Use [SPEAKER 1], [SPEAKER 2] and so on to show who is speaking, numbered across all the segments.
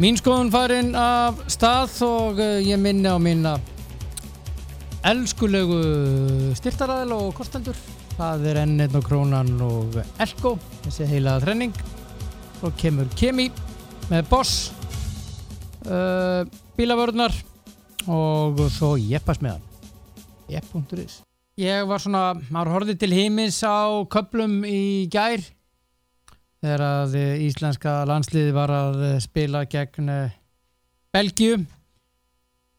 [SPEAKER 1] Mín skoðun farin af stað og eh, ég minna á minna elskulegu styrtaraðil og kostendur. Það er N1 og Krónan og Elko, þessi heilaða þrenning. Svo kemur Kemi með Boss, uh, bílavörðnar og svo Jeppas með hann. Jepp.is Ég var svona, maður horfði til himins á köplum í gær þegar að eh, íslenska landsliði var að eh, spila gegn eh, Belgíu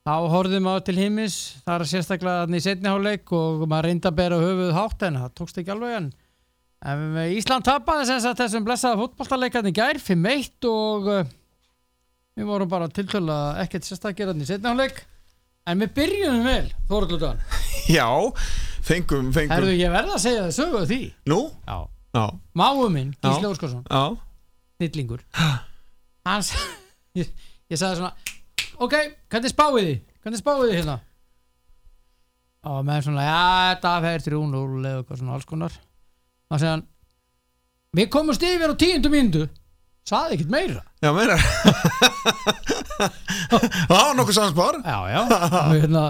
[SPEAKER 1] þá horfðum á til heimis þar sérstaklega þannig í setni hálfleik og maður reyndi að bera höfuð hátt en það tókst ekki alveg en en, eh, Ísland tapaði sem sagt þessum blessaða fótballtarleikarni gær 5-1 og eh, við vorum bara tiltöla ekkert sérstaklega þannig í setni hálfleik en við byrjum vel Þorlutan
[SPEAKER 2] Já, fengum, fengum
[SPEAKER 1] Herðu ég verð að segja það sögu af því
[SPEAKER 2] Nú?
[SPEAKER 1] Já
[SPEAKER 2] Já,
[SPEAKER 1] Máu minn,
[SPEAKER 2] Já.
[SPEAKER 1] Gísli Óskarsson
[SPEAKER 2] já
[SPEAKER 1] snillingur hann s- ég, ég sagði svona ok, hvernig spáið þið hvernig spáið þið hérna og menn svona, já, þetta fer 3-0 eða eitthvað svona alls konar og segja hann við komumst yfir á tíundu mínútu saði ekkert meira
[SPEAKER 2] Já, meira Já, nokkuð samspar
[SPEAKER 1] já, já og hérna,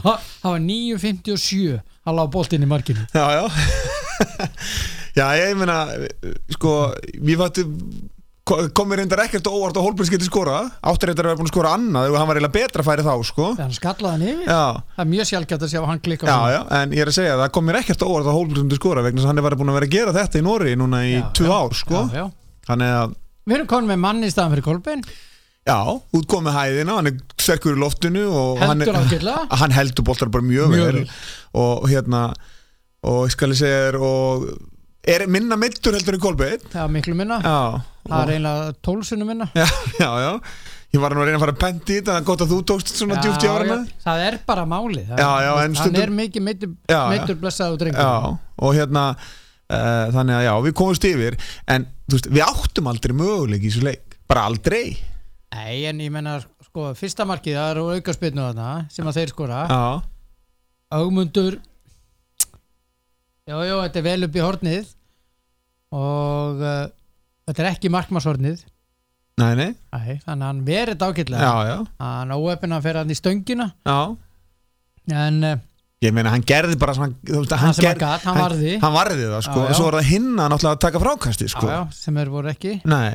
[SPEAKER 1] það það var 9.57 hann lág boltinn í markinu
[SPEAKER 2] Já, já Já, ég meina Sko, ég fætti komið reyndar ekkert á óvart og Holbjörns geti skora áttur reyndar að vera búin að skora annað og hann var eiginlega betra færi þá, sko
[SPEAKER 1] þegar hann skallaði hann yfir
[SPEAKER 2] Já,
[SPEAKER 1] það er mjög sjálfgætt að sjá hann klikka á
[SPEAKER 2] já,
[SPEAKER 1] svona.
[SPEAKER 2] já, en ég er að segja það kom mér ekkert á óvart að Holbjörns myndi skora vegna þess að hann er bara búin að vera að gera þetta í Nóri núna í
[SPEAKER 1] Já,
[SPEAKER 2] tvö
[SPEAKER 1] já.
[SPEAKER 2] ár, sko
[SPEAKER 1] já, já.
[SPEAKER 2] Þannig að
[SPEAKER 1] við erum konum með manni í staðan fyrir Kolbein
[SPEAKER 2] Já, út komið hæðina, hann er sterkur í loftinu og hann,
[SPEAKER 1] heldur
[SPEAKER 2] er,
[SPEAKER 1] ágætlega
[SPEAKER 2] hann heldur boltar bara mjög
[SPEAKER 1] Mjög
[SPEAKER 2] vel
[SPEAKER 1] vel.
[SPEAKER 2] og hérna og ég skal ég segja þér og er minna meittur heldur en Kolbeinn
[SPEAKER 1] það er miklu minna
[SPEAKER 2] Já,
[SPEAKER 1] Það
[SPEAKER 2] og,
[SPEAKER 1] er eiginlega tólsunum minna
[SPEAKER 2] já, já, já Ég var nú að reyna að fara að penti í þetta, það er gott að þú tókst svona djúpt í árana
[SPEAKER 1] já, Það er bara máli það,
[SPEAKER 2] Já, já, en
[SPEAKER 1] Hann
[SPEAKER 2] stundum-
[SPEAKER 1] er mikið meittur,
[SPEAKER 2] Já, já.
[SPEAKER 1] meittur blessaður drengur
[SPEAKER 2] Já, og hérna uh, þannig að já, við komumst yfir en þú veist, við áttum aldrei möguleik í þessu leik, bara aldrei
[SPEAKER 1] Nei, en ég menna, sko, fyrsta markið Það eru aukaspirnu þarna, sem að þeir skora
[SPEAKER 2] Já,
[SPEAKER 1] Ágmundur Já, já, þetta er vel upp í hornið Og uh, Þetta er ekki markmannshornið
[SPEAKER 2] nei, nei,
[SPEAKER 1] Nei, þannig að hann verið þetta ágætlega
[SPEAKER 2] já, já,
[SPEAKER 1] Hann óöfinn að fyrir hann í stöngina
[SPEAKER 2] já
[SPEAKER 1] En uh,
[SPEAKER 2] Ég meina, hann gerði bara svona, þú veist, hann,
[SPEAKER 1] hann sem
[SPEAKER 2] gerði
[SPEAKER 1] að gat, hann varði
[SPEAKER 2] hann varði það sko,
[SPEAKER 1] Já, já.
[SPEAKER 2] svo var það hinna náttúrulega að taka frákasti sko.
[SPEAKER 1] Já, já, sem er voru ekki
[SPEAKER 2] Nei,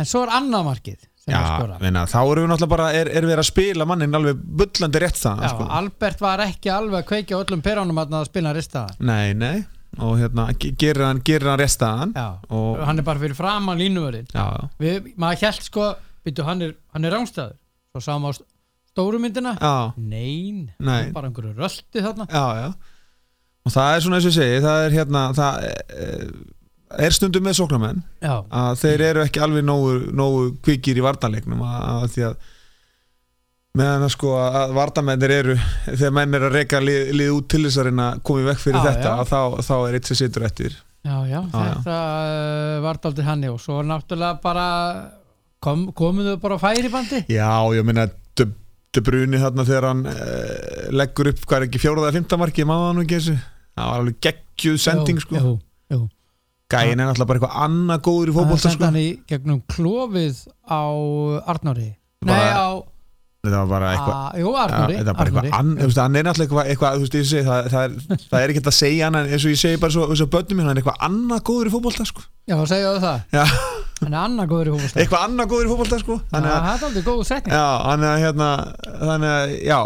[SPEAKER 1] En svo er annað markið sem
[SPEAKER 2] já,
[SPEAKER 1] að skora
[SPEAKER 2] meina, þá erum við náttúrulega bara er, er við að spila mannin alveg bullandi rétt það
[SPEAKER 1] Já,
[SPEAKER 2] sko.
[SPEAKER 1] Albert var ekki alveg að kveikja á öllum perunum að spila ristaðan
[SPEAKER 2] Nei, nei, og hérna ge- gerir hann, gerir hann rétt staðan
[SPEAKER 1] Já,
[SPEAKER 2] og,
[SPEAKER 1] hann er bara fyrir framan línuverðin
[SPEAKER 2] já, já,
[SPEAKER 1] Við, maður held sko, býttu hann er, hann er rángstæður Svo sáum á st- stóru myndina
[SPEAKER 2] já,
[SPEAKER 1] Nein,
[SPEAKER 2] Nei.
[SPEAKER 1] bara einhverju rölti þarna
[SPEAKER 2] já, já og það er svona eins og ég segi, það er hérna það eh, er stundum með sóknarmenn
[SPEAKER 1] Já,
[SPEAKER 2] að þeir eru ekki alveg nógu, nógu kvikir í varnarleiknum að, að því að meðan að sko að vartamennir eru þegar menn eru að reyka lið, lið út til þess að reyna að koma í vekk fyrir
[SPEAKER 1] Já,
[SPEAKER 2] þetta
[SPEAKER 1] já.
[SPEAKER 2] að þá, þá er eitt sem situr eftir
[SPEAKER 1] já, já,
[SPEAKER 2] já.
[SPEAKER 1] þetta uh, var daldið hann og svo náttúrulega bara kom, komuðu bara á færibandi
[SPEAKER 2] Já, ég meina De, de Bruni þarna þegar hann eh, leggur upp hvað er ekki fjóruða eða fymta marki maður hann nú ekki þessu það var alveg geggjuð sending sko
[SPEAKER 1] Jú, jú, jú.
[SPEAKER 2] gæin er náttúrulega bara eitthvað annað góður í
[SPEAKER 1] Hann
[SPEAKER 2] fótbolta
[SPEAKER 1] sendi
[SPEAKER 2] sko
[SPEAKER 1] hann í gegnum klófið á Arnóri Nei,
[SPEAKER 2] Bara
[SPEAKER 1] á,
[SPEAKER 2] það var bara eitthvað
[SPEAKER 1] á jú,
[SPEAKER 2] Já,
[SPEAKER 1] Arnóri
[SPEAKER 2] þetta er bara eitthvað ann, þú veist, hann er náttúrulega eitthvað, eitthvað þú veist, ég segi, það, það, er, það er ekki hægt að segja hann en eins og ég segi bara svo, eins og börnum mín, hann er eitthvað annað góður í fótbolta sko.
[SPEAKER 1] Já, segjaðu það
[SPEAKER 2] Já,
[SPEAKER 1] Hann er annað góður í hófustæð
[SPEAKER 2] eitthvað annað góður í fótbolta sko.
[SPEAKER 1] Það
[SPEAKER 2] þannig að,
[SPEAKER 1] er aldrei góð setning
[SPEAKER 2] já, þannig að hérna, þannig að, já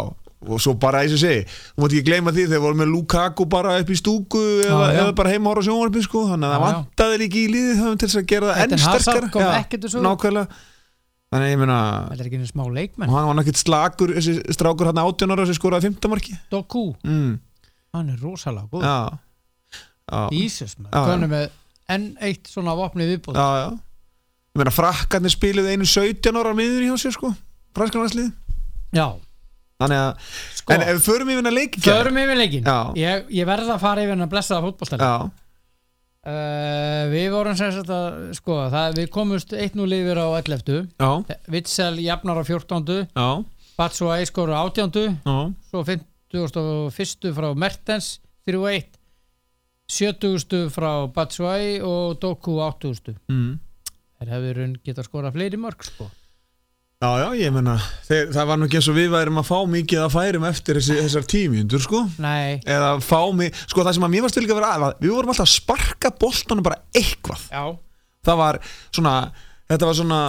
[SPEAKER 2] og svo bara eins og ég segi, þú mátt ekki gleyma því þegar voru með Lukaku bara upp í stúku eða,
[SPEAKER 1] já.
[SPEAKER 2] eða bara heima ára sjónvarpi sko, þannig
[SPEAKER 1] Já,
[SPEAKER 2] að það
[SPEAKER 1] já.
[SPEAKER 2] vantaði líki í liðið það til þess að gera það
[SPEAKER 1] Eden
[SPEAKER 2] enn
[SPEAKER 1] Hazard
[SPEAKER 2] sterkara
[SPEAKER 1] kom
[SPEAKER 2] Já,
[SPEAKER 1] ekkert úr sögu.
[SPEAKER 2] nákvæmlega þannig að ég meina,
[SPEAKER 1] Það er ekki einu smá leikmenn
[SPEAKER 2] hann var náttúrulega slakur þessi strákur hann 18 ára sem skoraði 15 marki
[SPEAKER 1] Doku,
[SPEAKER 2] mm,
[SPEAKER 1] hann er rosalega góð
[SPEAKER 2] já, já.
[SPEAKER 1] Jesus man,
[SPEAKER 2] Já, já.
[SPEAKER 1] hann er með enn eitt svona vopni viðbúð
[SPEAKER 2] já, já. ég meina frakkarnir spiluðu einu 17 ára miður hjá sér sko franskarnarslið
[SPEAKER 1] Já,
[SPEAKER 2] þannig að,
[SPEAKER 1] sko,
[SPEAKER 2] en ef við förum yfir hennar leik
[SPEAKER 1] förum yfir leikin
[SPEAKER 2] Já.
[SPEAKER 1] ég, ég verða að fara yfir hann að blessa það fótballstæli
[SPEAKER 2] já,
[SPEAKER 1] Eh, Við vorum sem sagt að sko, það, við komumst 1-0 yfir á 11
[SPEAKER 2] já,
[SPEAKER 1] Vitsel jafnar á 14
[SPEAKER 2] já,
[SPEAKER 1] Batsua Eiskor á 18
[SPEAKER 2] já
[SPEAKER 1] svo 51. frá Mertens 3-1 70. frá Batsvæ og Doku 80.
[SPEAKER 2] mm.
[SPEAKER 1] Þeir hefur raun geta skorað fleiri mörg sko.
[SPEAKER 2] Já, já, ég meina, þeir, það var nú ekki eins og við værum að fá mikið að færum eftir þessi, þessar tímjöndur, sko
[SPEAKER 1] Nei,
[SPEAKER 2] eða fá mig, sko það sem að mér varst vilja vera að, að við vorum alltaf að sparka boltanum bara eitthvað,
[SPEAKER 1] já,
[SPEAKER 2] það var svona, þetta var svona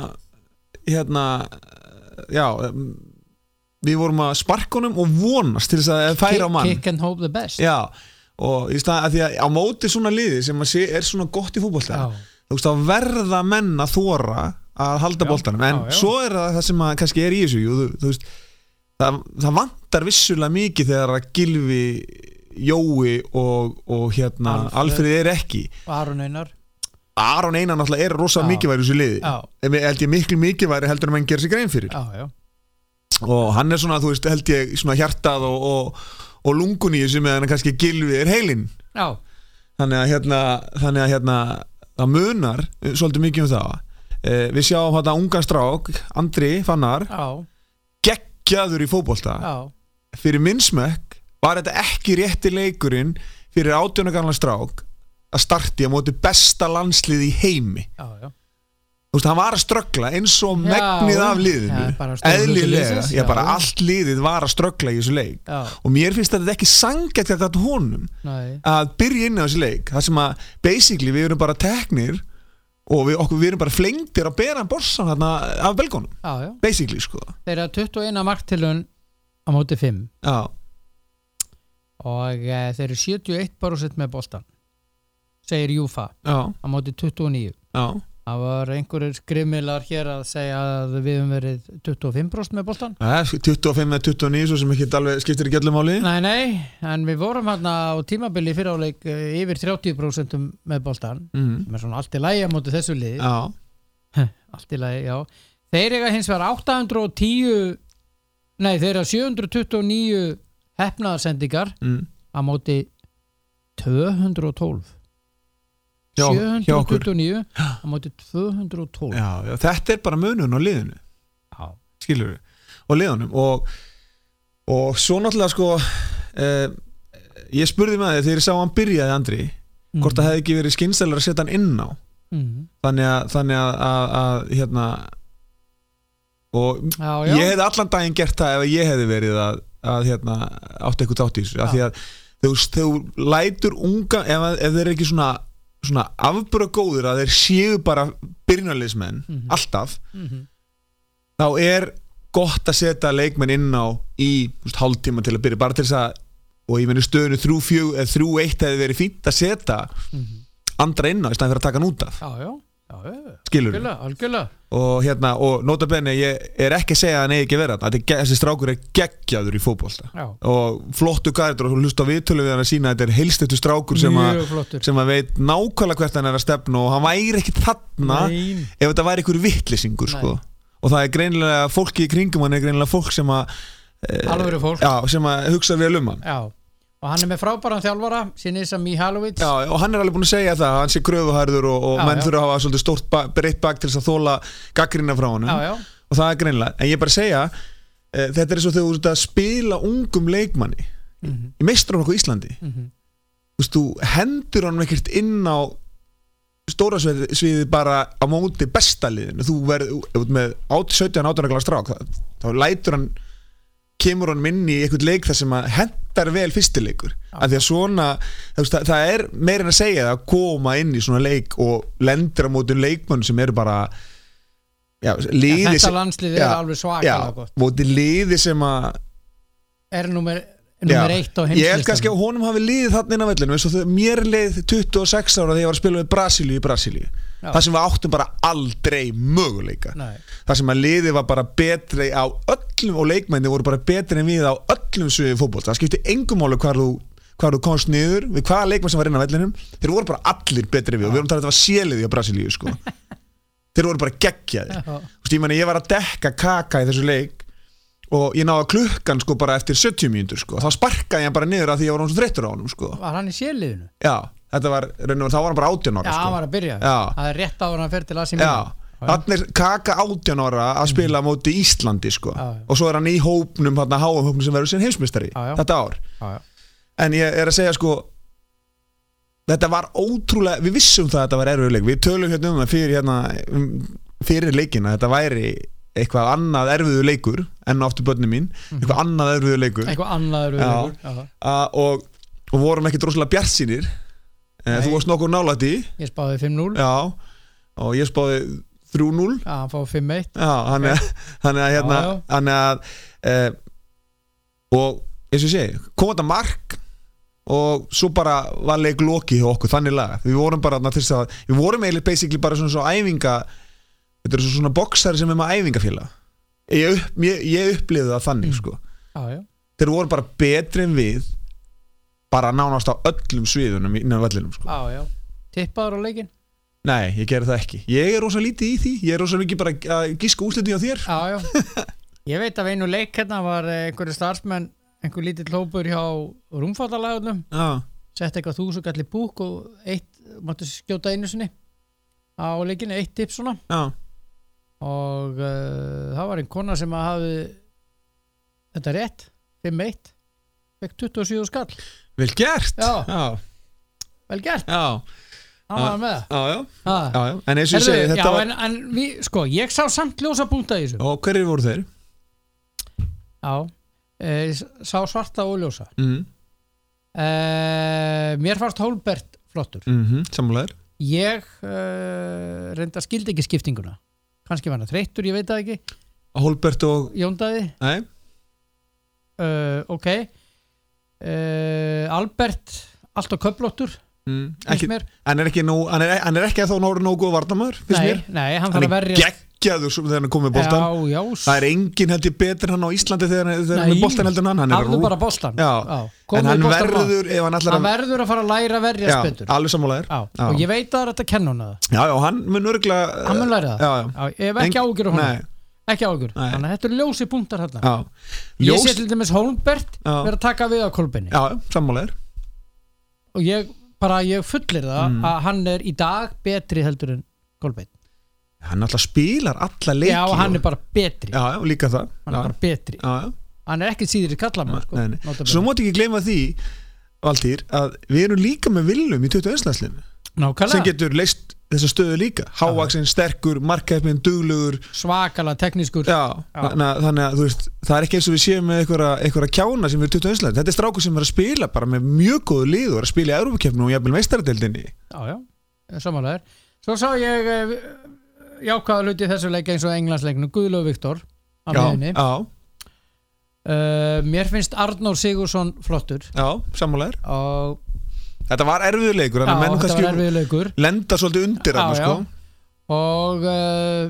[SPEAKER 2] hérna já, um, við vorum að sparka honum og vonast til þess að færa á mann
[SPEAKER 1] kick and hope the best
[SPEAKER 2] Já, og í stað að því að á móti svona liði sem að sé, er svona gott í fútbolta
[SPEAKER 1] Já.
[SPEAKER 2] þú veist að verða menn að þóra að halda
[SPEAKER 1] Já,
[SPEAKER 2] boltanum en
[SPEAKER 1] já, já.
[SPEAKER 2] svo er það það sem að kannski er í þessu jú, þú, þú veist, það, það vantar vissulega mikið þegar að Gilvi Jói og, og hérna
[SPEAKER 1] Alfreð.
[SPEAKER 2] Alfreð er ekki
[SPEAKER 1] og Aron Einar
[SPEAKER 2] Aron Einar náttúrulega er rosa
[SPEAKER 1] Já.
[SPEAKER 2] mikilværi í þessu liði
[SPEAKER 1] Já,
[SPEAKER 2] Em- ég held ég miklu mikilværi heldur en mann gerir sér grein fyrir
[SPEAKER 1] já, já,
[SPEAKER 2] og hann er svona, þú veist, held ég svona hjartað og, og, og lungun í þessu meðan að kannski Gilvi er heilinn
[SPEAKER 1] já,
[SPEAKER 2] þannig að hérna þannig að hérna það munar eh, svolítið mikið um það eh, við sjáum þetta unga strák Andri Fannar
[SPEAKER 1] já,
[SPEAKER 2] geggjaður í fótbolta
[SPEAKER 1] já,
[SPEAKER 2] fyrir minnsmökk var þetta ekki rétti leikurinn fyrir átjónagarnar strák að starti á móti besta landslið í heimi
[SPEAKER 1] já, já.
[SPEAKER 2] þú veist, hann var að ströggla eins
[SPEAKER 1] Já,
[SPEAKER 2] og megnið af liðinu
[SPEAKER 1] já, bara stór hluti
[SPEAKER 2] eðlilega,
[SPEAKER 1] liðsins,
[SPEAKER 2] já bara
[SPEAKER 1] já.
[SPEAKER 2] allt liðið var að ströggla í þessu leik
[SPEAKER 1] já.
[SPEAKER 2] og mér finnst að þetta ekki sangjætt að honum
[SPEAKER 1] Nei,
[SPEAKER 2] að byrja inn á þessi leik þar sem að basically við erum bara teknir og við, okkur, við erum bara flengtir að bera borsan þarna af belgónum
[SPEAKER 1] já, já
[SPEAKER 2] basically sko
[SPEAKER 1] Þeir eru 21 marktilun á móti 5
[SPEAKER 2] já,
[SPEAKER 1] og e, þeir eru 71 barósett með boltan segir Júfa
[SPEAKER 2] já,
[SPEAKER 1] á móti 29
[SPEAKER 2] já,
[SPEAKER 1] Það var einhverjir skrifmilar hér að segja að við höfum verið 25 með boltan
[SPEAKER 2] Eh, 25 eða 29 svo sem ekki alveg skiptir ekki öllum áli
[SPEAKER 1] Nei, nei, en við vorum hérna á tímabili fyrir áleik eh, yfir 30 með boltan
[SPEAKER 2] mm.
[SPEAKER 1] sem er svona allt í lægi á móti þessu liði
[SPEAKER 2] já,
[SPEAKER 1] allt í lagi, já þeir eiga hins vegar 810 nei, þeir eiga 729 hefnaðarsendingar
[SPEAKER 2] mm.
[SPEAKER 1] á móti 212
[SPEAKER 2] hjá, hjá okkur
[SPEAKER 1] 729 á móti 212
[SPEAKER 2] já, já, þetta er bara munun á liðinu
[SPEAKER 1] já,
[SPEAKER 2] skilur og liðanum og, og svo náttúrulega sko eh, ég spurði með þið þegar ég sá að hann byrjaði Andri hvort það hefði ekki verið skynstælar að setja hann inn á
[SPEAKER 1] mm.
[SPEAKER 2] þannig að, þannig að, að, að hérna og
[SPEAKER 1] já, já,
[SPEAKER 2] ég hefði allan daginn gert það ef ég hefði verið að, að hérna, átt eitthvað þátt í þessu af
[SPEAKER 1] Já.
[SPEAKER 2] því að þú, þú lætur unga ef, að- ef þeir eru ekki svona, svona afbúra góður að þeir séu bara byrjunarliðsmenn
[SPEAKER 1] Mhm.
[SPEAKER 2] alltaf
[SPEAKER 1] Mhm.
[SPEAKER 2] þá er gott að setja leikmenn inn á í þú veist, hálftíma til að byrja bara til þess að og ég meni stöðinu 3-4 eða 3-1 hefði verið fínt að setja
[SPEAKER 1] Mhm.
[SPEAKER 2] andra inn á í stæðan fyrir að taka hann út af
[SPEAKER 1] já, já, já, já.
[SPEAKER 2] skilur
[SPEAKER 1] algjörlega, algjörlega
[SPEAKER 2] og hérna, og notabene ég er ekki að segja að hann eigi ekki að vera þarna. Þetta er ge- þessi strákur er geggjaður í fótbolta
[SPEAKER 1] já,
[SPEAKER 2] og flottu gæður og hlusta á viðtölu við hann að sína að þetta er heilstöttu strákur sem, a,
[SPEAKER 1] mjög flottur
[SPEAKER 2] sem að veit nákvæmlega hvert hann er að stefna og hann væri ekki þarna
[SPEAKER 1] Nein.
[SPEAKER 2] ef þetta væri einhver vittlisingur sko.
[SPEAKER 1] Nei.
[SPEAKER 2] og það er greinilega fólki í kringum hann er greinilega fólk sem að eh,
[SPEAKER 1] alvöru fólk
[SPEAKER 2] já, sem að hugsa vel um hann
[SPEAKER 1] já. og hann er með frábæran þjálfara Sinisa Mihalovic
[SPEAKER 2] Já, og hann er alveg búin að segja það, að hann sé kröfuharður og, og
[SPEAKER 1] Já,
[SPEAKER 2] menn
[SPEAKER 1] já.
[SPEAKER 2] þurfa að hafa svolítið stórt ba- breitt bak til þess að þóla gaggrina frá honum
[SPEAKER 1] já, já,
[SPEAKER 2] og það er greinlega, en ég er bara að segja e, þetta er eins og þegar þú ert að spila ungum leikmanni
[SPEAKER 1] Mhm.
[SPEAKER 2] í meistrar okkur Íslandi
[SPEAKER 1] Mhm.
[SPEAKER 2] þú, veist, þú hendur honum ekkert inn á stóra sviði, sviði bara á móti besta liðinu þú verð, ef þú ert með át- 17 18 regla strák, þá, þá lætur hann kemur honum inn í einhvern leik þar sem að hendar vel fyrstileikur
[SPEAKER 1] Já.
[SPEAKER 2] af því að svona, þú veist, það, það er meira en að segja það að koma inn í svona leik og lendir á móti leikmann sem eru bara já, liði
[SPEAKER 1] þetta
[SPEAKER 2] sem-
[SPEAKER 1] landslið er
[SPEAKER 2] Já,
[SPEAKER 1] alveg
[SPEAKER 2] Já,
[SPEAKER 1] svakalega gott
[SPEAKER 2] móti liði sem að
[SPEAKER 1] er nummer, nummer
[SPEAKER 2] Já.
[SPEAKER 1] eitt á
[SPEAKER 2] Ég held kannski
[SPEAKER 1] heimslistan
[SPEAKER 2] að honum hafi liðið þarna inn á vellinu eins og þegar mér leið 26 ára þegar ég var að spila með Brasilíu í Brasilíu
[SPEAKER 1] Já.
[SPEAKER 2] Það sem við áttum bara aldrei möguleika
[SPEAKER 1] Nei.
[SPEAKER 2] Það sem að liðið var bara betri á öllum og leikmenni voru bara betri en við á öllum sviði fótbolta Það skipti engum málu hvar þú hvar þú komst niður, við hvaða leikmenn sem var inn á vellinum þeir voru bara allir betri en við og við vorum talað að þetta var séliði á Brasilíu sko. þeir voru bara geggjaðir
[SPEAKER 1] Já.
[SPEAKER 2] Þú veist, ég, meni, ég var að dekka kaka í þessu leik og ég náði klukkan sko bara eftir 70 mínútur sko, þá sparkaði ég hann bara niður af því ég var hann svo þreyttur á honum sko
[SPEAKER 1] var hann í séliðinu?
[SPEAKER 2] já, þetta var, raunum, þá var hann bara 18
[SPEAKER 1] Já,
[SPEAKER 2] ára
[SPEAKER 1] hann
[SPEAKER 2] sko.
[SPEAKER 1] var að byrja
[SPEAKER 2] Já.
[SPEAKER 1] það er rétt áður en hann fer til Asi
[SPEAKER 2] já, þannig er kaka 18 ára að spila á móti Íslandi sko
[SPEAKER 1] Já, já.
[SPEAKER 2] og svo er hann í hópnum, hann háum hópnum sem verður sem heimsmyndstari
[SPEAKER 1] Já, já.
[SPEAKER 2] þetta ár
[SPEAKER 1] já,
[SPEAKER 2] en ég er að segja sko þetta var ótrúlega, við vissum það að þetta var erfiðleik, við tölum hérna um það fyrir hérna um, fyrir leikina, þetta væri eitthvað annað erfiðu leikur enn áttu börnum mín,
[SPEAKER 1] Mhm.
[SPEAKER 2] eitthvað annað erfiðu leikur
[SPEAKER 1] eitthvað annaður
[SPEAKER 2] Já.
[SPEAKER 1] leikur. Já.
[SPEAKER 2] uh, og, og vorum ekkert rosalega bjartsýnir uh,
[SPEAKER 1] Nei.
[SPEAKER 2] þú varst nokkuð nálætti
[SPEAKER 1] ég spáði 5-0
[SPEAKER 2] já, og ég spáði 3-0
[SPEAKER 1] að hann fá 5-1
[SPEAKER 2] já, hann er, hann er hérna
[SPEAKER 1] Já, já.
[SPEAKER 2] hann er að uh, og eins og ég segi, kom þetta mark og svo bara var leik loki hjá okkur, þannig laga við vorum bara þarna til þess að, við vorum eiginlega basically bara svona svona æfinga þetta eru svona boksari sem er með æfingafélag ég, upp, ég, ég upplifði það þannig
[SPEAKER 1] Mm.
[SPEAKER 2] sko
[SPEAKER 1] já, já.
[SPEAKER 2] þeir voru bara betri en við bara nánast á öllum sviðunum innan vellinum sko.
[SPEAKER 1] Já, já. tippaður á leikin
[SPEAKER 2] nei, ég gerði það ekki ég er rosa lítið í því, ég er rosa mikið bara að gíska úslitin á þér
[SPEAKER 1] já, já. ég veit að við einu leik hérna var eh, einhverju starfsmenn einhver lítill hópur hjá rúmfattalæðunum
[SPEAKER 2] já,
[SPEAKER 1] sett eitthvað þúsugall í búk og eitt, máttu skjóta einu sinni á leikinu, eitt tipp svona
[SPEAKER 2] já,
[SPEAKER 1] og uh, það var einn kona sem að hafi þetta er rétt, 5-1 fekk 27 skall,
[SPEAKER 2] vel gert
[SPEAKER 1] Já.
[SPEAKER 2] já,
[SPEAKER 1] vel gert
[SPEAKER 2] já,
[SPEAKER 1] hann var með það
[SPEAKER 2] já, Ah. já,
[SPEAKER 1] Ha.
[SPEAKER 2] já, já. en eins og ég
[SPEAKER 1] Herðu,
[SPEAKER 2] segi
[SPEAKER 1] já,
[SPEAKER 2] þetta var
[SPEAKER 1] en, en við, sko, ég sá samt ljósa búnta í þessu
[SPEAKER 2] og hverjir voru þeir?
[SPEAKER 1] já, e, sá svarta og ljósa
[SPEAKER 2] Mm.
[SPEAKER 1] e, mér fannst Hólbert flottur
[SPEAKER 2] Mm -hmm. samlegar
[SPEAKER 1] ég e, reynda skildi ekki skiptinguna kannski var hann þreyttur, ég veit það ekki
[SPEAKER 2] Holbert og,
[SPEAKER 1] Jóndaði,
[SPEAKER 2] nei,
[SPEAKER 1] uh, ok uh, Albert allt á köflóttur
[SPEAKER 2] mm,
[SPEAKER 1] ekki,
[SPEAKER 2] ekki, hann er ekki nú, hann er, hann er ekki að þá nóru nógu góð varnamöður, finnst
[SPEAKER 1] nei,
[SPEAKER 2] mér
[SPEAKER 1] nei, hann þarf
[SPEAKER 2] hann
[SPEAKER 1] að
[SPEAKER 2] er
[SPEAKER 1] verja
[SPEAKER 2] geggjaður svo þegar hann kom með boltan
[SPEAKER 1] já, já,
[SPEAKER 2] Það er enginn held ég betur hann á Íslandi þegar hann þegar hann er
[SPEAKER 1] Nei.
[SPEAKER 2] með boltan heldur en hann, hann er
[SPEAKER 1] hafðu
[SPEAKER 2] rú-
[SPEAKER 1] bara bóstan
[SPEAKER 2] Já. en hann verður ef hann ætlar
[SPEAKER 1] hann
[SPEAKER 2] að
[SPEAKER 1] verður að fara að læra að verja
[SPEAKER 2] já,
[SPEAKER 1] spöndur
[SPEAKER 2] alveg sammálaður Já.
[SPEAKER 1] og ég veit að þetta kenna hann það
[SPEAKER 2] já, já, hann mun örgulega
[SPEAKER 1] hann mun læra
[SPEAKER 2] já,
[SPEAKER 1] það,
[SPEAKER 2] já.
[SPEAKER 1] já, ég hef ekki
[SPEAKER 2] Eng-
[SPEAKER 1] ágjur á hann
[SPEAKER 2] Nei,
[SPEAKER 1] ekki ágjur,
[SPEAKER 2] Nei.
[SPEAKER 1] þannig að þetta er ljósi punktar hérna,
[SPEAKER 2] já.
[SPEAKER 1] ég
[SPEAKER 2] Ljós,
[SPEAKER 1] sé til dæmis Holmbert
[SPEAKER 2] Já.
[SPEAKER 1] verið að taka við á kolbinni
[SPEAKER 2] já, sammálaður
[SPEAKER 1] og ég bara, ég fullir það
[SPEAKER 2] Mm.
[SPEAKER 1] að hann er í dag betri heldur en kolbinn,
[SPEAKER 2] hann alltaf spilar alla leiki
[SPEAKER 1] já, hann er bara betri
[SPEAKER 2] já, já, líka það
[SPEAKER 1] hann
[SPEAKER 2] já,
[SPEAKER 1] er bara betri
[SPEAKER 2] já, já.
[SPEAKER 1] hann er ekkert síður í kallamann sko,
[SPEAKER 2] Nei, nei.
[SPEAKER 1] notabene.
[SPEAKER 2] svo mátt ekki gleyma því Valtýr, að við erum líka með viljum í 20. einslaslinu sem
[SPEAKER 1] nákvæmlega,
[SPEAKER 2] getur leist þessa stöðu líka hávaksinn, sterkur, markæfminn, duglugur
[SPEAKER 1] svakalega teknískur
[SPEAKER 2] Já,
[SPEAKER 1] Já.
[SPEAKER 2] Þannig, að, þannig að þú veist það er ekki eins og við séum með einhverja, einhverja kjána sem er 20 einslæðin, þetta er strákur sem er að spila bara með mjög góðu lið og er að spila í Európa-keppnum og jafnvel meistaradeildinni
[SPEAKER 1] já, já, samanlega er svo sá ég eh, jákvæða hluti í þessu leik eins og englandsleiknum Guðlaug Viktor á
[SPEAKER 2] já,
[SPEAKER 1] miðinni
[SPEAKER 2] já,
[SPEAKER 1] uh, mér finnst Arnór Sigursson flottur
[SPEAKER 2] já, sammálaður
[SPEAKER 1] og
[SPEAKER 2] Þetta var erfiður leikur,
[SPEAKER 1] já,
[SPEAKER 2] þannig að menn
[SPEAKER 1] þetta var
[SPEAKER 2] kannski
[SPEAKER 1] erfið leikur
[SPEAKER 2] lenda svolítið undir
[SPEAKER 1] Já,
[SPEAKER 2] hann sko.
[SPEAKER 1] og uh,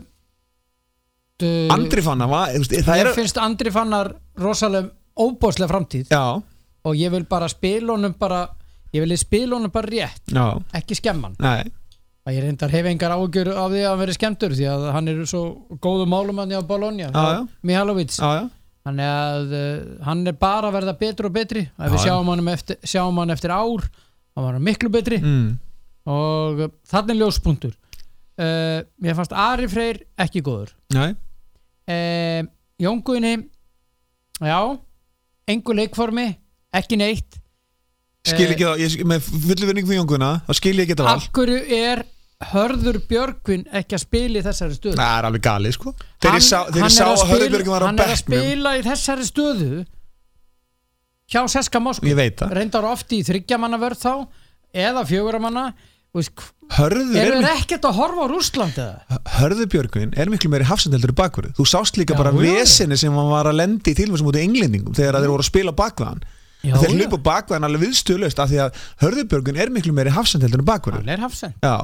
[SPEAKER 1] du-
[SPEAKER 2] Andri fann að va- þú veist, það
[SPEAKER 1] mér
[SPEAKER 2] er
[SPEAKER 1] finnst Andri Fannar rosalega óbóðslega framtíð
[SPEAKER 2] Já,
[SPEAKER 1] og ég vil bara spila honum bara ég vil spila honum bara rétt
[SPEAKER 2] já,
[SPEAKER 1] ekki skemman
[SPEAKER 2] nei,
[SPEAKER 1] að ég reyndar hef engar ágjur af því að hann veri skemmtur því að hann er svo góðu málumanni á Bologna
[SPEAKER 2] Já, já.
[SPEAKER 1] Mihalovic
[SPEAKER 2] já, já
[SPEAKER 1] þannig að uh, hann er bara að verða betri og betri að við
[SPEAKER 2] Já, já.
[SPEAKER 1] sjáum hann, eftir, sjáum hann eftir ár hann var miklu betri
[SPEAKER 2] mm.
[SPEAKER 1] og uh, þannig ljóspunktur uh, mér fannst Ari Freyr ekki góður
[SPEAKER 2] Nei,
[SPEAKER 1] uh, Jón Guðni já, engu leikformi ekki neitt
[SPEAKER 2] skil
[SPEAKER 1] Eh,
[SPEAKER 2] ekki það, ég, með fullu vinning fyrir Jónguna þá skil ég ekki það
[SPEAKER 1] af
[SPEAKER 2] val
[SPEAKER 1] hverju er Hörður Björgvin ekki að spila í þessari stöðu
[SPEAKER 2] Það er alveg galið sko Þegar ég sá, þegar ég
[SPEAKER 1] hann
[SPEAKER 2] sá
[SPEAKER 1] er
[SPEAKER 2] að
[SPEAKER 1] spila-
[SPEAKER 2] Hörðbjörgum var á
[SPEAKER 1] hann er að
[SPEAKER 2] bekknum
[SPEAKER 1] spila í þessari stöðu hjá Seska Moskva
[SPEAKER 2] Ég veit það
[SPEAKER 1] reyndar oft í þryggjamanna vörð þá eða fjöguramanna eru
[SPEAKER 2] Hörður er
[SPEAKER 1] þeir ekkert að horfa á Rúsland eða?
[SPEAKER 2] Hörður Björgvin er miklu meiri hafsendeldur í bakverðu þú sást líka
[SPEAKER 1] Já,
[SPEAKER 2] bara
[SPEAKER 1] já.
[SPEAKER 2] vesinni sem hann var að lendi í tilvæmsum út í englendingum þegar þeir voru að spila bakvæðan
[SPEAKER 1] Já,
[SPEAKER 2] þeir
[SPEAKER 1] já.
[SPEAKER 2] hlupa bakvæðan alveg viðstöðlust af því að Hörður Björgvin er miklu meiri hafsendeldur í bakverðu
[SPEAKER 1] hann er hafsen
[SPEAKER 2] Já,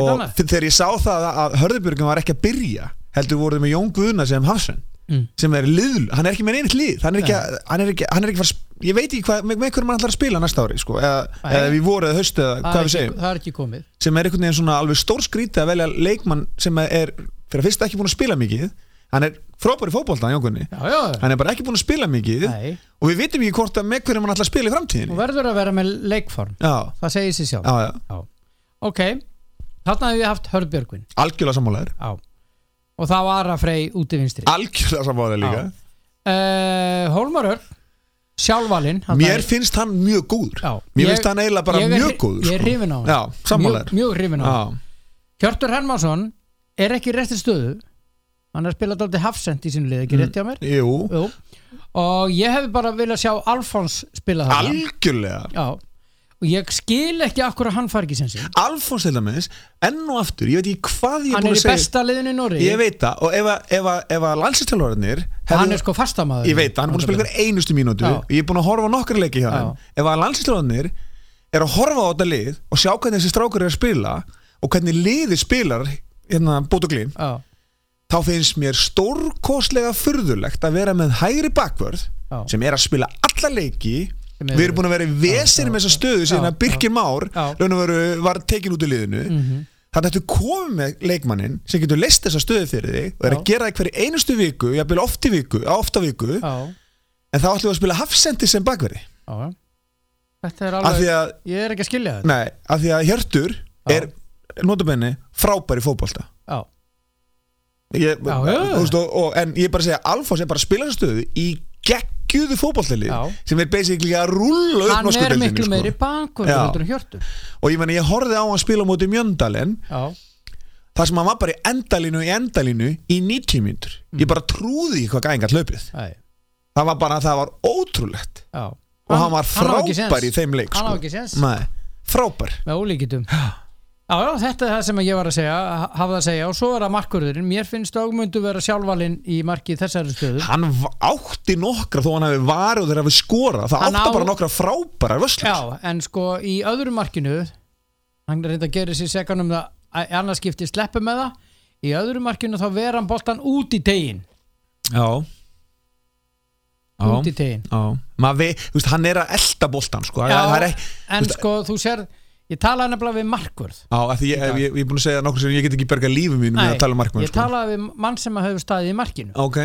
[SPEAKER 2] og
[SPEAKER 1] annað.
[SPEAKER 2] þe- þegar ég sá það að Hörður Björgvin var ekki að byrja heldur voruð með Jón Guðna sem hafsend
[SPEAKER 1] Mm.
[SPEAKER 2] sem er liðl, hann er ekki með einnig lið hann er ekki, að- hann er ekki, hann er ekki fara, ég veit ekki hvað, með, með hverjum hann ætlar að spila næsta ári sko, eða,
[SPEAKER 1] Nei.
[SPEAKER 2] eða við voru eða haustu eða
[SPEAKER 1] það,
[SPEAKER 2] hvað
[SPEAKER 1] er
[SPEAKER 2] við
[SPEAKER 1] ekki-
[SPEAKER 2] segjum
[SPEAKER 1] það er ekki komið
[SPEAKER 2] sem er einhvern veginn svona alveg stór skrítið að velja leikmann sem er fyrir að fyrst ekki búin að spila mikið hann er frábæri fótbolta í okkurni
[SPEAKER 1] já, já,
[SPEAKER 2] hann er bara ekki búin að spila mikið
[SPEAKER 1] Nei.
[SPEAKER 2] og við vitum ekki hvort að með hverjum hann ætlar að spila í
[SPEAKER 1] og
[SPEAKER 2] framtíðinni
[SPEAKER 1] verður að vera með leikform
[SPEAKER 2] já,
[SPEAKER 1] það segir sér sjálf
[SPEAKER 2] já, já,
[SPEAKER 1] ok, þarna hefur við haft Hörður Björgvin
[SPEAKER 2] algjörlega sammálaður
[SPEAKER 1] já. og það var Ara Frey út í vinstri
[SPEAKER 2] algjörlega sammálaður líka
[SPEAKER 1] uh, Hólmar Örn sjálfvalinn þarna
[SPEAKER 2] mér
[SPEAKER 1] í-
[SPEAKER 2] finnst hann mjög góður
[SPEAKER 1] Já.
[SPEAKER 2] mér
[SPEAKER 1] Ég-
[SPEAKER 2] finnst hann eiginlega bara
[SPEAKER 1] ég er-
[SPEAKER 2] mjög góður
[SPEAKER 1] ég er hrifinn á honum.
[SPEAKER 2] hann já,
[SPEAKER 1] mjög,
[SPEAKER 2] sammálaður
[SPEAKER 1] mjög hrifin á
[SPEAKER 2] já,
[SPEAKER 1] Hjörtur Hermansson er ekki í réttri stöðu hann er að spila dálítið hafsend í sínu lið,
[SPEAKER 2] Mm.
[SPEAKER 1] ekki rétt hjá mér
[SPEAKER 2] Jú,
[SPEAKER 1] Jú. og ég hefði bara viljað sjá Alfons spila það
[SPEAKER 2] algjörlega
[SPEAKER 1] Já, og ég skil ekki akkur að hann fari ekki sem sig
[SPEAKER 2] Alfons til dæmis, enn og aftur ég veit ekki hvað ég er
[SPEAKER 1] Hann
[SPEAKER 2] búin
[SPEAKER 1] er
[SPEAKER 2] að
[SPEAKER 1] í
[SPEAKER 2] segja
[SPEAKER 1] besta liðinu í Norri
[SPEAKER 2] ég veit það, og ef að- ef að- ef að landsistjálfararnir
[SPEAKER 1] Hann er sko fastamaður
[SPEAKER 2] ég veit það, hann er búin að spila hver einustu mínútu
[SPEAKER 1] Já.
[SPEAKER 2] ég er búin að horfa á nokkra leiki hjá þeim ef að landsistjálfararnir er að horfa á þetta lið og sjá hvernig þessi strákar er að spila og hvernig liði spilar hérna bót og glín
[SPEAKER 1] Já,
[SPEAKER 2] þá finnst mér stórkoslega furðulegt að vera með hægri bakvörð
[SPEAKER 1] Já.
[SPEAKER 2] sem er að spila alla leiki
[SPEAKER 1] Sem er-
[SPEAKER 2] við erum búin að vera í vesir með þessa stöðu síðan
[SPEAKER 1] Já,
[SPEAKER 2] að Birkir Már
[SPEAKER 1] Já. Mhm.
[SPEAKER 2] raun og veru var tekin út í liðinu þannig að þú komið með leikmannin sem getur leist þessa stöðu fyrir þig og er að
[SPEAKER 1] Já.
[SPEAKER 2] gera það hverju einustu viku, jafnvel oft í viku, oft á viku
[SPEAKER 1] já,
[SPEAKER 2] en þá ætlum við að spila hafsendi sem bakverði
[SPEAKER 1] já Þetta er
[SPEAKER 2] af
[SPEAKER 1] alveg,
[SPEAKER 2] því að,
[SPEAKER 1] ég er ekki að skilja þetta
[SPEAKER 2] nei, af því að Hjörtur
[SPEAKER 1] Já.
[SPEAKER 2] er notabenni frábæri fótbolta
[SPEAKER 1] Já,
[SPEAKER 2] ég,
[SPEAKER 1] Já, já, já.
[SPEAKER 2] þú veist, og, og, en ég er bara að segja Alfons er bara að spila þessa stöðu í geggjuðu fótballtili
[SPEAKER 1] Já.
[SPEAKER 2] sem er basically að rulla upp
[SPEAKER 1] hann
[SPEAKER 2] norsku
[SPEAKER 1] er
[SPEAKER 2] deildinni,
[SPEAKER 1] miklu
[SPEAKER 2] sko.
[SPEAKER 1] meiri bankur
[SPEAKER 2] Já.
[SPEAKER 1] heldur en hjörtur
[SPEAKER 2] og ég, meni, ég horfði á hann spila á móti Mjöndalen
[SPEAKER 1] Já,
[SPEAKER 2] þar sem hann var bara í endalínu í endalínu í 90 mínútur ég bara trúði ekki hvað gæðingat löpið
[SPEAKER 1] nei,
[SPEAKER 2] það var bara það var ótrúlegt
[SPEAKER 1] já
[SPEAKER 2] og hann, var
[SPEAKER 1] á ekki
[SPEAKER 2] frábær
[SPEAKER 1] séns.
[SPEAKER 2] í þeim leik
[SPEAKER 1] Hann á
[SPEAKER 2] sko.
[SPEAKER 1] ekki séns
[SPEAKER 2] Nei, frábær
[SPEAKER 1] með ólíkitum Já, já, þetta er það sem ég var að segja, ha- hafði að segja og svo er það markurðurinn, mér finnst ágmundu vera sjálfvalinn í markið þessari stöðu
[SPEAKER 2] hann v- átti nokkra þó hann hafi varið og þeir hafi skorað það
[SPEAKER 1] Hann
[SPEAKER 2] átti
[SPEAKER 1] á-
[SPEAKER 2] bara nokkra frábæra vöslur
[SPEAKER 1] Já, en sko í öðru markinu hann reynda að gera sér segan um það að annarskipti sleppu með það í öðru markinu þá vera hann boltan út í tegin
[SPEAKER 2] já.
[SPEAKER 1] út í tegin
[SPEAKER 2] Já, maður vei, þú veist, hann er að elda boltan sko.
[SPEAKER 1] Já,
[SPEAKER 2] það er ekki
[SPEAKER 1] en sko þú sér ég talaði nefnilega við markvörð
[SPEAKER 2] Já, af því ég, ég, ég, ég er búin að segja nokkur sem ég get ekki bergað lífi mínu með að tala um markmann
[SPEAKER 1] ég
[SPEAKER 2] sko.
[SPEAKER 1] talaði við mann sem hefur staðið í markinu
[SPEAKER 2] Ok,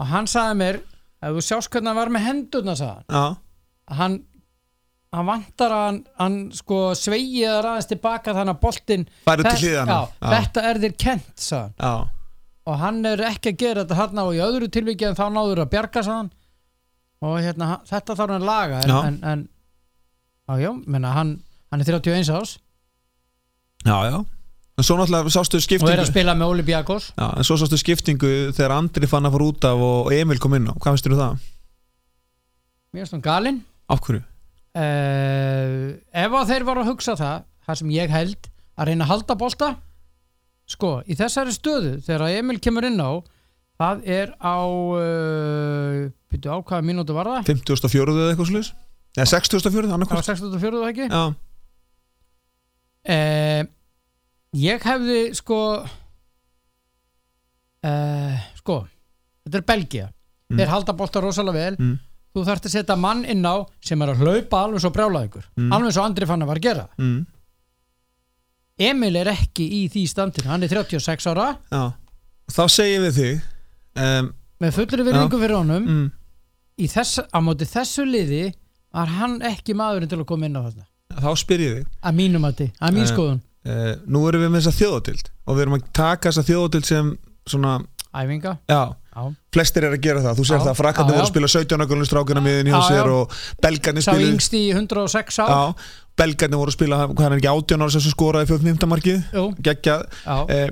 [SPEAKER 1] og hann sagði mér ef þú sjást hvernig hann var með hendurna sagði hann,
[SPEAKER 2] já,
[SPEAKER 1] að hann hann vantar að hann, hann sko sveigið aðeins tilbaka þannig að boltin
[SPEAKER 2] Færi út til hliðanna.
[SPEAKER 1] já,
[SPEAKER 2] Já.
[SPEAKER 1] þetta er þér kent sagði hann
[SPEAKER 2] já
[SPEAKER 1] og hann er ekki að gera þetta hann á í öðru tilviki en þá náður að bjarga sann og hérna, ha- þetta þarf hann að laga en,
[SPEAKER 2] Já.
[SPEAKER 1] en, en á, já, menna, hann, hann er 31 árs
[SPEAKER 2] Já, já En svo náttúrulega
[SPEAKER 1] og
[SPEAKER 2] sástu
[SPEAKER 1] er
[SPEAKER 2] skiptingu
[SPEAKER 1] að spila með Óli Bjarkos
[SPEAKER 2] Já, en svo sástu skiptingu þegar Andri fann að fara út af og Emil kom inn á Hvað finnst þú það?
[SPEAKER 1] mér finnst hann galinn
[SPEAKER 2] Af hverju?
[SPEAKER 1] uh, ef að þeir voru að hugsa það það sem ég held að reyna að halda bolta sko, í þessari stöðu þegar að Emil kemur inn á það er á uh, byrju á hvaða mínútu var það
[SPEAKER 2] 50.4 eða eitthvað slúðis? Eða 60.4,
[SPEAKER 1] það
[SPEAKER 2] annarkvæmst
[SPEAKER 1] var 64 eða ekki
[SPEAKER 2] Já,
[SPEAKER 1] Eh, ég hefði sko eh, sko þetta er Belgia
[SPEAKER 2] Mm.
[SPEAKER 1] þeir halda bolta rosalega vel
[SPEAKER 2] Mm.
[SPEAKER 1] þú þarft að setja mann inn á sem er að hlaupa alveg svo brjálaði ykkur
[SPEAKER 2] Mm.
[SPEAKER 1] alveg svo Andri fann að var að gera
[SPEAKER 2] mm,
[SPEAKER 1] Emil er ekki í því standinu hann er 36 ára
[SPEAKER 2] já Þá segjum við þig um,
[SPEAKER 1] með fullri virðingu fyrir honum
[SPEAKER 2] mm,
[SPEAKER 1] í þess, á móti þessu liði var hann ekki maðurinn til að koma inn á þarna
[SPEAKER 2] Þá spyr ég þig
[SPEAKER 1] að mínum að þið, að mín
[SPEAKER 2] Eh.
[SPEAKER 1] skoðun
[SPEAKER 2] uh, Nú erum við með þessa þjóðatild og við erum að taka þessa þjóðatild sem svona,
[SPEAKER 1] æfinga,
[SPEAKER 2] já
[SPEAKER 1] já
[SPEAKER 2] flestir er að gera það, þú sér
[SPEAKER 1] Já,
[SPEAKER 2] það frakkandi
[SPEAKER 1] já, já.
[SPEAKER 2] voru að spila 17 ökulun strákina miðin hjá
[SPEAKER 1] Já,
[SPEAKER 2] sér
[SPEAKER 1] já.
[SPEAKER 2] og belgarnir
[SPEAKER 1] sá
[SPEAKER 2] spilu
[SPEAKER 1] yngst í 106 ár
[SPEAKER 2] já, belgarnir voru að spila hvað er ekki 18 ára sem skoraði 45 markið
[SPEAKER 1] Jú,
[SPEAKER 2] geggja,
[SPEAKER 1] já,
[SPEAKER 2] eh,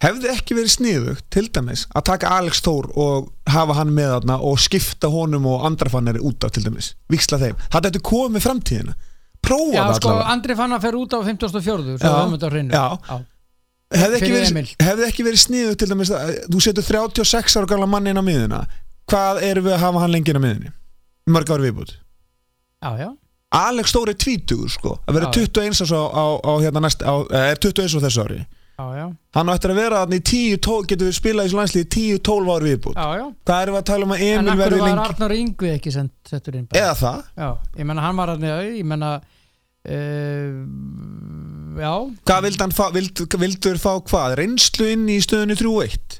[SPEAKER 2] hefði ekki verið sniðugt til dæmis að taka Alex Thor og hafa hann með þarna og skipta honum og andrafannari út af til dæmis, viksla þeim, það þetta komið með framtíðina prófa
[SPEAKER 1] Já,
[SPEAKER 2] það
[SPEAKER 1] sko,
[SPEAKER 2] allavega
[SPEAKER 1] Andri Fanna fer út á 54. Svo
[SPEAKER 2] Já.
[SPEAKER 1] höfum þetta á hreinu.
[SPEAKER 2] Já. hefði ekki,
[SPEAKER 1] fyrir
[SPEAKER 2] verið,
[SPEAKER 1] Emil.
[SPEAKER 2] hefði ekki verið sniðugt til dæmis að þú setur 36 ára gamla mann inn á miðina hvað erum við að hafa hann lengi inn á miðinni mörg ári viðbútt
[SPEAKER 1] Já, já.
[SPEAKER 2] Alex Stóri er 20 sko að vera
[SPEAKER 1] Já.
[SPEAKER 2] 21 árs á, á, á hérna næst á, eh, er 21 á þessu ári
[SPEAKER 1] Já, já.
[SPEAKER 2] hann á eftir að vera þannig 10, 12 getur við spilað í þessu landslíði 10-12 ári viðbútt
[SPEAKER 1] Já, já.
[SPEAKER 2] hvað erum við að tala um að
[SPEAKER 1] En
[SPEAKER 2] Emil
[SPEAKER 1] akkur
[SPEAKER 2] verði
[SPEAKER 1] var
[SPEAKER 2] lengi
[SPEAKER 1] Arnur Yngvi ekki sent, settur inn? bara?
[SPEAKER 2] eða það,
[SPEAKER 1] Já, ég menna hann var hann, ég menna, uh, já,
[SPEAKER 2] hvað vildi hann fá vild, vildur fá hvað, reynslu inn í stöðunni 3-1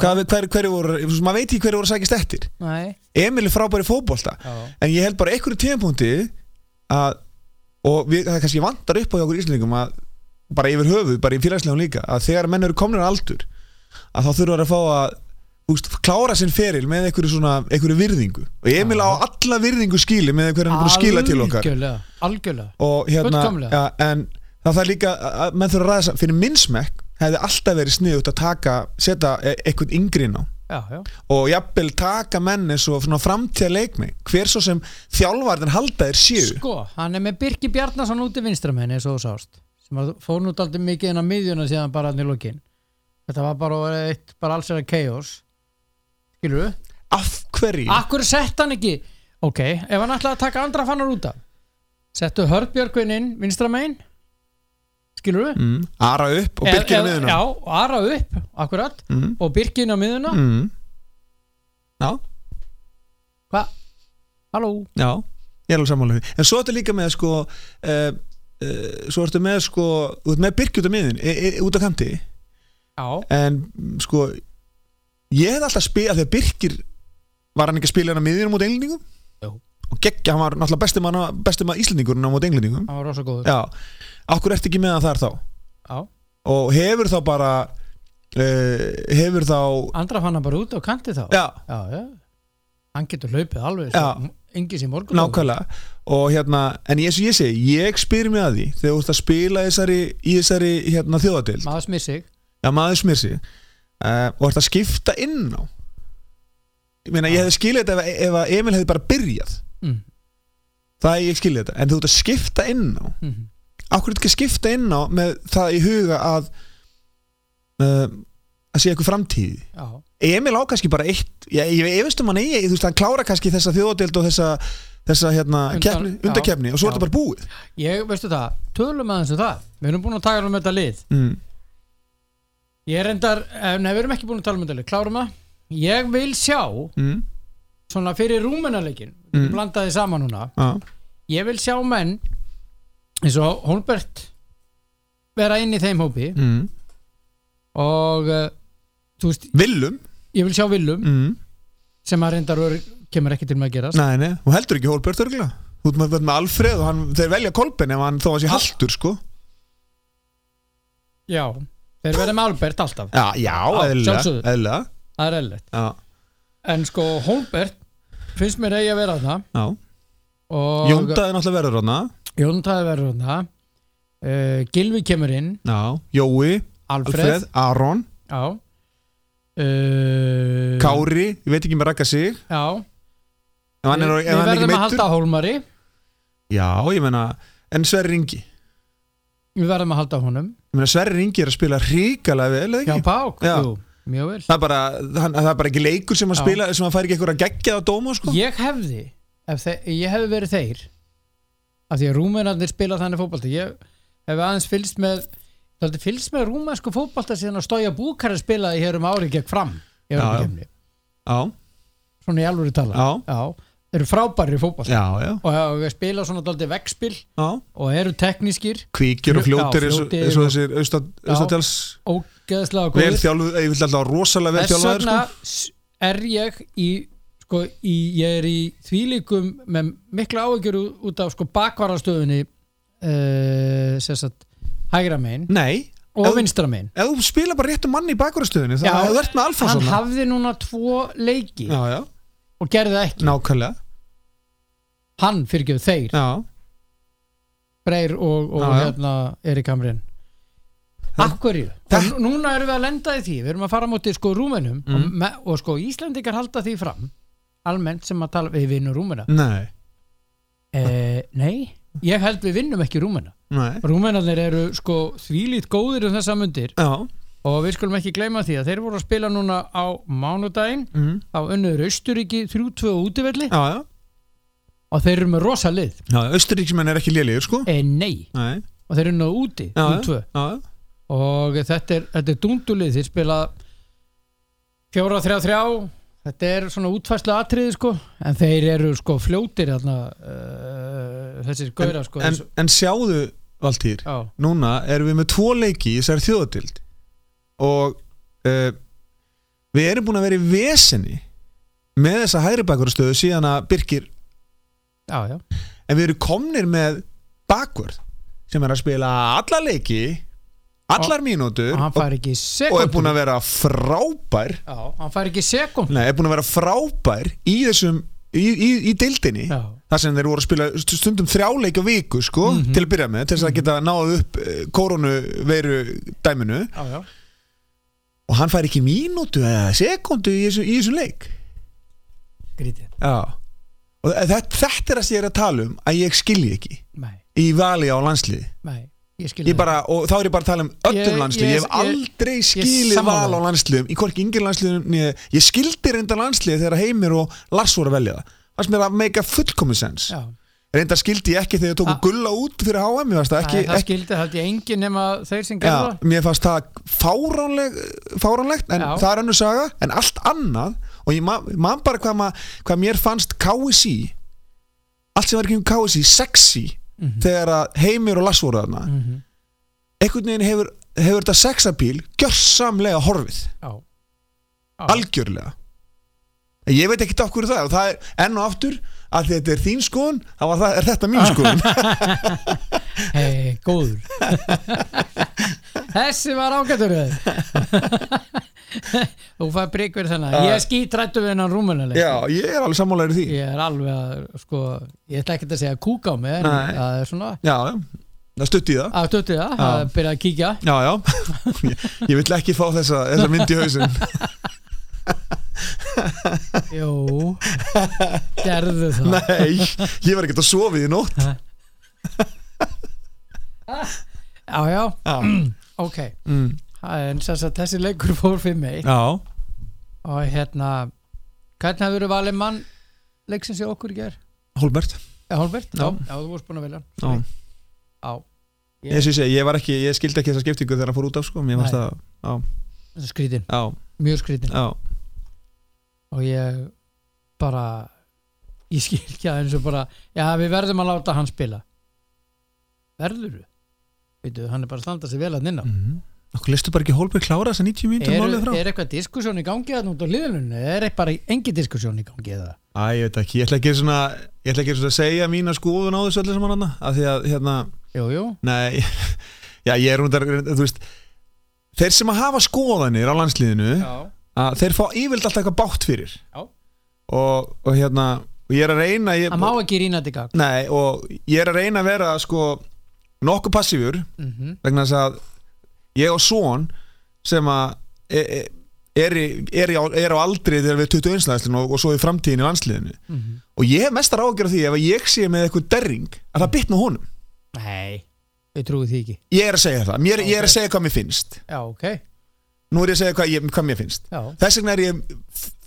[SPEAKER 2] hvað, hver, hver voru, maður veit ekki hverju voru að sækist eftir
[SPEAKER 1] nei,
[SPEAKER 2] Emil er frábæri fótbolta
[SPEAKER 1] já,
[SPEAKER 2] en ég held bara einhverju tíðanpunkti að og við, það kannski vantar upp á hjá okkur íslendingum að bara yfir höfuð, bara í félagslegum líka að þegar menn eru komnir á aldur að þá þurfa þeir að fá að úst, klára sinn feril með einhverju svona einhverju virðingu og Emil á alla virðingu skili með einhverju hann er búin að skila til okkar
[SPEAKER 1] algjörlega, algjörlega,
[SPEAKER 2] og hérna
[SPEAKER 1] Fullkomlega.
[SPEAKER 2] ja, en það þarf líka að- að menn þurfa að ræða þess- fyrir minnsmekk hefði alltaf verið sniðut að taka setja e- einhvern yngri inn á
[SPEAKER 1] já, já,
[SPEAKER 2] og jafnvel taka menn eins og svona framtíða leikmi hver svo sem þjálfarðin halda þér séu
[SPEAKER 1] sko, hann er með Birki Bjarnason út í vinstramenni eins og þú sást sem að fór nút aldrei mikið inn á miðjuna síðan bara hann í lokin þetta var bara, eitt, bara alls er að chaos skilur við?
[SPEAKER 2] af hverju
[SPEAKER 1] Akkur sett hann ekki ok, ef hann ætlaði að taka andra fannar út af settu Hörðbjörgvin inn vinstramenn skilur við?
[SPEAKER 2] mm. ara upp og byrkir á miðuna
[SPEAKER 1] já, og Ara upp, akkurat
[SPEAKER 2] mm.
[SPEAKER 1] og Birkin á miðuna
[SPEAKER 2] Mm. já,
[SPEAKER 1] hva? halló
[SPEAKER 2] já ég er alveg sammála því en svo ertu líka með sko uh, uh, svo ertu með sko þú ert með byrkjut á miðin e, e, út á kanti
[SPEAKER 1] já,
[SPEAKER 2] en mm, sko ég hefði alltaf spilað þegar Birkir var hann ekki að spila hann á miðjunum út englendingum
[SPEAKER 1] Jú.
[SPEAKER 2] og geggja, hann var náttúrulega bestum að, bestum að Íslendingurinn á mót englendingum
[SPEAKER 1] hann var rosa góður
[SPEAKER 2] já, okkur ertu ekki með hann þar þá
[SPEAKER 1] já.
[SPEAKER 2] og hefur þá bara uh, hefur þá
[SPEAKER 1] andra fann hann bara út á kanti þá
[SPEAKER 2] já,
[SPEAKER 1] já, já. hann getur hlaupið alveg svo, engis í morgun
[SPEAKER 2] nákvæmlega og hérna, en eins og ég segi, ég spyr mig að því þegar þú ert að spila þessari, í þessari hérna, þjóðatild,
[SPEAKER 1] maður smið sig
[SPEAKER 2] já maður smyr sig uh, og ert að skipta inn á ég meina, ég hefði skilið þetta ef, ef að Emil hefði bara byrjað
[SPEAKER 1] mm.
[SPEAKER 2] Það er ég skil þetta, en þú ert að skipta inn á
[SPEAKER 1] Mm.
[SPEAKER 2] Akkur ert ekki að skipta inn á með það í huga að uh, að sé eitthvað framtíð
[SPEAKER 1] já,
[SPEAKER 2] Emil á kannski bara eitt já, ég efast um hann eigi, þú veist, hann klára kannski þessa þjóðdeild og þessa, þessa hérna,
[SPEAKER 1] Undan-
[SPEAKER 2] keppni,
[SPEAKER 1] já.
[SPEAKER 2] undakefni og svo er
[SPEAKER 1] Já.
[SPEAKER 2] þetta bara búið
[SPEAKER 1] ég veistu það tölum aðeins um það, við erum búin að taka um þetta lið
[SPEAKER 2] mm.
[SPEAKER 1] ég reyndar, eh, nei við erum ekki búin að tala um þetta lið klárum það ég vil sjá
[SPEAKER 2] Mm.
[SPEAKER 1] svona fyrir rúmenaleikin
[SPEAKER 2] Mm.
[SPEAKER 1] mm. blandaði saman núna
[SPEAKER 2] Já.
[SPEAKER 1] ég vil sjá menn eins og Holbert vera inn í þeim hópi
[SPEAKER 2] Mm.
[SPEAKER 1] og uh, þú veist,
[SPEAKER 2] Willum
[SPEAKER 1] ég vil sjá Willum
[SPEAKER 2] mm.
[SPEAKER 1] sem að reyndar örg, kemur ekki til með að gerast
[SPEAKER 2] Nei, nei, hún heldur ekki Hólbjörn örgulega Þú ert með, með Alfreð og hann, þeir velja Kolben ef hann þó
[SPEAKER 1] Ah.
[SPEAKER 2] að sé haldur, sko
[SPEAKER 1] já, þeir verða með Albert alltaf
[SPEAKER 2] Já, já, eðlilega,
[SPEAKER 1] sjálfsögðu.
[SPEAKER 2] eðlilega.
[SPEAKER 1] það er eðlilegt
[SPEAKER 2] Já,
[SPEAKER 1] en sko Holbert finnst mér eigi að vera þarna
[SPEAKER 2] já.
[SPEAKER 1] og
[SPEAKER 2] Jóndaði náttúrulega verður hana
[SPEAKER 1] Jóndaði verður þarna uh, Gilvi kemur inn
[SPEAKER 2] Já, Jói,
[SPEAKER 1] Alfred,
[SPEAKER 2] Alfred, Aron,
[SPEAKER 1] já uh,
[SPEAKER 2] Kári Ég veit ekki með rakka sig Ef
[SPEAKER 1] já
[SPEAKER 2] hann er,
[SPEAKER 1] við
[SPEAKER 2] ef hann er
[SPEAKER 1] verðum
[SPEAKER 2] ekki
[SPEAKER 1] að
[SPEAKER 2] meittur
[SPEAKER 1] halda á Hólmari
[SPEAKER 2] Já, ég meina En Sverri Ingi Ég
[SPEAKER 1] við verðum að halda á honum
[SPEAKER 2] meina Sverri Ingi er að spila ríkalega vel eða
[SPEAKER 1] já
[SPEAKER 2] ekki?
[SPEAKER 1] Pák,
[SPEAKER 2] Já.
[SPEAKER 1] jú, mjög vel
[SPEAKER 2] Það er, bara, hann, það er bara ekki leikur sem
[SPEAKER 1] Já.
[SPEAKER 2] að spila sem að fær ekki eitthvað að gegja á dóma sko.
[SPEAKER 1] ég hefði ef þe- ég hefði verið þeir af því að rúmenarnir spila þannig fótbalta ég hef aðeins fylgst með þátti fylgst með rúmensku fótbalta síðan að stója búkari spilaði hér um ári gegn fram í
[SPEAKER 2] Já,
[SPEAKER 1] Evrópukefni.
[SPEAKER 2] Já,
[SPEAKER 1] svona í alvöru tala
[SPEAKER 2] já,
[SPEAKER 1] þeir eru frábæri fótbalta
[SPEAKER 2] já, já,
[SPEAKER 1] og hafa spila svona þátti veggspil
[SPEAKER 2] já.
[SPEAKER 1] og eru teknískir
[SPEAKER 2] Kvíkir og
[SPEAKER 1] Já,
[SPEAKER 2] fljótir eins og-
[SPEAKER 1] fljótir
[SPEAKER 2] eins og
[SPEAKER 1] og-
[SPEAKER 2] þessir
[SPEAKER 1] Já.
[SPEAKER 2] austatjáls
[SPEAKER 1] ógeðslega
[SPEAKER 2] vel
[SPEAKER 1] góðir
[SPEAKER 2] þjálfuð, eh, ég vil alltaf rosalega vel
[SPEAKER 1] þess
[SPEAKER 2] þjálfaðir
[SPEAKER 1] vegna
[SPEAKER 2] sko.
[SPEAKER 1] s- er ég í sko, í, ég er í þvílíkum með mikla áhyggjur ú- út af sko bakvarastöðunni uh, sérstætt hægra megin
[SPEAKER 2] Nei,
[SPEAKER 1] og
[SPEAKER 2] Ef-
[SPEAKER 1] vinstra megin
[SPEAKER 2] ef þú spila bara réttum manni í bakvarastöðinu þá
[SPEAKER 1] Já,
[SPEAKER 2] þú ert með
[SPEAKER 1] hann
[SPEAKER 2] Alfonsson
[SPEAKER 1] hafði núna tvo leiki
[SPEAKER 2] Já, já,
[SPEAKER 1] og gerði það ekki
[SPEAKER 2] nákvæmlega
[SPEAKER 1] hann fyrirgjöf þeir,
[SPEAKER 2] Já,
[SPEAKER 1] Freyr og, og
[SPEAKER 2] Já, já.
[SPEAKER 1] hérna Erik Hamrin
[SPEAKER 2] Það-
[SPEAKER 1] Akkurju,
[SPEAKER 2] Það-
[SPEAKER 1] núna erum við að lenda í því við erum að fara mútið sko rúmenum og,
[SPEAKER 2] Mm.
[SPEAKER 1] me- og sko Íslandingar halda því fram almennt sem að tala við vinnum rúmena
[SPEAKER 2] nei,
[SPEAKER 1] Eh, nei, ég held við vinnum ekki Rúmena
[SPEAKER 2] nei
[SPEAKER 1] Rúmenarnir eru sko þvílít góðir um þessa mundir
[SPEAKER 2] Já,
[SPEAKER 1] og við skulum ekki gleyma því að þeir voru að spila núna á mánudaginn
[SPEAKER 2] mm.
[SPEAKER 1] á önnuður Austuríki 3-2 útivelli
[SPEAKER 2] já, já,
[SPEAKER 1] og þeir eru með rosa lið
[SPEAKER 2] já Östuríkismenn er ekki lélegir sko
[SPEAKER 1] eh, nei,
[SPEAKER 2] Nei,
[SPEAKER 1] og þeir eru náðu úti
[SPEAKER 2] Já,
[SPEAKER 1] 3-2
[SPEAKER 2] já, já.
[SPEAKER 1] og þetta er, þetta er dúndulið þeir spila 4-3-3 þetta er svona útfærslu atriði sko en þeir eru sko fljótir þarna, uh, þessir gauðra sko
[SPEAKER 2] en,
[SPEAKER 1] þessu-
[SPEAKER 2] en sjáðu Valtýr,
[SPEAKER 1] já,
[SPEAKER 2] núna erum við með tvo leiki í þessari þjóðatild og uh, við erum búin að vera í vesenni með þessa hægri bakvarastöðu síðan að Birkir
[SPEAKER 1] já, já
[SPEAKER 2] en við erum komnir með bakvörð sem er að spila alla leiki allar mínútur
[SPEAKER 1] og hann
[SPEAKER 2] og,
[SPEAKER 1] fær ekki
[SPEAKER 2] og er búin
[SPEAKER 1] sekundur
[SPEAKER 2] að vera frábær
[SPEAKER 1] já, hann fær ekki sekund
[SPEAKER 2] nei, er búin að vera frábær í þessum í, í, í deildinni
[SPEAKER 1] já,
[SPEAKER 2] þar sem þeir voru að spila st- stundum þrjáleik á viku sko,
[SPEAKER 1] Mhm.
[SPEAKER 2] til að byrja með, til þess að geta náð upp eh, koronuveiru dæminu
[SPEAKER 1] Já, já.
[SPEAKER 2] og hann fær ekki mínútu eða sekundu í þessu- í þessum leik
[SPEAKER 1] Grítið.
[SPEAKER 2] Já. og þetta, þetta er að ég er að tala um að ég skilji ekki
[SPEAKER 1] Nei,
[SPEAKER 2] í vali á landsliði
[SPEAKER 1] nei. Ég skilja
[SPEAKER 2] ég bara, og þá er ég bara að tala um öllum
[SPEAKER 1] Ég-
[SPEAKER 2] landsliðum ég
[SPEAKER 1] ég-
[SPEAKER 2] hef aldrei
[SPEAKER 1] ég
[SPEAKER 2] skilið
[SPEAKER 1] sammála.
[SPEAKER 2] val á landsliðum í hvorki yngir landsliðum né- ég skildi reynda landsliði þegar Heimir og Lars voru að velja það fannst mér að meika fullkomun sens
[SPEAKER 1] Já.
[SPEAKER 2] reynda skildi ég ekki þegar tóku
[SPEAKER 1] Ah.
[SPEAKER 2] gulla út fyrir HM ég fannst það
[SPEAKER 1] Ekki,
[SPEAKER 2] ekki,
[SPEAKER 1] það
[SPEAKER 2] ekki
[SPEAKER 1] skildi það ekki engin nema þeir sem gerða.
[SPEAKER 2] já, mér fannst það fáránleg, fáránlegt en
[SPEAKER 1] Já.
[SPEAKER 2] það er önnur saga en allt annað og ég man, man bara hvað, ma, hvað mér fannst KSI allt sem var ekki um KSI sexy
[SPEAKER 1] Mhm.
[SPEAKER 2] þegar að Heimir og Lars voru þarna
[SPEAKER 1] Mm -hmm.
[SPEAKER 2] einhvern veginn hefur, hefur þetta sexapíl gjörsamlega horfið,
[SPEAKER 1] Já. Já.
[SPEAKER 2] algjörlega En ég veit ekki af hverju það er og það er enn og aftur að því þetta er þín skoðun þá var það, er þetta mín skoðun
[SPEAKER 1] Hei, góður. Þessi var ágættur við. Þú fæði brygg fyrir þennan. Ég er skítrættu við hennan rúmunuleg.
[SPEAKER 2] já, ég er alveg sammálaður í því
[SPEAKER 1] Ég er alveg að, sko, ég ætla ekkert að segja kúka á mig, en
[SPEAKER 2] Nei.
[SPEAKER 1] það er svona,
[SPEAKER 2] já, já, það stutti í það
[SPEAKER 1] að stötu það, að byrja að kíkja.
[SPEAKER 2] já, já, ég, ég vil ekki fá þessa, þessa mynd í hausinn
[SPEAKER 1] Jú, gerðu það.
[SPEAKER 2] nei, ég var ekkert að sofa í nótt
[SPEAKER 1] Já, já,
[SPEAKER 2] já,
[SPEAKER 1] ok.
[SPEAKER 2] mm.
[SPEAKER 1] Það er eins og að þessi leikur fór fyrir mig.
[SPEAKER 2] já.
[SPEAKER 1] Og hérna, hvernig hafður þú valið mann leiksins í okkur í ger?
[SPEAKER 2] Holbert
[SPEAKER 1] Já, Holbert, já.
[SPEAKER 2] Já.
[SPEAKER 1] já, þú vorst búin að velja.
[SPEAKER 2] já.
[SPEAKER 1] hann. Já, Ég-
[SPEAKER 2] eins og ég segi, ég var ekki, ég skildi ekki þessa skiptingu þegar hann fór út af sko, mér fannst
[SPEAKER 1] Nei.
[SPEAKER 2] það
[SPEAKER 1] þetta er skrítin,
[SPEAKER 2] já,
[SPEAKER 1] mjög skrítin.
[SPEAKER 2] já,
[SPEAKER 1] Og ég bara, ég skil ekki að eins og bara, já, við verðum að láta hann spila. Verður þú? Veitu, hann er bara að standa sig vel að nynna.
[SPEAKER 2] mm. okkur listu bara ekki Holbert klára þessa 90 mínútur
[SPEAKER 1] Er,
[SPEAKER 2] málið frá
[SPEAKER 1] er eitthvað diskussjón í gangi að nút á liðunum? Er eitthvað bara engi diskussjón í gangi eða?
[SPEAKER 2] Æ, ég veit ekki, ég ætla ekki svona ég ætla ekki svona að segja mína skoðun á þessu öllu saman hann af því að, hérna,
[SPEAKER 1] Jú, jú.
[SPEAKER 2] nei já, ég er um þetta, þú veist þeir sem að hafa skoðanir á landsliðinu
[SPEAKER 1] Já.
[SPEAKER 2] að þeir fá yfirld alltaf eitthvað bátt fyrir
[SPEAKER 1] Já.
[SPEAKER 2] og, og hérna, og ég er að reyna ég,
[SPEAKER 1] Það má ekki rýna til gang.
[SPEAKER 2] nei, og ég er að reyna að vera sko nokkuð passífur
[SPEAKER 1] Mm -hmm.
[SPEAKER 2] vegna þess að ég og son sem að e- e- er, í- er, í á- er á aldri þegar við erum 21 landsliðinu og, og svo í framtíðinu í landsliðinu
[SPEAKER 1] mhm.
[SPEAKER 2] og ég hef mestar ágjör af því ef að ég sé með eitthvað derring að það bitna á honum
[SPEAKER 1] Nei, ég trúi því ekki.
[SPEAKER 2] ég er að segja það, mér, ég er að
[SPEAKER 1] Ok.
[SPEAKER 2] segja hvað mér finnst
[SPEAKER 1] Já, ok.
[SPEAKER 2] nú er ég að segja hvað, ég, hvað mér finnst
[SPEAKER 1] Já,
[SPEAKER 2] þess vegna er ég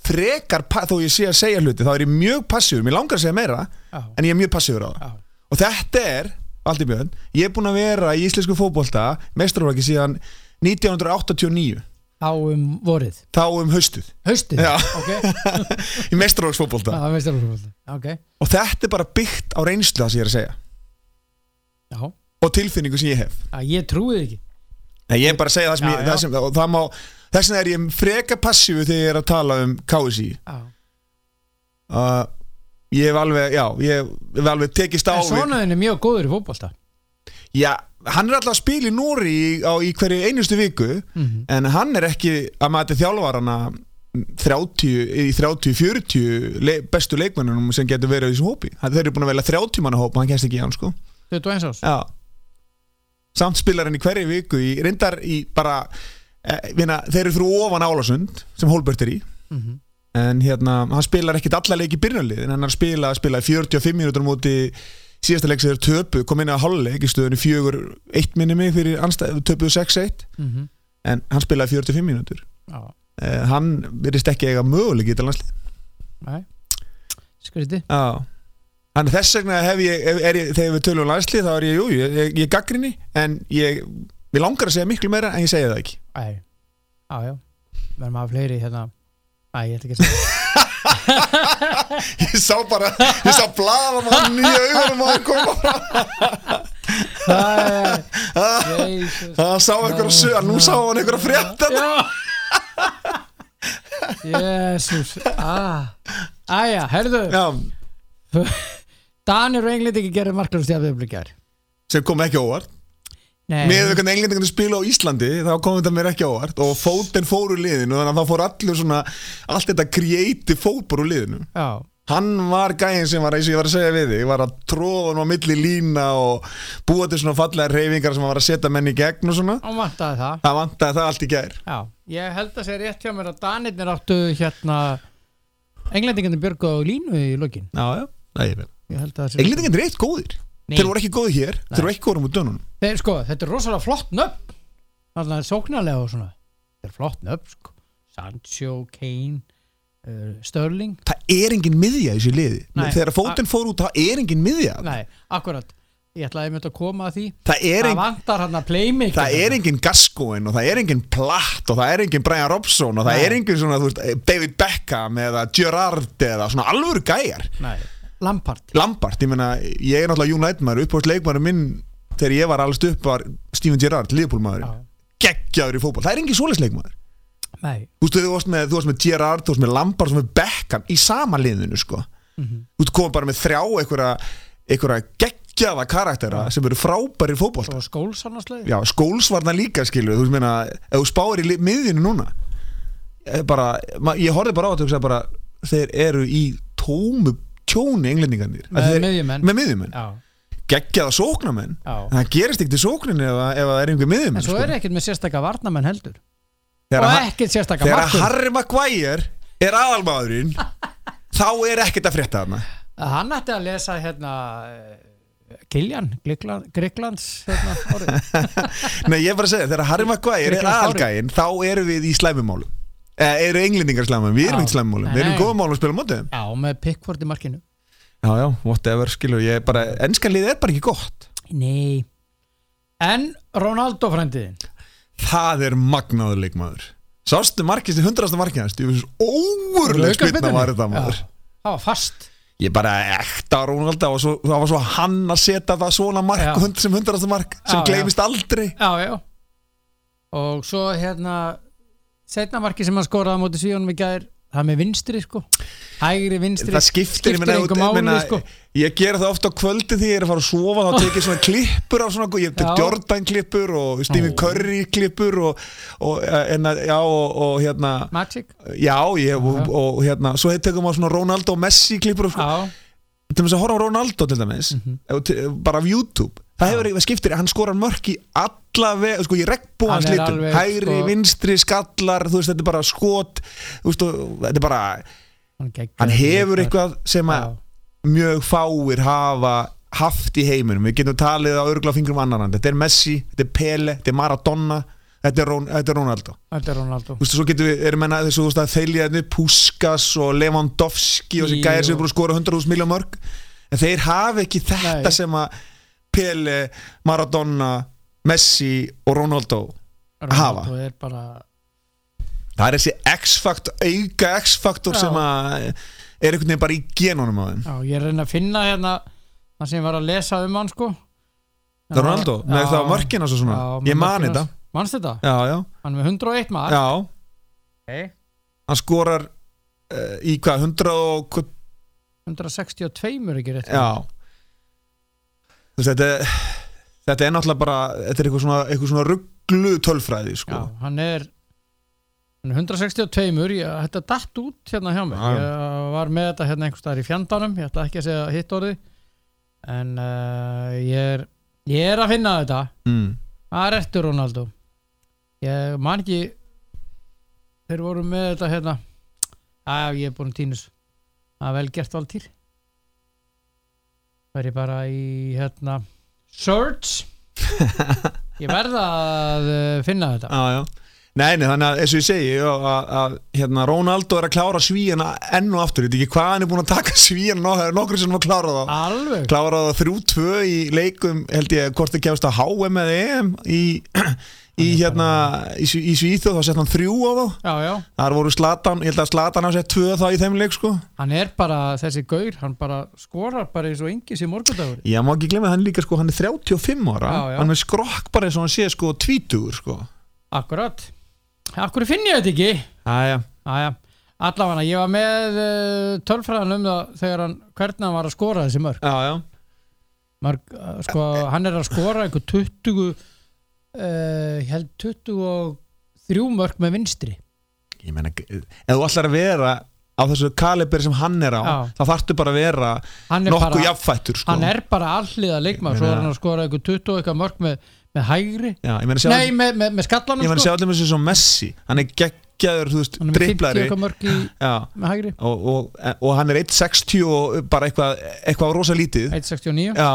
[SPEAKER 2] frekar pa- þó ég sé að segja hluti, þá er ég mjög passífur mér langar að segja meira,
[SPEAKER 1] já,
[SPEAKER 2] en ég er mjög passífur á það
[SPEAKER 1] já.
[SPEAKER 2] og þetta er, Valdi Björn ég er búin að vera í íslensku fótbolta mestrarvaki síðan 1989
[SPEAKER 1] Þá um vorið.
[SPEAKER 2] þá um haustuð
[SPEAKER 1] Haustið?
[SPEAKER 2] Já.
[SPEAKER 1] Ok.
[SPEAKER 2] í mestrarvaksfótbolta
[SPEAKER 1] Það veist alveg fólk. Ok.
[SPEAKER 2] og þetta er bara byggt á reynslu það sem ég er að segja
[SPEAKER 1] Já.
[SPEAKER 2] og tilfinningu sem ég hef
[SPEAKER 1] Já, ég trúi því ekki.
[SPEAKER 2] Nei, ég er bara að segja það sem
[SPEAKER 1] Já,
[SPEAKER 2] ég
[SPEAKER 1] já.
[SPEAKER 2] það sem, og það má, þess vegna er ég freka passífu þegar ég er að tala um KSI
[SPEAKER 1] Já.
[SPEAKER 2] uh, ég hef alveg, já ég hef alveg tekist á
[SPEAKER 1] En
[SPEAKER 2] við
[SPEAKER 1] svonaðin er mjög góður í fótbolta.
[SPEAKER 2] já, hann er alltaf að spila í Nóri í, á, í hverju einustu viku
[SPEAKER 1] Mhm.
[SPEAKER 2] en hann er ekki að mati þjálfarana 30, í 30-40 le, bestu leikmennunum sem getur verið í þessum hópi Hann- þeir eru búin að velja 30 manna hóp og hann kennst ekki í hann sko
[SPEAKER 1] 21 ás.
[SPEAKER 2] Já Samt spilar hann í hverju viku í, reyndar í bara eh, vinna, þeir eru frú ofan Álasund sem Holbert er í
[SPEAKER 1] Mhm.
[SPEAKER 2] en hérna, hann spilar ekkit alla leik í byrjunarlið en hann er að spila, spila í 45 mínútur á móti síðasta leik sem þeir töpu kom inn á hálfleik í stöðunni 4-1 minni mig fyrir anstæð, töpuðu 6-1
[SPEAKER 1] Mhm.
[SPEAKER 2] en hann spilaði 45 mínútur
[SPEAKER 1] Já.
[SPEAKER 2] eh, hann virðist ekki eiga möguleik í þetta landslið
[SPEAKER 1] Nei. Skriti.
[SPEAKER 2] Já Þannig þess vegna hef ég, ef- er ég, þegar við tölum um landslið þá er ég, jú, jú, ég, ég, ég gaggrinni en ég, við langar að segja miklu meira en ég segja það ekki
[SPEAKER 1] Æ. Já, já. Verðum að hafa fleiri hérna. Æ, ég ætla ekki að segja.
[SPEAKER 2] Ég sá bara, ég sá blaða mann í augunum að koma
[SPEAKER 1] Æ. Jesus.
[SPEAKER 2] Það sá einhverja sög, nú sá hann einhverja frétta
[SPEAKER 1] Já Jésús Ah. Æja, herðu
[SPEAKER 2] Já,
[SPEAKER 1] Danir og Englindi ekki gerði marklust í að við blikjar
[SPEAKER 2] sem kom ekki á óvart
[SPEAKER 1] Nei,
[SPEAKER 2] Með einhvern englendingan spila á Íslandi þá kom þetta mér ekki á óvart og fótinn fór úr liðinu þannig að það fór allur svona allt þetta creative fótbor úr liðinu
[SPEAKER 1] já
[SPEAKER 2] Hann var gæðin sem var eins og ég var að segja við þig, var að tróða hann á milli lína og búa til svona fallega reyfingar sem var að setja menn í gegn og svona.
[SPEAKER 1] hann vantaði það
[SPEAKER 2] Það vantaði það allt í gær.
[SPEAKER 1] já, ég held að segja rétt hjá mér að Danirnir áttu hérna englendingarnir björgu á línu í lokin
[SPEAKER 2] Já, já. Nei, ég veit.
[SPEAKER 1] ég held að það sé-
[SPEAKER 2] Englendingan er eitt góðir.
[SPEAKER 1] Nei.
[SPEAKER 2] Þeir voru ekki góðir hér, þeir voru ekki góðir mútið dönunum.
[SPEAKER 1] Þeir sko, þetta er rosalega flott nöfn Þannig að það er sóknarlega og svona Þetta er flott nöfn sko Sancho, Kane, uh, Störling
[SPEAKER 2] Það er engin miðja í þessu liði.
[SPEAKER 1] Nei.
[SPEAKER 2] Þegar fótinn fór út, það er engin miðja.
[SPEAKER 1] Nei, akkurat Ég ætlaði einmitt að koma að því
[SPEAKER 2] Það er,
[SPEAKER 1] Það
[SPEAKER 2] engin,
[SPEAKER 1] vantar hann að playmaker
[SPEAKER 2] það er engin Gascoigne og það er engin Platt og það er engin Brian Robson og það
[SPEAKER 1] Nei.
[SPEAKER 2] er engin svona, þú veist, eh, David Beckham eða Gerrard eða svona alvöru gæjar.
[SPEAKER 1] Nei, Lampard
[SPEAKER 2] Lampart, ég meina, ég er náttúrulega United maður, uppáðs leikmaður minn þegar ég var allast upp var Steven Gerrard, Liverpool maður
[SPEAKER 1] Já.
[SPEAKER 2] geggjaður í fótball, það er engin svoleiðs leikmaður
[SPEAKER 1] Nei,
[SPEAKER 2] Þú veist, þú varst með, þú varst með Gerrard, þú varst með Lampart þú varst með Beckham í sama liðinu, sko
[SPEAKER 1] Mhm.
[SPEAKER 2] Þú veist, komum bara með þrjá einhverja, einhverja geggjaða karaktera sem eru frábæri í fótball
[SPEAKER 1] og Skóls annarslegi
[SPEAKER 2] Já, skólsvarna líka, skilur, þú veist, meina ef þú spáir í li- miðjunu núna eh, bara, ma- ég horfði bara á þetta og hugsaði bara, þeir eru í tómu tjóni englendingarnir Að
[SPEAKER 1] Með
[SPEAKER 2] þeir-
[SPEAKER 1] miðjumenn.
[SPEAKER 2] með miðjumenn
[SPEAKER 1] Já,
[SPEAKER 2] geggjaða sóknamenn
[SPEAKER 1] já
[SPEAKER 2] en það gerist ekkert í sókninni ef, að- ef að það er einhver miðjum
[SPEAKER 1] En svo er ekkert með sérstaka varnamenn heldur
[SPEAKER 2] sko. þegar,
[SPEAKER 1] Og
[SPEAKER 2] að,
[SPEAKER 1] ekkert sérstaka
[SPEAKER 2] þegar að
[SPEAKER 1] markum
[SPEAKER 2] Harry Maguire er aðalmaðurinn þá er ekkert að frétta þarna
[SPEAKER 1] Hann ætti að lesa hérna eh, Kiljan, Gríklands hérna, árið.
[SPEAKER 2] Nei, ég er bara að segja, þegar Harry Maguire er
[SPEAKER 1] Niklas Kári.
[SPEAKER 2] aðalgæinn þá eru við í slæmumálum eða eru englendingar í slæmumálum, við
[SPEAKER 1] Já.
[SPEAKER 2] erum í slæmumálum við erum
[SPEAKER 1] Nei.
[SPEAKER 2] í góðum málum að spila á móti þeim.
[SPEAKER 1] Já, með Pickford í markinu
[SPEAKER 2] Já, já, whatever, skilu, ég er bara ennskan lið er bara ekki gott
[SPEAKER 1] Nei En Ronaldo frændiðin
[SPEAKER 2] það er magnaður leikmaður sástu markist í hundrasta markist ég finnst ógurleg spilna var þetta maður
[SPEAKER 1] Það var fast
[SPEAKER 2] ég bara ekta Rónald það var svo, það var svo hann að setja það svona mark
[SPEAKER 1] Já.
[SPEAKER 2] hund, sem hundrasta mark sem
[SPEAKER 1] Já,
[SPEAKER 2] gleymist aldrei
[SPEAKER 1] Já, já Og svo hérna Setna marki sem hann skoraði á móti svíunum í gær Það með vinstri sko Hægri vinstri
[SPEAKER 2] það skiptir, ég meina,
[SPEAKER 1] engu
[SPEAKER 2] ég
[SPEAKER 1] máli
[SPEAKER 2] meina,
[SPEAKER 1] sko
[SPEAKER 2] ég gera það ofta á kvöldi því ég er að fara að sofa þá tek ég svona klippur af svona ég
[SPEAKER 1] Já.
[SPEAKER 2] tek Jordan klippur og Stephen Curry klippur og, og, eh, en, já, og, og hérna
[SPEAKER 1] Magic
[SPEAKER 2] já ég, og, og hérna svo tekum maður svona Ronaldo og Messi klippur og sko,
[SPEAKER 1] Já,
[SPEAKER 2] til þess að horfa á Ronaldo til dæmis
[SPEAKER 1] Mhm.
[SPEAKER 2] mm bara af YouTube það hefur eitthvað skiptir, hann skorar mörk í alla veg, sko ég regnbú
[SPEAKER 1] Hann
[SPEAKER 2] hans
[SPEAKER 1] er
[SPEAKER 2] litum
[SPEAKER 1] alveg,
[SPEAKER 2] hægri,
[SPEAKER 1] sko-
[SPEAKER 2] vinstri, skallar þú veist, þetta er bara skot þú veist, og, þetta er bara,
[SPEAKER 1] hann geggjur
[SPEAKER 2] hann hefur eitthvað sem að
[SPEAKER 1] sko. Já,
[SPEAKER 2] mjög fáir hafa haft í heiminum, við getum talið á örgla fingrum annan, þetta er Messi, þetta er Pele þetta er Maradona, þetta er, Ron, þetta er Ronaldo
[SPEAKER 1] þetta er Ronaldo
[SPEAKER 2] Þú veist, svo getum við, erum menna þessu, þú veist, að þelja henni Puskas og Lewandowski og þessi
[SPEAKER 1] Jú.
[SPEAKER 2] gæðir sem er búin að skora 100.000 miljón mörg en þeir hafa ekki þetta
[SPEAKER 1] Nei.
[SPEAKER 2] sem að Pele, Maradona Messi og Ronaldo hafa.
[SPEAKER 1] Ronaldo er bara
[SPEAKER 2] það er þessi X-faktor, auka X-faktor
[SPEAKER 1] Já.
[SPEAKER 2] sem að er einhvern veginn bara í genunum á þeim
[SPEAKER 1] Já, ég er að reyna að finna hérna Það sem ég var að lesa um hann sko
[SPEAKER 2] Það er Ronaldo, með það mörkina svo svona
[SPEAKER 1] Já, með
[SPEAKER 2] ég man
[SPEAKER 1] mörkin
[SPEAKER 2] þetta,
[SPEAKER 1] hans. Manstu þetta?
[SPEAKER 2] já, já,
[SPEAKER 1] Hann er með 101 mark
[SPEAKER 2] já
[SPEAKER 1] okay.
[SPEAKER 2] hann skorar uh, í hvað, 100 og hvað
[SPEAKER 1] 162 er ekki rétt
[SPEAKER 2] Já Þú veist, þetta, þetta er náttúrulega bara Þetta er eitthvað svona, eitthvað svona rugglu tölfræði
[SPEAKER 1] Já,
[SPEAKER 2] sko.
[SPEAKER 1] hann er hann er 162 ég, þetta datt út hérna hjá mig
[SPEAKER 2] Já.
[SPEAKER 1] ég var með þetta hérna einhvers staðar í fjandanum ég ætla ekki að segja hitt orði en uh, ég er ég er að finna þetta
[SPEAKER 2] mm.
[SPEAKER 1] það er eftir Ronaldo ég man ekki þeir voru með þetta hérna að ég er búin tínus það er vel gert valtýr það er bara í hérna search ég verða að eh, finna þetta
[SPEAKER 2] já, já. Nei, nei, þannig að eins og ég segi já, að, að hérna, Ronaldo er að klára svíjana enn og aftur, ég veit ekki hvað hann er búin að taka svíjana no, nokkur sem að klára það
[SPEAKER 1] Alveg
[SPEAKER 2] klára það þrjú tvö í leikum held ég hvort það kemst að HM eða EM í, í hérna í, Sví- í Svíþjóð, þá sett hann þrjú á þá
[SPEAKER 1] Já, já,
[SPEAKER 2] þar voru Slatan, ég held að Slatan á sett tvö þá í þeim leik sko
[SPEAKER 1] hann er bara þessi gaur, hann bara skorar bara eins og yngis í morgundagur
[SPEAKER 2] Já, má ekki glemja hann líka sko, hann er 35 ára
[SPEAKER 1] Já, já.
[SPEAKER 2] Hann er með skrokk bara eins og hann sé sko tvítugur sko
[SPEAKER 1] Akkurat Akkur finn ég þetta ekki
[SPEAKER 2] Æja,
[SPEAKER 1] Æja, allavega ég var með uh, tölfræðan um það þegar hann, hvernig hann var að skora þessi mörg,
[SPEAKER 2] já, já
[SPEAKER 1] mörg uh, sko, hann er að skora einhver 20 uh, ég held 23 mörg með vinstri
[SPEAKER 2] Ég meina, ef þú ætlar að vera á þessu kaliberi sem hann er á
[SPEAKER 1] Já.
[SPEAKER 2] þá þarftu bara að vera
[SPEAKER 1] Hann er
[SPEAKER 2] nokkuð
[SPEAKER 1] bara-
[SPEAKER 2] jafnfættur sko.
[SPEAKER 1] hann er bara alliða leikmar svo er hann að skora eitthvað 20 og eitthvað mörg með, með hægri
[SPEAKER 2] Já, ég meina sjá,
[SPEAKER 1] nei, með, með, með
[SPEAKER 2] ég
[SPEAKER 1] skallanum
[SPEAKER 2] meina, sjá
[SPEAKER 1] sko.
[SPEAKER 2] allir með þessu svo Messi hann er geggjaður, þú veist,
[SPEAKER 1] hann er með 50
[SPEAKER 2] dripplari
[SPEAKER 1] eitthvað mörg í,
[SPEAKER 2] Já,
[SPEAKER 1] með hægri
[SPEAKER 2] og, og, og hann er 1.60 og bara eitthvað, eitthvað rosa lítið
[SPEAKER 1] 169
[SPEAKER 2] Já,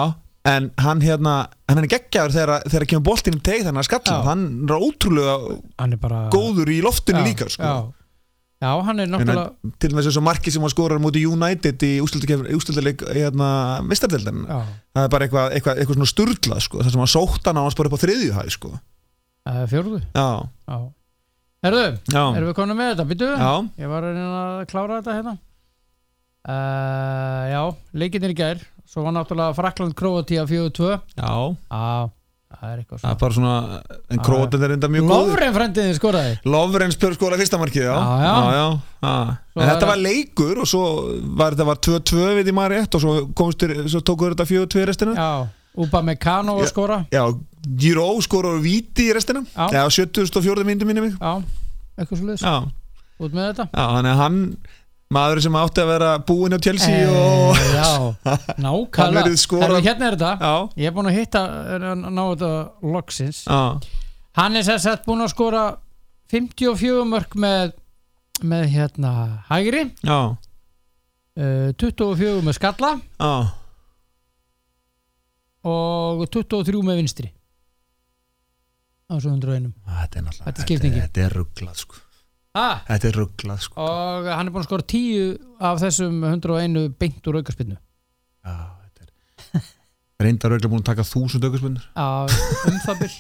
[SPEAKER 2] en hann hérna en hann er geggjaður þegar, þegar kemur boltinn í teg þannig að skalla,
[SPEAKER 1] Já.
[SPEAKER 2] hann er ótrúlega
[SPEAKER 1] hann er bara
[SPEAKER 2] góður í loftinu líka sko.
[SPEAKER 1] já. já, hann er
[SPEAKER 2] Meina,
[SPEAKER 1] náttúrulega
[SPEAKER 2] til og með þessu marki sem hann skorar múti United í ústildaleg hérna, mistardeldan
[SPEAKER 1] já,
[SPEAKER 2] það er bara eitthvað, eitthvað, eitthvað svona sturglað sko, þar sem hann sótt hann á hans bara upp á þriðju hæ sko.
[SPEAKER 1] það er fjórðu
[SPEAKER 2] já,
[SPEAKER 1] já. herðu,
[SPEAKER 2] já,
[SPEAKER 1] erum við komin með þetta, býtu
[SPEAKER 2] já,
[SPEAKER 1] Ég var að reyna að klára þetta hérna uh, Já, leikinir í gær Svo var náttúrulega Frakland Króatíja 4-2 Já,
[SPEAKER 2] já
[SPEAKER 1] það er eitthvað
[SPEAKER 2] það er
[SPEAKER 1] svona
[SPEAKER 2] bara svona, en krótin er enda mjög góður
[SPEAKER 1] Lofren frendiðin skoraði
[SPEAKER 2] Lovren spjör skóla fyrsta markið, já,
[SPEAKER 1] Já, já.
[SPEAKER 2] já, já.
[SPEAKER 1] Svo
[SPEAKER 2] En
[SPEAKER 1] er
[SPEAKER 2] þetta
[SPEAKER 1] það-
[SPEAKER 2] var leikur og svo var þetta var 2-2 við í maður rétt og svo, komstur, svo tókuður þetta 4-2 í restina
[SPEAKER 1] Já, Úpa Mekano að
[SPEAKER 2] Já.
[SPEAKER 1] skora
[SPEAKER 2] Já, Giro skóraður víti í restina
[SPEAKER 1] Já.
[SPEAKER 2] Já, 74. myndum minni mig
[SPEAKER 1] Já, eitthvað svo
[SPEAKER 2] Já,
[SPEAKER 1] Út með þetta
[SPEAKER 2] já, þannig að hann maður sem átti að vera búinn á Chelsea og
[SPEAKER 1] Eh, Já,
[SPEAKER 2] Hann
[SPEAKER 1] nákvæmlega
[SPEAKER 2] verið skorað-
[SPEAKER 1] Herðu, Hérna er þetta
[SPEAKER 2] Já,
[SPEAKER 1] Ég er búin að hitta eh, ná þetta loksins
[SPEAKER 2] já,
[SPEAKER 1] Hann er sér sett búin að skora 54 mörg með með hérna hægri
[SPEAKER 2] já,
[SPEAKER 1] uh, 24 með skalla
[SPEAKER 2] já
[SPEAKER 1] og 23 með vinstri á svo 101
[SPEAKER 2] Þetta er náttúrulega
[SPEAKER 1] Þetta er skiptingin.
[SPEAKER 2] Þetta er rugglað sko
[SPEAKER 1] ah,
[SPEAKER 2] Þetta er rugglað sko
[SPEAKER 1] og hann er búin að skora 10 af þessum 101 beint úr aukarspinnu
[SPEAKER 2] Já, þetta er Reyndar rugglað búin að taka þúsund aukarspunnir
[SPEAKER 1] af
[SPEAKER 2] um
[SPEAKER 1] umfabil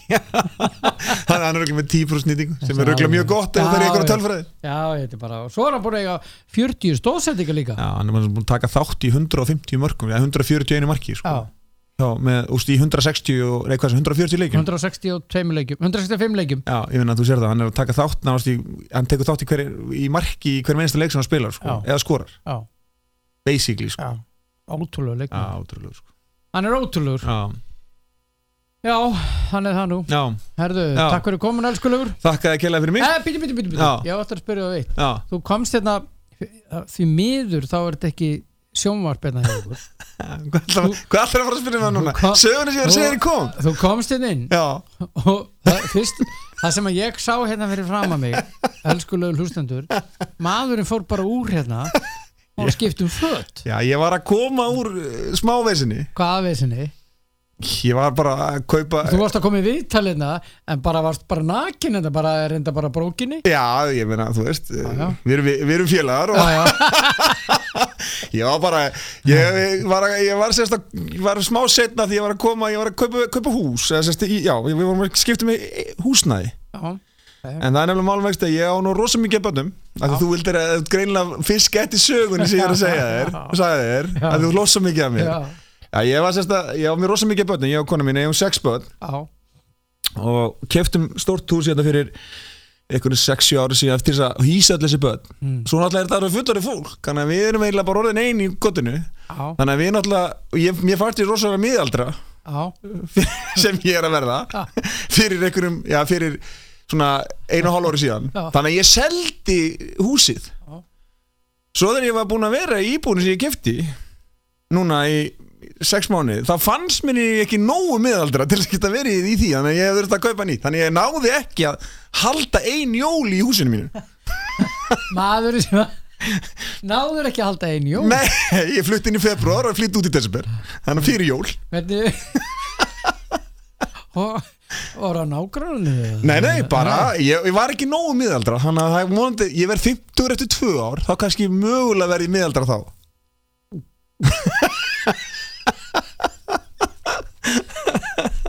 [SPEAKER 2] hann hann er röglega með 10% nýtingu sem er
[SPEAKER 1] Já,
[SPEAKER 2] röglega
[SPEAKER 1] já.
[SPEAKER 2] mjög gott ef það er
[SPEAKER 1] Já,
[SPEAKER 2] ykkur
[SPEAKER 1] já.
[SPEAKER 2] tölfræði
[SPEAKER 1] já, þetta er bara og svo er hann búin að eiga 40 stóðsendinga líka
[SPEAKER 2] Já, hann er bara búin að taka þátt í 150 mörgum eða 141 marki sko.
[SPEAKER 1] já,
[SPEAKER 2] Já, með, úst, í 160 og nei, hvað, er það, 140 leikum
[SPEAKER 1] 162 leikjum 165 leikjum
[SPEAKER 2] Já, ég finn að þú sér það, hann er að taka þátt náast í, hann tekur þátt í, hver, í marki í hver minnsta leik sem hann spilar sko,
[SPEAKER 1] Já.
[SPEAKER 2] eða skorar,
[SPEAKER 1] já,
[SPEAKER 2] basically sko.
[SPEAKER 1] já ótrúlega
[SPEAKER 2] Já,
[SPEAKER 1] leikjum
[SPEAKER 2] ótrúlega sko.
[SPEAKER 1] hann er ótrúlegur
[SPEAKER 2] Já,
[SPEAKER 1] já, hann er það nú
[SPEAKER 2] já,
[SPEAKER 1] herðu,
[SPEAKER 2] Já.
[SPEAKER 1] takk fyrir komin elskulegur
[SPEAKER 2] þakka þið kella fyrir mig sko.
[SPEAKER 1] eh, bíti, bíti, bíti, bíti
[SPEAKER 2] Já.
[SPEAKER 1] ég ætti að spyrja það eitt
[SPEAKER 2] Já,
[SPEAKER 1] þú komst hérna því miður þá er þetta ekki sjónvarp hérna hjá okkur
[SPEAKER 2] hvað ætlar að fara að spyrja mig núna?
[SPEAKER 1] Hva-
[SPEAKER 2] Sögunni sem ég var að segja þér í kom
[SPEAKER 1] þú komst hérna inn
[SPEAKER 2] Já,
[SPEAKER 1] og það, fyrst, það sem að ég sá hérna fyrir fram að mig elskulegu hlustendur maðurinn fór bara úr hérna og skipt um fött
[SPEAKER 2] já, ég var að koma úr uh, smávesinni
[SPEAKER 1] hvað að veðsynni
[SPEAKER 2] Ég var bara að kaupa
[SPEAKER 1] þú varst að koma í viðtal hérna en bara varst bara nakin hérna bara reynda bara brókinni
[SPEAKER 2] Já, ég meina, þú veist eh,
[SPEAKER 1] já.
[SPEAKER 2] Við erum, við erum félagar og
[SPEAKER 1] já, já,
[SPEAKER 2] ég var bara Ég var, að- ég var, sérst, að, ég var smá setna því ég var að koma Ég var að kaupa, kaupa hús eða, sérst, í- Já, við vorum að skipta með húsnæði
[SPEAKER 1] já.
[SPEAKER 2] En það er nefnilega málvegst að ég á nú rosa mikið bönnum að þú vildir að þú ert greinilega fisk eftir sögunni sem ég er að segja þér
[SPEAKER 1] Já.
[SPEAKER 2] sagði þér,
[SPEAKER 1] Já.
[SPEAKER 2] að þú hlóst svo mikið af mér
[SPEAKER 1] já,
[SPEAKER 2] Já, ég var sérst að, ég á mér rosa mikið bönnum ég á konu mín, ég á sex bönn
[SPEAKER 1] já.
[SPEAKER 2] og keftum stórt hús hérna fyrir einhvern 6-7 ári síðan eftir þess að hýsa allir þessi börn
[SPEAKER 1] Mm.
[SPEAKER 2] svo náttúrulega er þetta alveg fullari fólk þannig að við erum eiginlega bara orðin einn í gottinu
[SPEAKER 1] já,
[SPEAKER 2] þannig að við náttúrulega, og ég, mér fært ég rosalega miðaldra
[SPEAKER 1] já.
[SPEAKER 2] sem ég er að verða fyrir einhverjum, já fyrir svona einu og hálf ári síðan
[SPEAKER 1] Já.
[SPEAKER 2] þannig að ég seldi húsið
[SPEAKER 1] Já.
[SPEAKER 2] svo þegar ég var búin að vera í íbúinu sem ég kefti núna í 6 mánuði, þá fannst mér ég ekki nógu miðaldra til þess að geta verið í því þannig að ég hef þurft að kaupa nýtt þannig að ég náði ekki að halda ein jól í húsinu mínu
[SPEAKER 1] maðurinn sem að náður ekki að halda einn jól
[SPEAKER 2] Nei, ég flutti inn í februar og flutti út í desember þannig að fyrir jól
[SPEAKER 1] Hvernig Og og var á nágranninu
[SPEAKER 2] Nei, nei, bara, ég, ég var ekki nógu miðaldra Þannig að það er vonandi, ég verð 50 eftir 2 ár Þá kannski mögulega verð ég miðaldra þá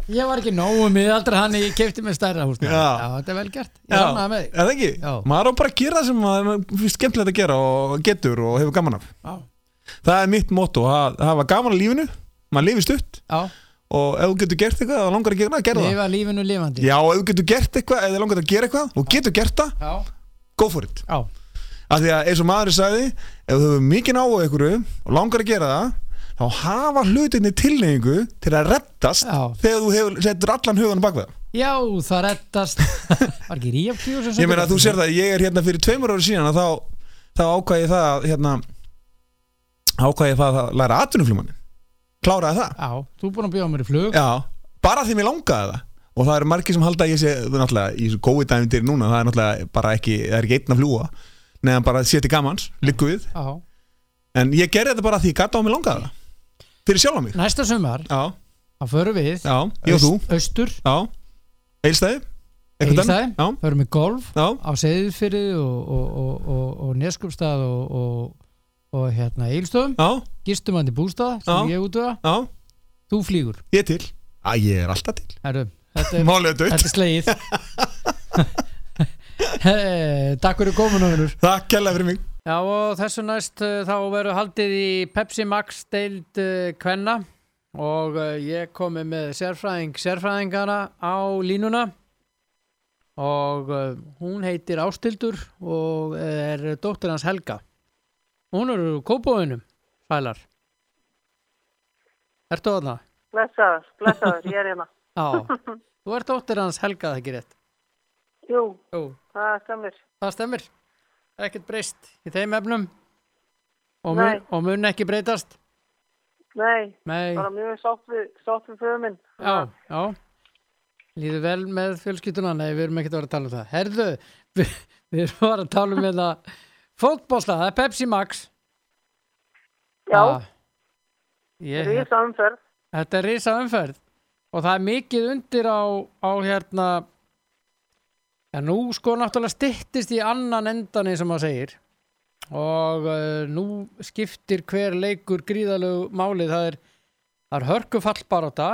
[SPEAKER 1] Ég var ekki nógu miðaldra hann ég kefti með stærra húsna
[SPEAKER 2] Já.
[SPEAKER 1] þetta er vel gert Ég rannaði með þig
[SPEAKER 2] Er það ekki?
[SPEAKER 1] Já.
[SPEAKER 2] Maður á bara að gera það sem maður finnst skemmtilegt að gera og getur og hefur gaman af
[SPEAKER 1] Já,
[SPEAKER 2] Það er mitt motto, að að hafa gaman af lífinu Maður lifi stutt
[SPEAKER 1] já,
[SPEAKER 2] Og ef þú getur gert eitthvað, þá langar að gera, gera það
[SPEAKER 1] lifa lífinu lifandi
[SPEAKER 2] Já, ef þú getur gert eitthvað, ef þú langar að gera eitthvað Og getur gert það,
[SPEAKER 1] já,
[SPEAKER 2] go for it
[SPEAKER 1] já,
[SPEAKER 2] Af því að eins og maður sagði Ef þú hefur mikið náu einhverju og langar að gera það þá hafa hlutinni tilneyingu til að reddast
[SPEAKER 1] Já.
[SPEAKER 2] þegar þú hefur, setur allan hugan bak við það.
[SPEAKER 1] já það rettast Var ekki ríafkjú sem
[SPEAKER 2] Ég meina að þú sér það, ég er hérna fyrir tveimur ára síðan að þá, þá ákvæði það að, hérna, ákvæði það að læra atvinnuflumann kláraði það
[SPEAKER 1] Já, þú er búin að bjóða mér í flug
[SPEAKER 2] Já, bara því mér langaði það og það eru margir sem halda að ég sé það er náttúrulega, í þessu gói dæmi til núna það er náttúrulega bara ekki, það er ekki einn að fljúa neðan bara sé til gamans, liggu við
[SPEAKER 1] Já.
[SPEAKER 2] en ég gerði þetta bara því ég gata á mig langaði það fyrir sjálf á mig
[SPEAKER 1] Næsta sumar,
[SPEAKER 2] Já,
[SPEAKER 1] þá förum við
[SPEAKER 2] já, ég og þú,
[SPEAKER 1] Östur,
[SPEAKER 2] já Eilstæði,
[SPEAKER 1] Egilsstaði,
[SPEAKER 2] Já,
[SPEAKER 1] förum við golf
[SPEAKER 2] já,
[SPEAKER 1] á Seyðfyrði og, og, og, og, og Neskupstað og, og, og hérna Egilstöðum
[SPEAKER 2] já,
[SPEAKER 1] gistumandi bústað
[SPEAKER 2] Já.
[SPEAKER 1] sem ég útvega
[SPEAKER 2] já
[SPEAKER 1] þú flýgur
[SPEAKER 2] ég er til Æ, ég er alltaf til
[SPEAKER 1] Heru, þetta, er,
[SPEAKER 2] Málið Eh, er dött
[SPEAKER 1] þetta er slegið Eh, Takk fyrir komuna vinnur
[SPEAKER 2] Takk kærlega fyrir mig
[SPEAKER 1] Já og þessu næst eh, þá verður haldið í Pepsi Max deild eh, kvenna og eh, ég komi með sérfræðing sérfræðingana á línuna og eh, hún heitir Ástildur og er dóttir hans Helga Hún er úr kópóinum, Sælar Ertu þarna?
[SPEAKER 3] Blessaður, blessaður, ég er hérna.
[SPEAKER 1] Já, þú ert dóttir hans Helga, það ekki rétt
[SPEAKER 3] Jú,
[SPEAKER 1] Jú,
[SPEAKER 3] það stemir.
[SPEAKER 1] það stemmir Það er ekkert breyst í þeim efnum og
[SPEAKER 3] Nei.
[SPEAKER 1] mun, og mun ekki breytast
[SPEAKER 3] Nei,
[SPEAKER 1] Nei,
[SPEAKER 3] bara mjög sátt við, sátt við föðu minn.
[SPEAKER 1] já, já Líður vel með fjölskylduna Nei, við erum ekkert að vera að tala um það Herðu, við, við erum að vera að tala um þetta Fótbolta, það er Pepsi Max
[SPEAKER 3] Já,
[SPEAKER 1] Ah,
[SPEAKER 3] það
[SPEAKER 1] ég, hérna.
[SPEAKER 3] er í samferð.
[SPEAKER 1] Þetta er risa umferð og það er mikið undir á, á hérna en nú sko náttúrulega styttist í annan endan eins og maður segir og uh, nú skiptir hver leikur gríðalegu máli það er, það er hörkufall barátta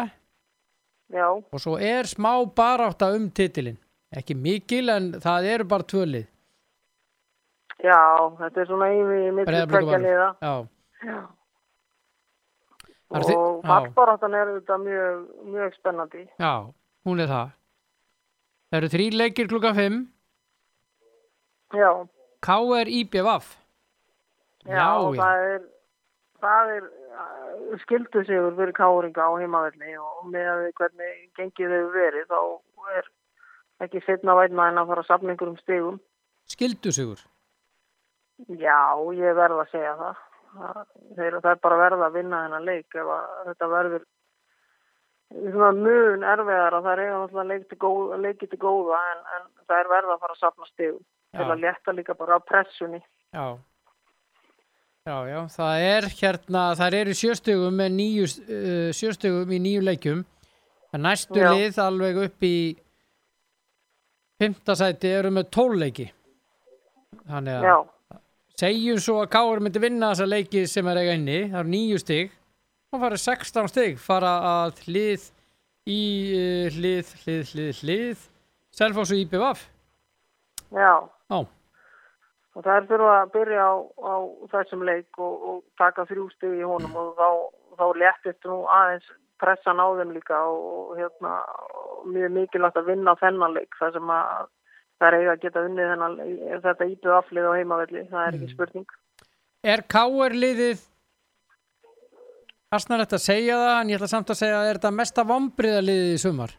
[SPEAKER 3] Já,
[SPEAKER 1] og svo er smá barátta um titilin ekki mikil en það eru bara tvölið
[SPEAKER 3] já, þetta er svona yfir mitt tveggja liða.
[SPEAKER 1] Já, Það eru þið-
[SPEAKER 3] Og
[SPEAKER 1] já.
[SPEAKER 3] fallbaráttan er þetta mjög, mjög spennandi.
[SPEAKER 1] já, hún er það Það eru þrý leikir klukka 5
[SPEAKER 3] Já,
[SPEAKER 1] KR IBVF
[SPEAKER 3] já, og það er, það er uh, skildu sigur fyrir káringa á heimavelli og með að við hvernig gengið hefur verið þá er ekki setna væna en að fara að safna einhverjum stigum.
[SPEAKER 1] skildusugur
[SPEAKER 3] Já, ég verð að segja það. Það- Þeir, það er bara verða að vinna þennan leik ef að þetta verður svona mun erfiðar að það er náttúrulega leik til góða, leiki til góða en, en það er verða að fara að safna stegum til
[SPEAKER 1] Já.
[SPEAKER 3] að létta líka bara á pressunni.
[SPEAKER 1] Já. Já, já, það er hérna, þær eru sjöstugum með nýju, uh, sjöstugum í nýju leikjum. En næstu
[SPEAKER 3] Já.
[SPEAKER 1] lið alveg upp í fymtasæti eru með tóleiki. Þannig að
[SPEAKER 3] Já,
[SPEAKER 1] segjum svo að Káur myndi vinna þessa leiki sem er eiga inni, það eru nýju stig. Hún farið 16 stig, fara að hlið í uh, hlið, hlið, hlið, hlið, Selfoss og IBVF.
[SPEAKER 3] já.
[SPEAKER 1] Já,
[SPEAKER 3] Og það er fyrir að byrja á, á þessum leik og, og taka þrjú steg í honum og þá, þá léttist nú aðeins pressan á þeim líka og hérna og mjög mikilvægt að vinna þennan leik þar sem að það er eiga að geta unnið þennan, þetta íbjöð aflið á heimavelli, það er ekki spurning.
[SPEAKER 1] Er K.R. liðið Asnarlegt að segja það en ég ætla samt að segja að er þetta mesta vombriða liðið í sumar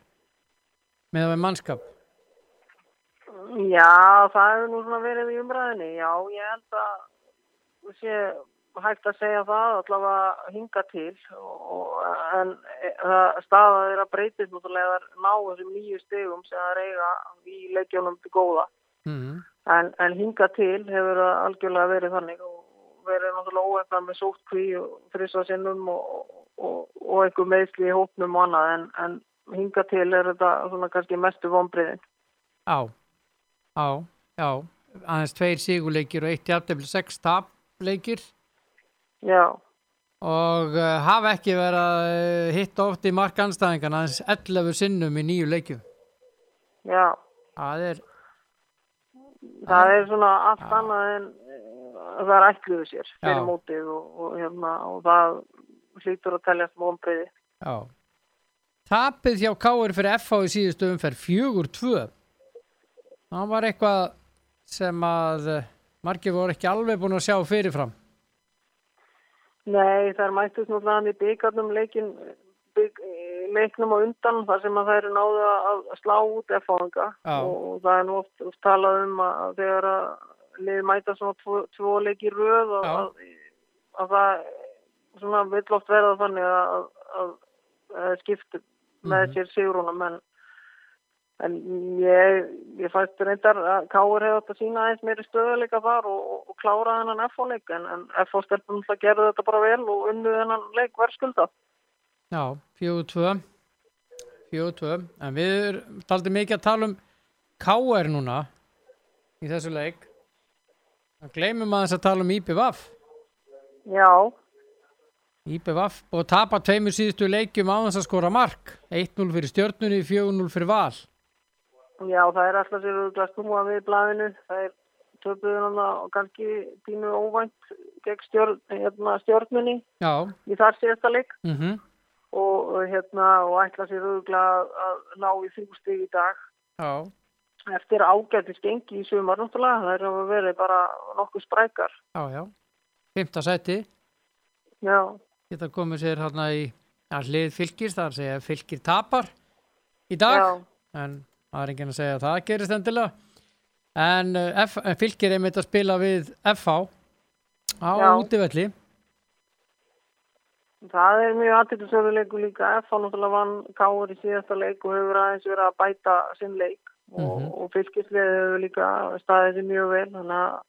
[SPEAKER 1] með að við mannskap
[SPEAKER 3] Já, það hefur nú svona verið í umræðinni, já, ég held að það sé hægt að segja það allavega hinga til og, en e, það staða þeirra breytist náttúrulega þær ná þessum nýju stegum sem það eiga í leikjónum til góða
[SPEAKER 1] mm.
[SPEAKER 3] en, en hinga til hefur það algjörlega verið þannig og verið náttúrulega óefna með sótkví og frisvasinnum og, og, og einhver meðsli í hópnum og annað en, en hinga til er þetta svona kannski mestu vonbriðin.
[SPEAKER 1] Á, á, já aðeins tveir sigurleikir og eitt jafntefli sex tapleikir
[SPEAKER 3] Já.
[SPEAKER 1] og uh, hafa ekki verið að uh, hitta oft í markanstæðingan aðeins 11 sinnum í nýju leikjum
[SPEAKER 3] Já,
[SPEAKER 1] Það er,
[SPEAKER 3] það er svona allt annað en eh, það er ætluðu sér fyrir
[SPEAKER 1] Já.
[SPEAKER 3] mótið og, og, hérna, og það hlýtur að teljast mómbriði.
[SPEAKER 1] já Tapið hjá K.R. fyrir FH í síðustu umferð 4-2 Það var eitthvað sem að eh, margir voru ekki alveg búin að sjá fyrirfram.
[SPEAKER 3] Nei, það er mættist náttúrulega hann í byggarnum leikin, bygg, eh, leiknum á undan þar sem að það eru náðu að að slá út efáðanga
[SPEAKER 1] Já.
[SPEAKER 3] og það er nú oft, oft talað um að þegar að lið mæta svona tvo, tvo leiki röð og
[SPEAKER 1] Já.
[SPEAKER 3] að, að það svona vill oft verða þannig að, að, að skiptu með
[SPEAKER 1] Mhm.
[SPEAKER 3] sér sigurunum en, en ég, ég fæst reyndar að Káur hefði átt að sína aðeins meiri stöðuleika þar og, og, og klára þennan F-leik en, en F-stelpunum það gerði þetta bara vel og unnu þennan leik verðskulda.
[SPEAKER 1] Já, 4-2 4-2 En við erum taldið mikið að tala um KR núna í þessu leik Það gleymum aðeins að tala um IPVAF
[SPEAKER 3] Já,
[SPEAKER 1] IPVAF og tapa tveimur síðustu leikjum á þess að skora mark 1-0 fyrir stjörnunni, 4-0 fyrir val
[SPEAKER 3] já það er alltaf sér að snúa við blæðinu. Það er töpuður hann og kannski tínu óvænt gegn stjörn, hérna, stjörnunni
[SPEAKER 1] Já,
[SPEAKER 3] í þar síðasta leik
[SPEAKER 1] mhm
[SPEAKER 3] og, og, hérna, og ætla sér auðvitað að ná í þrjú stig í dag
[SPEAKER 1] Já,
[SPEAKER 3] eftir ágættis gengi í sumar náttúrulega. Það er að verið bara nokkuð sprækar.
[SPEAKER 1] já, já Fymta sæti
[SPEAKER 3] Já,
[SPEAKER 1] Geta komið sér hérna í að hlið fylgir þar segja að fylgir tapar í dag
[SPEAKER 3] já,
[SPEAKER 1] en það er enginn að segja að það gerist endilega en uh, F, eh, fylgir er einmitt að spila við FH á
[SPEAKER 3] Já.
[SPEAKER 1] útivelli
[SPEAKER 3] það er mjög aðtilsöru leiku líka. F.A. náttúrulega vann Káur í síðasta leik og hefur aðeins verið að bæta sinn leik. og,
[SPEAKER 1] Mhm.
[SPEAKER 3] og fylgislega hefur líka staðið sér mjög vel þannig að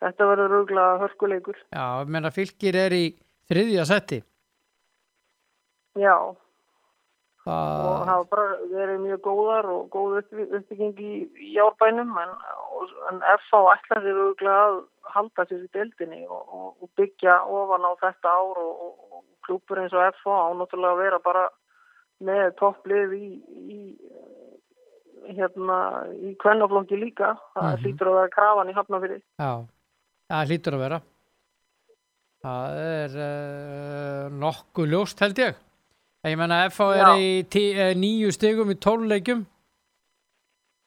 [SPEAKER 3] þetta verður rúglega hörkuleikur
[SPEAKER 1] já, ég meina fylgir er í þriðja setti
[SPEAKER 3] já og
[SPEAKER 1] það,
[SPEAKER 3] hafa bara verið mjög góðar og góð upp- uppbygging í, í árbænum en, og, en FH ætlar sér rúglega að halda sér í deildinni og, og, og byggja ofan á þetta ár og, og, og klúpur eins og FH á náttúrulega að vera bara með topplið í, í eh, hérna í kvennaflokki líka það
[SPEAKER 1] Mhm.
[SPEAKER 3] hlýtur að vera krafan í hafnafyrir
[SPEAKER 1] já, það hlýtur að vera það er uh, nokkuð ljóst held ég En ég meina FH er
[SPEAKER 3] Já.
[SPEAKER 1] í tí, uh, nýju stigum í tóluleikjum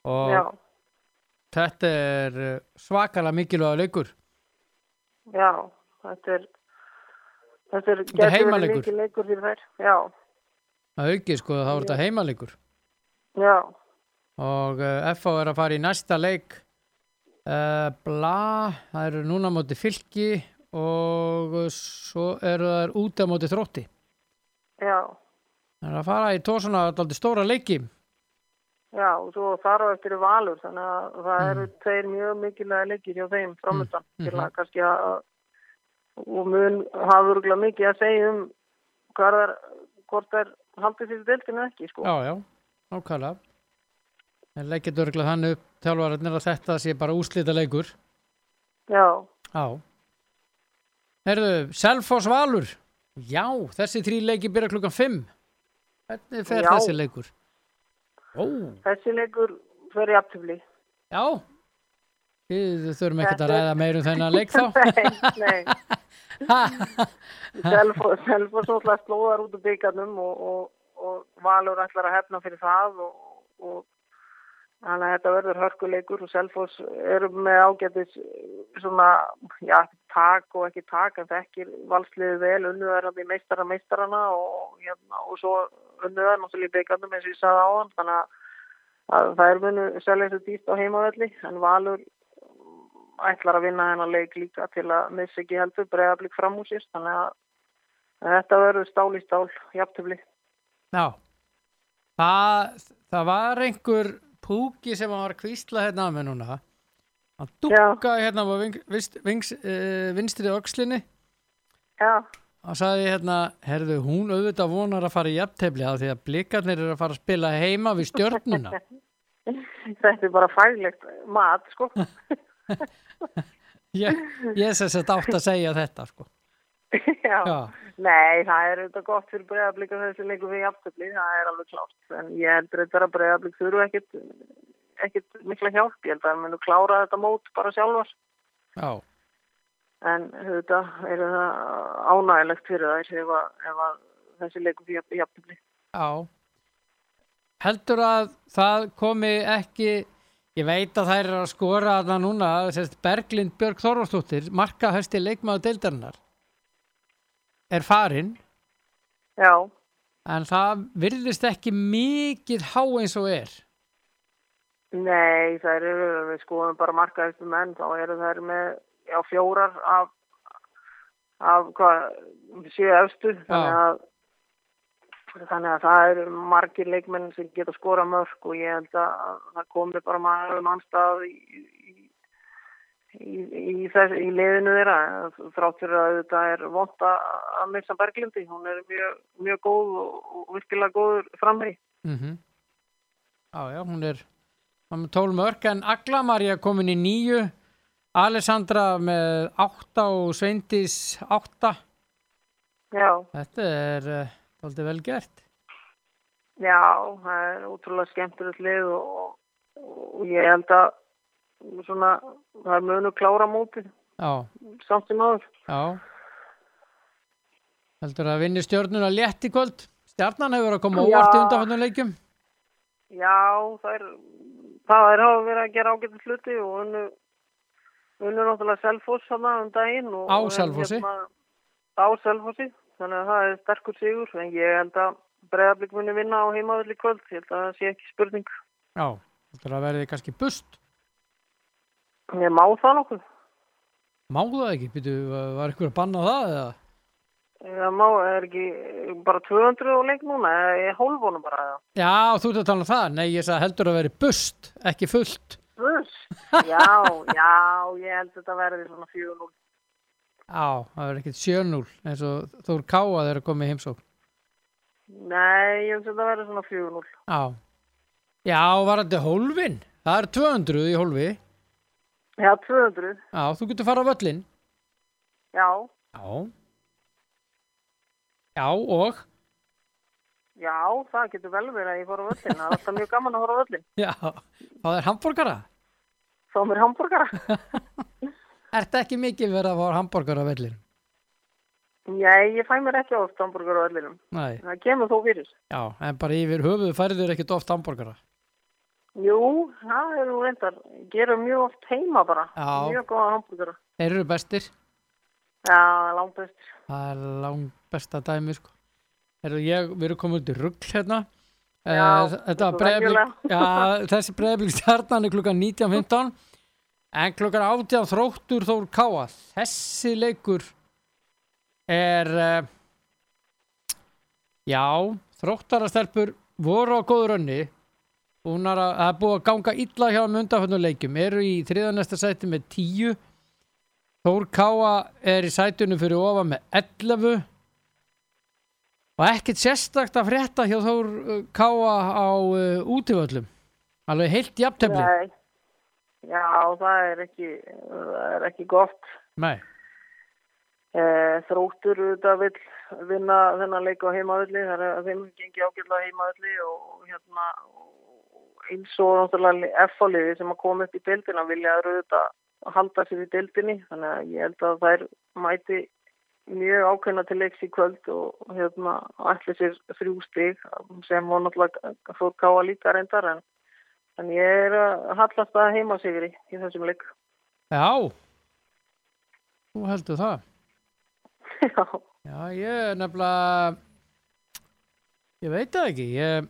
[SPEAKER 1] og
[SPEAKER 3] já,
[SPEAKER 1] þetta er eh, svakalega mikilvæga leikur
[SPEAKER 3] Já, þetta er þetta er,
[SPEAKER 1] er
[SPEAKER 3] gæti verið
[SPEAKER 1] heimaleikur.
[SPEAKER 3] mikið leikur fyrir þær já,
[SPEAKER 1] að auki sko þá er þetta heimaleikur
[SPEAKER 3] já,
[SPEAKER 1] og uh, FH er að fara í næsta leik uh, bla það eru núna á móti fylki og eh, svo eru það út á móti þrótti
[SPEAKER 3] já
[SPEAKER 1] það er að fara í tvo svona dálítið stóra leiki
[SPEAKER 3] já, og svo þar á eftir er valur þannig að það eru tveir mjög mikilvæg leikir hjá þeim framöndan
[SPEAKER 1] Mm,
[SPEAKER 3] til
[SPEAKER 1] mhm.
[SPEAKER 3] að kannski að og mun hafa örgulega mikið að segja um hvað er, hvort er haldið sér deltinu ekki, sko
[SPEAKER 1] já já, nákvæmlega en leikið örgulega þannig upp tjálfararnir að þetta sé bara úslita leikur
[SPEAKER 3] já,
[SPEAKER 1] já herðu, Selfoss Valur já, þessi þrý leiki byrja klukkan 5 hvernig fer
[SPEAKER 3] Já.
[SPEAKER 1] þessi leikur ó,
[SPEAKER 3] þessi leikur fyrir aftifli
[SPEAKER 1] já við þurfum ekkert að
[SPEAKER 3] Þetta er-
[SPEAKER 1] ræða meir um þennan leik þá
[SPEAKER 3] nei,
[SPEAKER 1] Ha,
[SPEAKER 3] Selfoss náttúrulega slóðar út úr byggarnum og, og, og Valur ætlar að hefna fyrir það og, og þannig að þetta verður hörkuleikur og Selfoss eru með ágætis eh, svona, já, tak og ekki tak en þekkir valsliðið vel unnuðarandi meistara meistarana og, hérna, og svo unnuðar náttúrulega í byggarnum eins og ég sagði á hann þannig að, að það er munu selja þessu dýst á heimavelli en Valur ætlar að vinna hennar leik líka til að missa ekki heldur bregðablík fram úr sér þannig að en þetta verður stál í stál jafntöfli.
[SPEAKER 1] Já það, það var einhver púki sem var að kvísla hérna að mér núna hann dukkaði hérna á ving, vist, vings, uh, vinstri öxlinni
[SPEAKER 3] Já,
[SPEAKER 1] og sagði hérna, herðu hún auðvitað vonar að fara í jafntefli af því að blikarnir eru að fara að spila heima við stjörnuna
[SPEAKER 3] þetta er bara faglegt mat sko.
[SPEAKER 1] ég, ég sem sett átt að segja þetta sko.
[SPEAKER 3] Já.
[SPEAKER 1] Já,
[SPEAKER 3] Nei, það er auðvitað gott fyrir bregðablík að þessi leiku við jafntöfli, það er alveg klárt en ég heldur þetta að bregðablík þurfu ekkit, ekkit mikla hjálp, ég held að það munu klára þetta mót bara sjálfar
[SPEAKER 1] já,
[SPEAKER 3] en auðvitað er það ánægilegt fyrir þær ef, að, ef að þessi leiku við jafntöfli.
[SPEAKER 1] já heldur að það komi ekki ég veit að þær eru að skora það núna, sérst Berglind Björg Þorvarsdóttir marka hösti leikmaðu deildarinnar er farin
[SPEAKER 3] Já,
[SPEAKER 1] en það virðist ekki mikið há eins og er
[SPEAKER 3] Nei, þær eru, við skoðum bara markaðistu menn, þá eru þær með, já, fjórar af, af hvað, séu öfstu, þannig að, þannig að það eru margir leikmenn sem geta skora mörg og ég held að það komi bara maður um anstað í, í, í, í, þess, í liðinu þeirra, þráttur að þetta er vond að að missa Berglindi, hún er mjög, mjög góð og, og virkilega góður framri.
[SPEAKER 1] Mm Já, já, hún er hún er með 12 mörg en Agla María komin í nýju Alessandra með 8 og Sveindís 8
[SPEAKER 3] Já.
[SPEAKER 1] Þetta er uh, aldrei vel gert
[SPEAKER 3] Já, það er útrúlega skemmtilegt lið og, og ég held að svona, það er munu klára mótið
[SPEAKER 1] Já,
[SPEAKER 3] samt sem áður.
[SPEAKER 1] já Heldur að vinni stjörnuna létt í kvöld Stjarnan hefur verið að koma
[SPEAKER 3] Já.
[SPEAKER 1] óvart í undanfannum leikjum
[SPEAKER 3] Já, það er, það er hafa verið að gera ágætið hluti og unnu, unnu náttúrulega Selfoss hana um daginn. Og,
[SPEAKER 1] Á
[SPEAKER 3] og
[SPEAKER 1] Selfossi?
[SPEAKER 3] hérna- Á Selfossi, þannig að það er sterkur sigur en ég held að bregðarblik muni vinna á heimaðurli kvöld, ég held að það sé ekki spurning.
[SPEAKER 1] Já, heldur að verði kannski bust
[SPEAKER 3] Ég má það nokkuð.
[SPEAKER 1] Má það ekki, býtu, var ykkur að banna það eða?
[SPEAKER 3] Ég má, er ekki bara 200 á leik núna, ég hólfónum bara það.
[SPEAKER 1] Já, þú ert að tala um það, nei, ég sagði heldur að verði bust, ekki fullt
[SPEAKER 3] Buss? Já, já, ég held að þetta verði svona 4-0.
[SPEAKER 1] Já, það verður ekkert 7-0 eins og Þór Káa þegar að koma í heimsókn.
[SPEAKER 3] Nei, ég held að þetta verði svona 4-0.
[SPEAKER 1] Já. Já, var þetta hólfin? Það er 200 í hólfi.
[SPEAKER 3] Já, 200.
[SPEAKER 1] Já, þú getur fara á völlin.
[SPEAKER 3] Já,
[SPEAKER 1] Já. Já, og?
[SPEAKER 3] já, það getur vel verið að ég fór á völlin. Það er alltaf mjög gaman að fóra á völlin.
[SPEAKER 1] Já, það er hambúrgara.
[SPEAKER 3] Þá mér hambúrgara.
[SPEAKER 1] Ertu ekki mikið verið að fara hambúrgara á völlin?
[SPEAKER 3] Nei, ég fæ mér ekki oft hambúrgara á völlinum.
[SPEAKER 1] Nei.
[SPEAKER 3] Það kemur þó fyrir.
[SPEAKER 1] Já, en bara yfir höfuðu færður ekkert oft hambúrgara.
[SPEAKER 3] Jú, það er nú reyndar. Gerum mjög oft heima bara.
[SPEAKER 1] Já.
[SPEAKER 3] Mjög góða hambúrgara.
[SPEAKER 1] Þeir eru bestir.
[SPEAKER 3] Já, langt best.
[SPEAKER 1] Það er langt besta dæmi, sko. Heru, ég, við erum komin út í rugl hérna. Eh,
[SPEAKER 3] Já,
[SPEAKER 1] þetta var
[SPEAKER 3] eins og
[SPEAKER 1] breyðblik,
[SPEAKER 3] venjulega.
[SPEAKER 1] já, þessi breyðblik stjarnan er klukkan 19.15 en klukkan 18 þróttur Þór Káa. Þessi leikur er, eh, já, þróttarastelpur voru á góður önni. Búnar að, það er búið að ganga illa hjá mundafönnu leikjum. Eru í þriðanesta sæti með 10. Þór Káa er í sætunum fyrir ofa með 11 og ekkert sérstakt að frétta hjá Þór uh, Káa á uh, útivöllum alveg heilt jafntefni
[SPEAKER 3] Nei. Já, það er ekki, það er ekki gott.
[SPEAKER 1] Nei.
[SPEAKER 3] Eh, Þróttur auðvitað vill vinna þennan leik á heimaðalli þar er þeim gengi ágjörlega heimaðalli og hérna og eins og náttúrulega F-fáliði sem að koma upp í deildina vilja að auðvitað halda sér í deildinni þannig að ég held að þær mæti mjög ákveðna til leiks í kvöld og hérna ætli sér þrjú stig sem var náttúrulega fór káa líka reyndar en, en ég er að hallast að heima sigri í þessum leik
[SPEAKER 1] Já Þú heldur það
[SPEAKER 3] Já,
[SPEAKER 1] Já, ég er nefnilega ég veit það ekki ég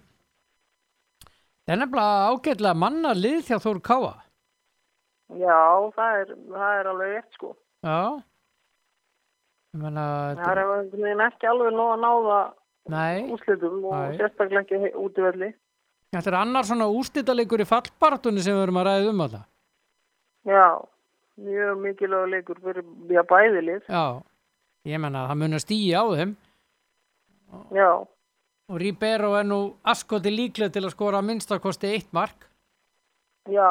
[SPEAKER 1] Það er nefnilega ágætlega manna lið hjá Þór Káa
[SPEAKER 3] já það, er, það er alveg rétt sko
[SPEAKER 1] Já Ég meina
[SPEAKER 3] Það er einhvern veginn ekki alveg nóg að náða
[SPEAKER 1] Nei,
[SPEAKER 3] úslitum og
[SPEAKER 1] Nei.
[SPEAKER 3] sérstaklega ekki he- útivelli.
[SPEAKER 1] þetta er annar svona úrstýtalegur í fallbartunni sem við erum að ræða um alltaf
[SPEAKER 3] Já, mjög mikilvæg leikur fyrir já, bæðilið.
[SPEAKER 1] Já, ég menna það mun að stýja á þeim
[SPEAKER 3] Já,
[SPEAKER 1] og Ribeiro er nú askoti líklega til að skora að minnstakosti eitt mark.
[SPEAKER 3] já,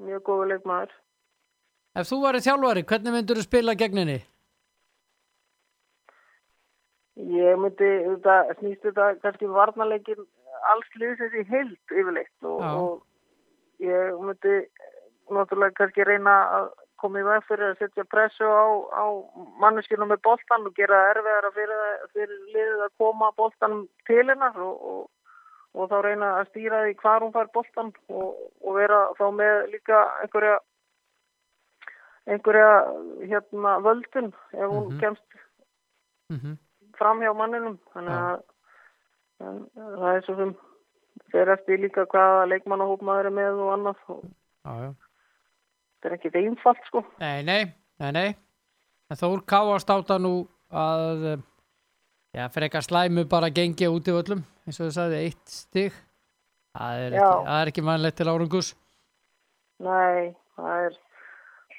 [SPEAKER 3] mjög góðu leikmaður.
[SPEAKER 1] Ef þú væri þjálfari, hvernig myndur þú spila gegn henni?
[SPEAKER 3] Ég myndi, þetta, snýst þetta kannski varnarleikin alls liðsins í heild yfirleitt og,
[SPEAKER 1] Já.
[SPEAKER 3] og ég myndi náttúrulega kannski reyna að koma í veg fyrir að setja pressu á, á manneskinu með boltan og gera það erfiðara fyrir, fyrir liðið að koma boltanum til hennar og, og, og þá reyna að stýra því hvar hún fær boltan og, og vera þá með líka einhverja einhverja hérna völdun ef hún kemst
[SPEAKER 1] Mm -hmm.
[SPEAKER 3] fram hjá manninum þannig að en, það er svo sem fer eftir líka hvaða leikmannahóp maður er með og annað og
[SPEAKER 1] Já, já.
[SPEAKER 3] þetta er ekkit einfalt sko
[SPEAKER 1] Nei, nei, nei, nei. En Þór káast áta nú að eh, já, frekar slæmu bara gengi út í völlum, eins og þú sagði, eitt stig. Það er ekki,
[SPEAKER 3] Já.
[SPEAKER 1] það er ekki mannlegt til árangus.
[SPEAKER 3] Nei, það er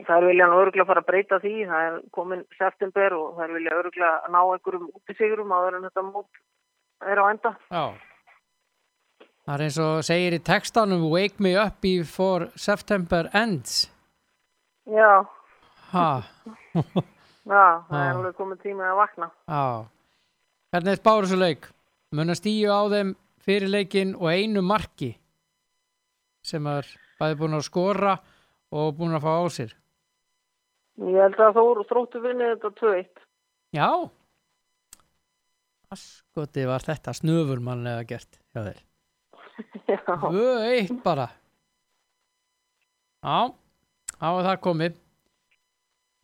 [SPEAKER 3] það er viljan öruglega fara að breyta því það er komin september og það er vilja öruglega að ná einhverjum útisigurum áður en þetta mót er á enda
[SPEAKER 1] Já. Það er eins og segir í textanum, wake me up before September ends.
[SPEAKER 3] Já,
[SPEAKER 1] Ha,
[SPEAKER 3] já, það
[SPEAKER 1] Já.
[SPEAKER 3] er alveg komin tími að vakna
[SPEAKER 1] já. Hvernig er spáru svo leik? Muna stíu á þeim fyrir leikinn og einu marki sem er bæði búin að skora og búin að fá á sér.
[SPEAKER 3] Ég held að Þór þróttu vinnið þetta 2-1
[SPEAKER 1] Já Askoti var þetta snöfurmannlega gert hjá þér
[SPEAKER 3] Já,
[SPEAKER 1] Tvö eitt bara Já Á er það komið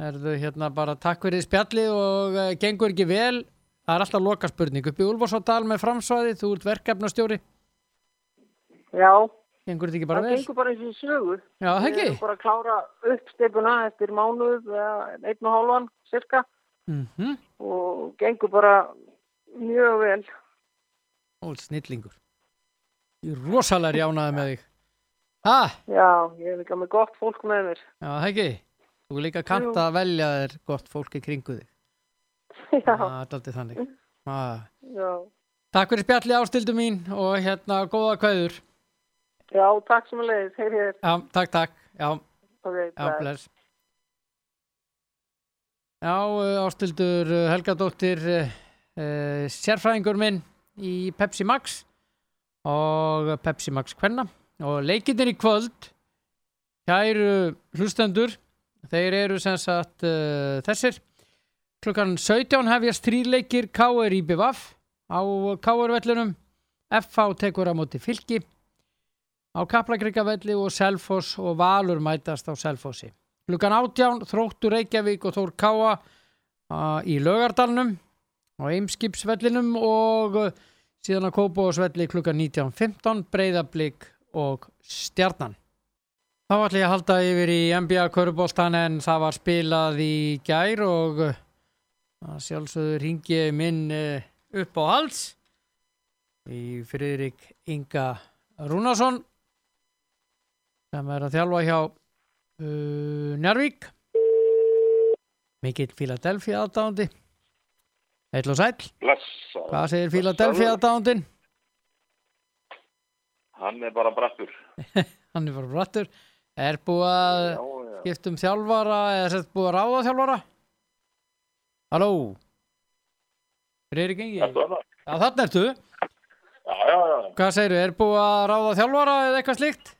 [SPEAKER 1] Erðu hérna bara takk fyrir spjallið og uh, gengur ekki vel Það er alltaf loka spurning upp í Úlfarsadal með framsvæði, þú ert verkefnastjóri
[SPEAKER 3] já
[SPEAKER 1] Gengur þetta ekki bara
[SPEAKER 3] það
[SPEAKER 1] vel?
[SPEAKER 3] gengur bara eins og í sögu
[SPEAKER 1] Já, það
[SPEAKER 3] Við
[SPEAKER 1] ekki?
[SPEAKER 3] erum bara að klára uppstipuna eftir mánuð eða einn og hálfan cirka
[SPEAKER 1] Mm -hmm.
[SPEAKER 3] og gengur bara mjög vel.
[SPEAKER 1] Ól snillingur Ég er rosalega rjánaði með þig Ha?
[SPEAKER 3] Já, ég er líka með gott fólk með mér.
[SPEAKER 1] Já, það ekki. Þú líka kannt
[SPEAKER 3] Jú.
[SPEAKER 1] að velja þér gott fólk í kringu þig.
[SPEAKER 3] Já, Mm.
[SPEAKER 1] Það er aldrei þannig. Ha.
[SPEAKER 3] já.
[SPEAKER 1] Takk fyrir spjalli ástildu mín og hérna góða kvæður.
[SPEAKER 3] Já, takk sem að leiðis. Heyr, heyr.
[SPEAKER 1] Já, takk, takk. Já,
[SPEAKER 3] Ok,
[SPEAKER 1] já,
[SPEAKER 3] bless.
[SPEAKER 1] bless. Já, uh, ástildur uh, Helgadóttir, uh, uh, sérfræðingur minn í Pepsi Max og Pepsi Max Kvenna og leikindir í kvöld, kæru hlustendur, þeir eru sem sagt uh, þessir. Klukkan 17 hefjast þrýleikir KR í BVF á KR-vellunum, FH tekur á móti fylki á Kaplakrikavelli og Selfoss og Valur mætast á Selfossi. Klukkan átján, Þróttur Reykjavík og Þór Káa uh, í Laugardalnum á Eimskipsvellinum og uh, síðan að kópa á Svelli klukkan 19.15, Breiðablík og Stjarnan. Þá ætla ég að halda yfir í NBA köruboltan en það var spilað í gær og uh, að sjálfsögðu ringi minn uh, upp á hals í Friðrik Inga Rúnarsson sem er að þjálfa hjá uh, Njárvík mikill Philadelphia aðdáðandi Heill og sæll,
[SPEAKER 4] Blessa.
[SPEAKER 1] hvað segir Philadelphia aðdáðandin?
[SPEAKER 4] Hann er bara brattur.
[SPEAKER 1] Hann er bara brattur Er búið að
[SPEAKER 4] Já, já.
[SPEAKER 1] skipta um þjálfara eða sett búið að ráða þjálfara? Halló Friðrik Ingi?
[SPEAKER 4] Þetta var það.
[SPEAKER 1] Já, þarna ertu
[SPEAKER 4] Já, já, já.
[SPEAKER 1] Hvað segirðu, er búið að ráða þjálfara eða eitthvað slíkt?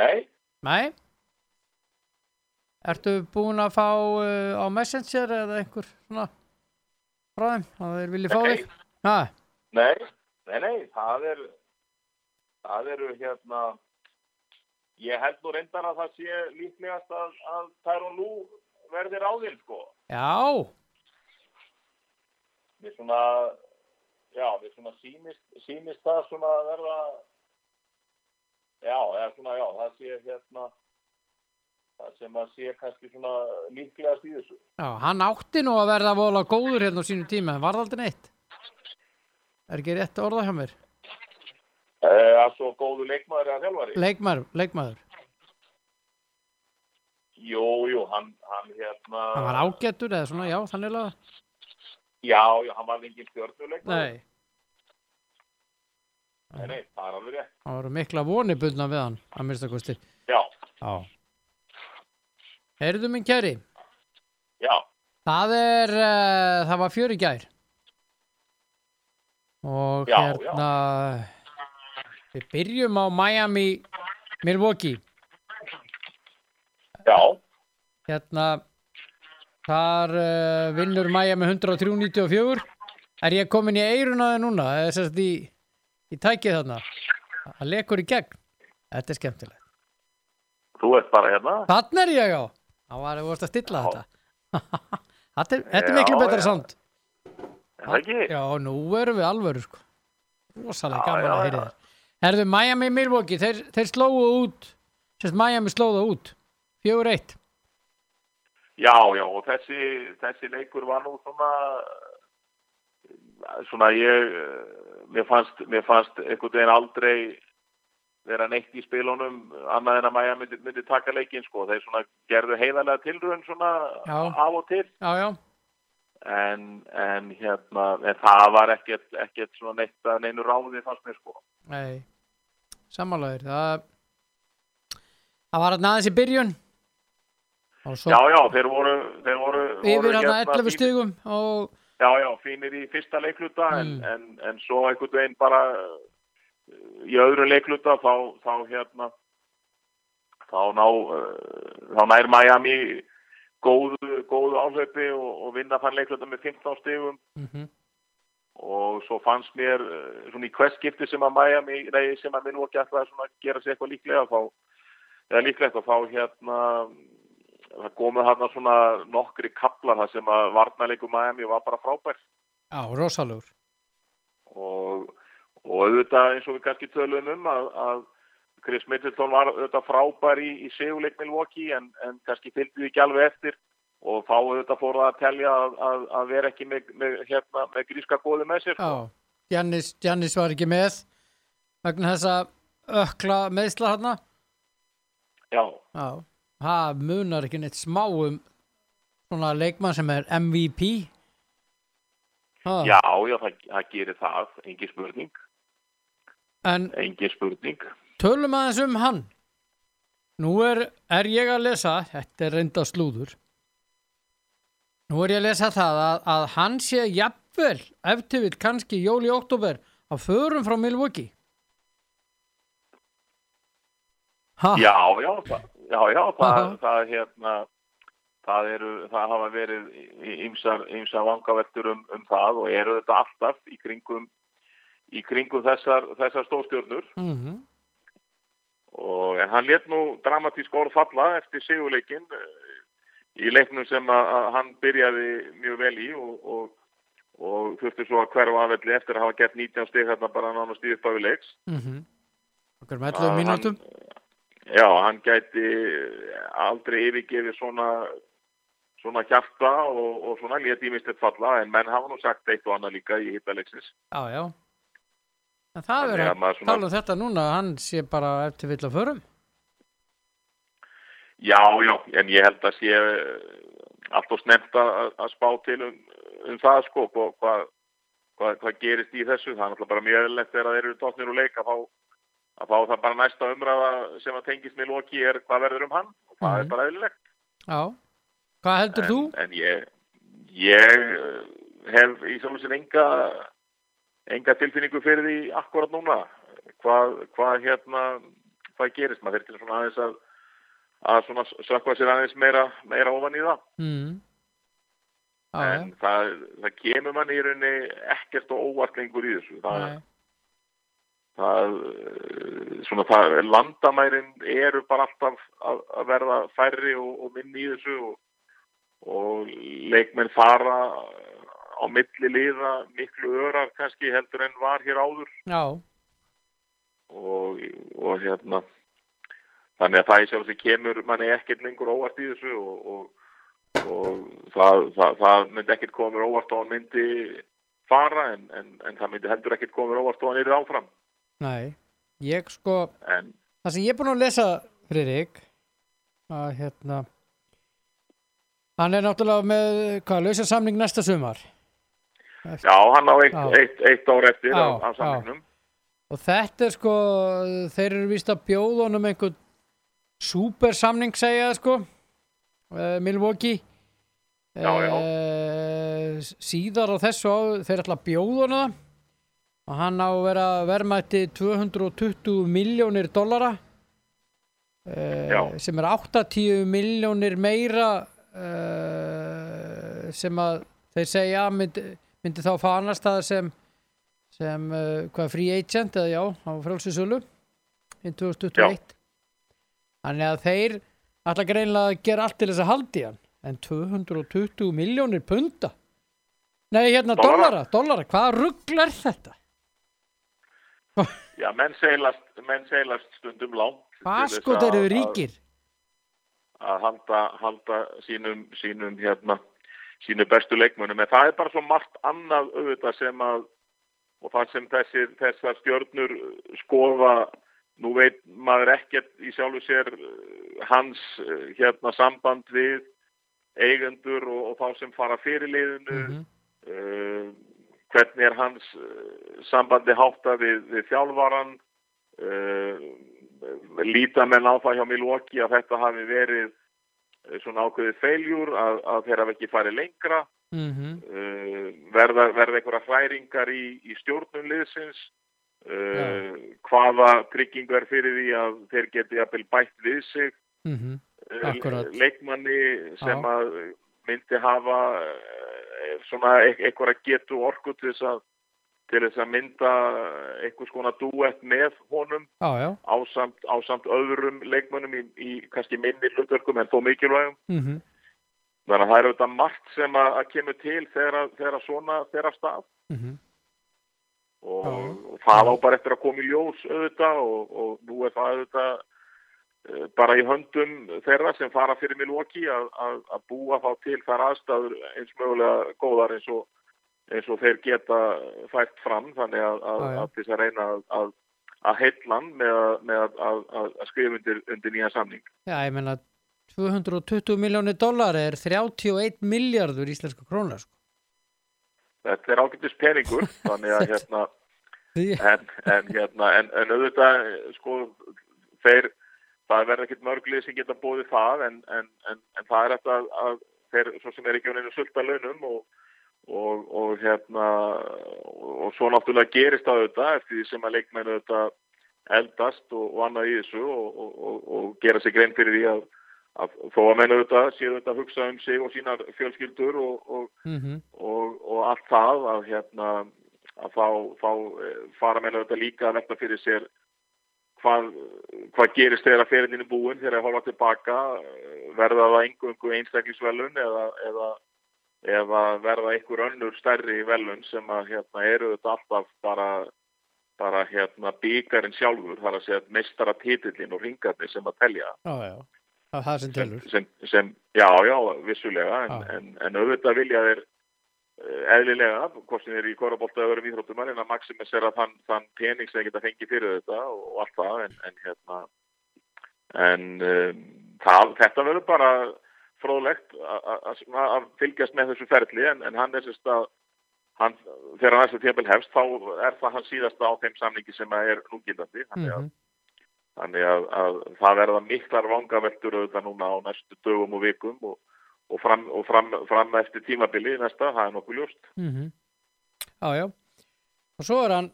[SPEAKER 4] Nei,
[SPEAKER 1] Nei Ertu búin að fá uh, á Messenger eða einhver svona frá þeim að þeir vilji fá
[SPEAKER 4] Nei.
[SPEAKER 1] þig? Ha,
[SPEAKER 4] nei, nei, nei, það er, það eru hérna, ég held nú reyndar að það sé líklegast að, að Tyrone Lú verði ráðinn, sko.
[SPEAKER 1] já,
[SPEAKER 4] Við svona, já, við svona sýnist, sýnist það svona að verða, já, eða svona, já, það sé hérna, það sem að sé kannski svona líklegast í þessu.
[SPEAKER 1] já, hann átti nú að verða vola góður hérna á sínu tíma en varð aldrei neitt. Er ekki rétt orða hjá mér?
[SPEAKER 4] Eh, að svo góðu leikmaður eða þjálfari?
[SPEAKER 1] Leikmaður, leikmaður.
[SPEAKER 4] Jú, jú, hann, hann hérna...
[SPEAKER 1] Hann var ágættur eða svona, já, þannig laga.
[SPEAKER 4] Já, já, hann var engin stjórnuleik.
[SPEAKER 1] Nei,
[SPEAKER 4] Nei, nei, það er alveg rétt.
[SPEAKER 1] hann var mikla voni bundna við hann, að minnstakosti.
[SPEAKER 4] Já,
[SPEAKER 1] Já. Heyrðu minn kæri,
[SPEAKER 4] já,
[SPEAKER 1] Það er, uh, það var fjör í gær og
[SPEAKER 4] Já,
[SPEAKER 1] hérna við byrjum á Miami Milwaukee
[SPEAKER 4] já,
[SPEAKER 1] hérna þar uh, vinnur Miami 103.94 er ég komin í eiruna það núna eða sérst í, í tækið þarna það lekur í gegn þetta er skemmtilegt
[SPEAKER 4] þú ert bara hérna.
[SPEAKER 1] þannig er ég á það var að vorst að stilla
[SPEAKER 4] Já.
[SPEAKER 1] þetta þetta er, þetta er
[SPEAKER 4] Já,
[SPEAKER 1] miklu
[SPEAKER 4] já.
[SPEAKER 1] betra samt
[SPEAKER 4] Er það ekki?
[SPEAKER 1] Já, nú erum við alvöru sko Rósalega
[SPEAKER 4] Já,
[SPEAKER 1] gaman
[SPEAKER 4] já,
[SPEAKER 1] að
[SPEAKER 4] já.
[SPEAKER 1] heyra þér Herðu, Miami Milwaukee, þeir, þeir slóðu út, sérst Miami slóðu út, 4-1.
[SPEAKER 4] Já, já, og þessi, þessi leikur var nú svona, eh, svona ég, eh, mér fannst, mér fannst einhvern veginn aldrei vera neitt í spilunum annað en að Maja myndi, myndi taka leikinn sko, þeir svona gerðu heiðarlega tilröðun svona
[SPEAKER 1] Já.
[SPEAKER 4] af og til
[SPEAKER 1] Já, já,
[SPEAKER 4] en, en hérna, en það var ekkert, ekkert svona neitt að neinu ráði fannst mér sko.
[SPEAKER 1] nei, sammálaður, það, það var hann aðeins í byrjun. Og svo
[SPEAKER 4] Já, já, þeir voru, þeir voru, voru
[SPEAKER 1] yfir hann að
[SPEAKER 4] hérna
[SPEAKER 1] 11
[SPEAKER 4] fínir-
[SPEAKER 1] stugum og
[SPEAKER 4] Já, já, fínir í fyrsta leikluta en,
[SPEAKER 1] Mm.
[SPEAKER 4] en, en svo einhvern veginn bara eh, í öðru leikluta þá, þá hérna þá, ná, eh, þá nær Miami góðu, góðu áhlaupi og, og vinna þann leikluta með 15 stigum
[SPEAKER 1] mm -hmm.
[SPEAKER 4] og svo fannst mér eh, svona í hvers skipti sem að Miami nei, sem að Milwaukee ætlaði svona að gera sér eitthvað líklega þá, eða líklegt og þá hérna það komu þarna svona nokkri kaplar þar sem að varnaleiku Miami var bara frábær
[SPEAKER 1] já, rosalur.
[SPEAKER 4] og, og auðvitað eins og við kannski töluðum um að, að Chris Middleton var auðvitað frábær í, í seguleik Milwaukee en, en kannski fylgdi því ekki alveg eftir og þá auðvitað fór það að telja að, að, að vera ekki með, með, hérna, með gríska góði með sér.
[SPEAKER 1] Já, Jannis, Jannis var ekki með vegna þess að ökla meðsla hann
[SPEAKER 4] Já,
[SPEAKER 1] Já, það munar ekki neitt smá um svona leikmann sem er MVP ha.
[SPEAKER 4] já, já það, það gerir það, engin spurning,
[SPEAKER 1] En
[SPEAKER 4] engin spurning.
[SPEAKER 1] tölum aðeins um hann Nú er, er ég að lesa þetta er reynda slúður Nú er ég að lesa það að, að hann sé jafnvel ef til vill kannski í jól í oktober á förum frá Milwaukee Ha,
[SPEAKER 4] Já, já, það- já, já,
[SPEAKER 1] Ah. Aha.
[SPEAKER 4] það, það hérna, það eru, það hafa verið ymsar, ymsar vangaveltur um, um það og eru þetta alltaf í kringum, í kringum þessar, þessar stórstjörnur
[SPEAKER 1] mhm
[SPEAKER 4] og en hann let nú dramatísk orð falla eftir siguleikinn í leiknum sem að, að hann byrjaði mjög vel í og, og, og þurfti svo að hverfa aðvelli eftir að hafa gert 19 stig hérna bara nánast í upphafi leiks
[SPEAKER 1] Mhm. Okkur með
[SPEAKER 4] Að
[SPEAKER 1] 11 mínútum
[SPEAKER 4] hann- Já, hann gæti eh, aldrei yfirgefið svona svona hjarta og, og svona létt ímyndstætt falla en menn hafa nú sagt eitt og annað líka í hittalegsins.
[SPEAKER 1] Já, já En það
[SPEAKER 4] Þannig
[SPEAKER 1] er
[SPEAKER 4] að maður
[SPEAKER 1] að
[SPEAKER 4] svona-
[SPEAKER 1] tala um þetta núna að hann sé bara eftir vill að förum
[SPEAKER 4] Já, já, en ég held að sé eh, allt og snemt að, að spá til um, um það sko og hvað hva, hva gerist í þessu. Það er náttúrulega bara mjög eðlilegt þegar þeir eru tóknir úr leik að fá, að fá það bara næsta umræða sem að tengist með loki er hvað verður um hann og það
[SPEAKER 1] Mhm.
[SPEAKER 4] er bara eðlilegt.
[SPEAKER 1] Já Hvað heldur þú?
[SPEAKER 4] en, en ég, ég eh, hef í sjálfum sér enga, enga tilfinningu fyrir því akkurat núna. Hvað, hvað hérna, hvað gerist? Maður þurftir svona aðeins að, að svona sökva sér aðeins meira, meira ofan í það.
[SPEAKER 1] Mm. Já,
[SPEAKER 4] en það, það kemur manni í rauninni ekkert og óvart lengur í
[SPEAKER 1] já
[SPEAKER 4] þessu. Það,
[SPEAKER 1] Nei.
[SPEAKER 4] það, eh, svona það, landamærin eru bara alltaf að, að verða færri og, og minni í þessu og, og leikmenn fara á milli liða miklu örar kannski heldur en var hér áður
[SPEAKER 1] Já,
[SPEAKER 4] og, og hérna þannig að það í sjálf sem kemur manni ekkert lengur óvart í þessu og, og, og það, það, það myndi ekkert koma mér óvart og hann myndi fara en, en, en það myndi heldur ekkert koma mér óvart og hann yrði áfram
[SPEAKER 1] nei Ég sko,
[SPEAKER 4] en
[SPEAKER 1] það sem ég er búin að lesa Friðrik að hérna hann er náttúrulega með hvað, lausa samning næsta sumar
[SPEAKER 4] Já, hann á eitt,
[SPEAKER 1] Já.
[SPEAKER 4] eitt, eitt ár eftir
[SPEAKER 1] Já,
[SPEAKER 4] af, af samningnum.
[SPEAKER 1] Og þetta er sko, þeir eru víst að bjóða honum einhvern súper samning segja það sko, uh, Milwaukee.
[SPEAKER 4] Já, já.
[SPEAKER 1] Eh, síðar á þessu á, þeir ætla að bjóða honum það og hann á að vera verðmætti 220 miljónir dollara Eh,
[SPEAKER 4] Já.
[SPEAKER 1] sem er 80 miljónir meira uh, sem að þeir segja myndi, myndi þá fá annar stað sem sem uh, hvað free agent eða já á frálsinsölu í 2021 þannig að þeir alltaf greinlega að gera allt til þess að haldi hann en 220 miljónir punda nei hérna dollara,
[SPEAKER 4] Dollara.
[SPEAKER 1] dollara, hvaða rugl er þetta
[SPEAKER 4] Já, menn seilast, menn seilast stundum langt. til þess
[SPEAKER 1] Baskot sko eru
[SPEAKER 4] að-
[SPEAKER 1] ríkir.
[SPEAKER 4] Að, að halda, halda sínum, sínum, hérna, sínum bestu leikmönnum. En það er bara svo margt annað auðvitað sem að, og það sem þessir, þessar stjörnur uh, skoða, nú veit maður ekkert í sjálfu sér uh, hans uh, hérna samband við eigendur og, og þá sem fara fyrir liðinu,
[SPEAKER 1] Mhm.
[SPEAKER 4] uh, hvernig er hans uh, sambandi hátta við, við þjálfvaran uh, líta menn á það hjá Milwaukee að þetta hafi verið eh, svona ákveðið feiljúr að, að þeir hafi ekki farið lengra
[SPEAKER 1] Mhm.
[SPEAKER 4] uh, verða, verða einhverja hræringar í, í stjórnum liðsins uh, hvaða tryggingu er fyrir því að þeir geti jafnvel bætt við sig
[SPEAKER 1] Mhm.
[SPEAKER 4] eh,
[SPEAKER 1] Akkúrat.
[SPEAKER 4] leikmanni sem
[SPEAKER 1] Já.
[SPEAKER 4] að myndi hafa eh, svona e- einhverja getu og orku til þess að til þess að mynda einhvers konar duett með honum
[SPEAKER 1] Já, já.
[SPEAKER 4] ásamt, ásamt öðrum leikmönnum í, í kannski minni hlutverkum en þó mikilvægum.
[SPEAKER 1] Mhm.
[SPEAKER 4] Þannig að það er auðvitað margt sem að, að kemur til þegar, að- þegar að svona þegar af stað
[SPEAKER 1] Mhm.
[SPEAKER 4] og,
[SPEAKER 1] Já.
[SPEAKER 4] og það á bara eftir að koma í ljós auðvitað og, og nú er það auðvitað eh, bara í höndum þeirra sem fara fyrir Milwaukee að, að, að búa þá til þar aðstæður eins mögulega góðar eins og, eins og þeir geta fært fram þannig að, að,
[SPEAKER 1] Já, já.
[SPEAKER 4] að til þess að reyna að, að, að heillan með, að- með að, að, að, að skrifa undir, undir nýja samning.
[SPEAKER 1] Já, ég meina 220 miljónir dólar er 31 miljardur íslenska krónar sko.
[SPEAKER 4] Þetta er ágættis peningur þannig að hérna
[SPEAKER 1] Því-
[SPEAKER 4] en, en, hérna, en, en auðvitað sko, þeir það verða ekkert mörglið sem geta bóðið það en, en, en, en það er þetta að, að þeir svo sem er ekki á neinu sulta launum og, og, og hérna og svo náttúrulega gerist það auðvitað eftir því sem að leikmenn auðvitað eldast og, og annað í þessu og, og, og, og gera sig grein fyrir því að, að þó að menn auðvitað séu auðvitað að hugsa um sig og sínar fjölskyldur og, og,
[SPEAKER 1] Mhm.
[SPEAKER 4] og, og allt það að hérna að þá, þá eh, fara meina auðvitað líka að velta fyrir sér hvað, hvað gerist þegar að ferðinu búin þegar að horfa tilbaka eh, verða það einhverjum einstaklisvelun eða, eða, eða verða einhver önnur stærri velun sem að hérna eru þetta alltaf bara bara hérna byggarinn sjálfur þar að segja mestara titillin og ringarnir sem að telja
[SPEAKER 1] Já, já. Það er það sem
[SPEAKER 4] sem,
[SPEAKER 1] tölur.
[SPEAKER 4] sem, sem, já, já, vissulega en,
[SPEAKER 1] Já.
[SPEAKER 4] en, en auðvitað vilja þeir eh, eðlilega, hvort sem þeir eru í korabólta eða öðrum íþróttumar, en að maximisera þann, þann pening sem þeir geta fengið fyrir þetta og, og allt það, en, en hérna en um, það, þetta verður bara fróðlegt a- a- a- svona að fylgjast með þessu ferli en, en hann er sérst að hann, þegar næsta tímpil hefst þá er það hann síðasta á þeim samningi sem að er núgildandi, þannig að
[SPEAKER 1] Mhm.
[SPEAKER 4] Þannig að, að það verða miklar vangaveltur auðvitað núna á næstu dögum og vikum og, og, fram, og fram, fram eftir tímabilið næsta, það er nokkuð ljóst.
[SPEAKER 1] Mhm. Já, já. Og svo er hann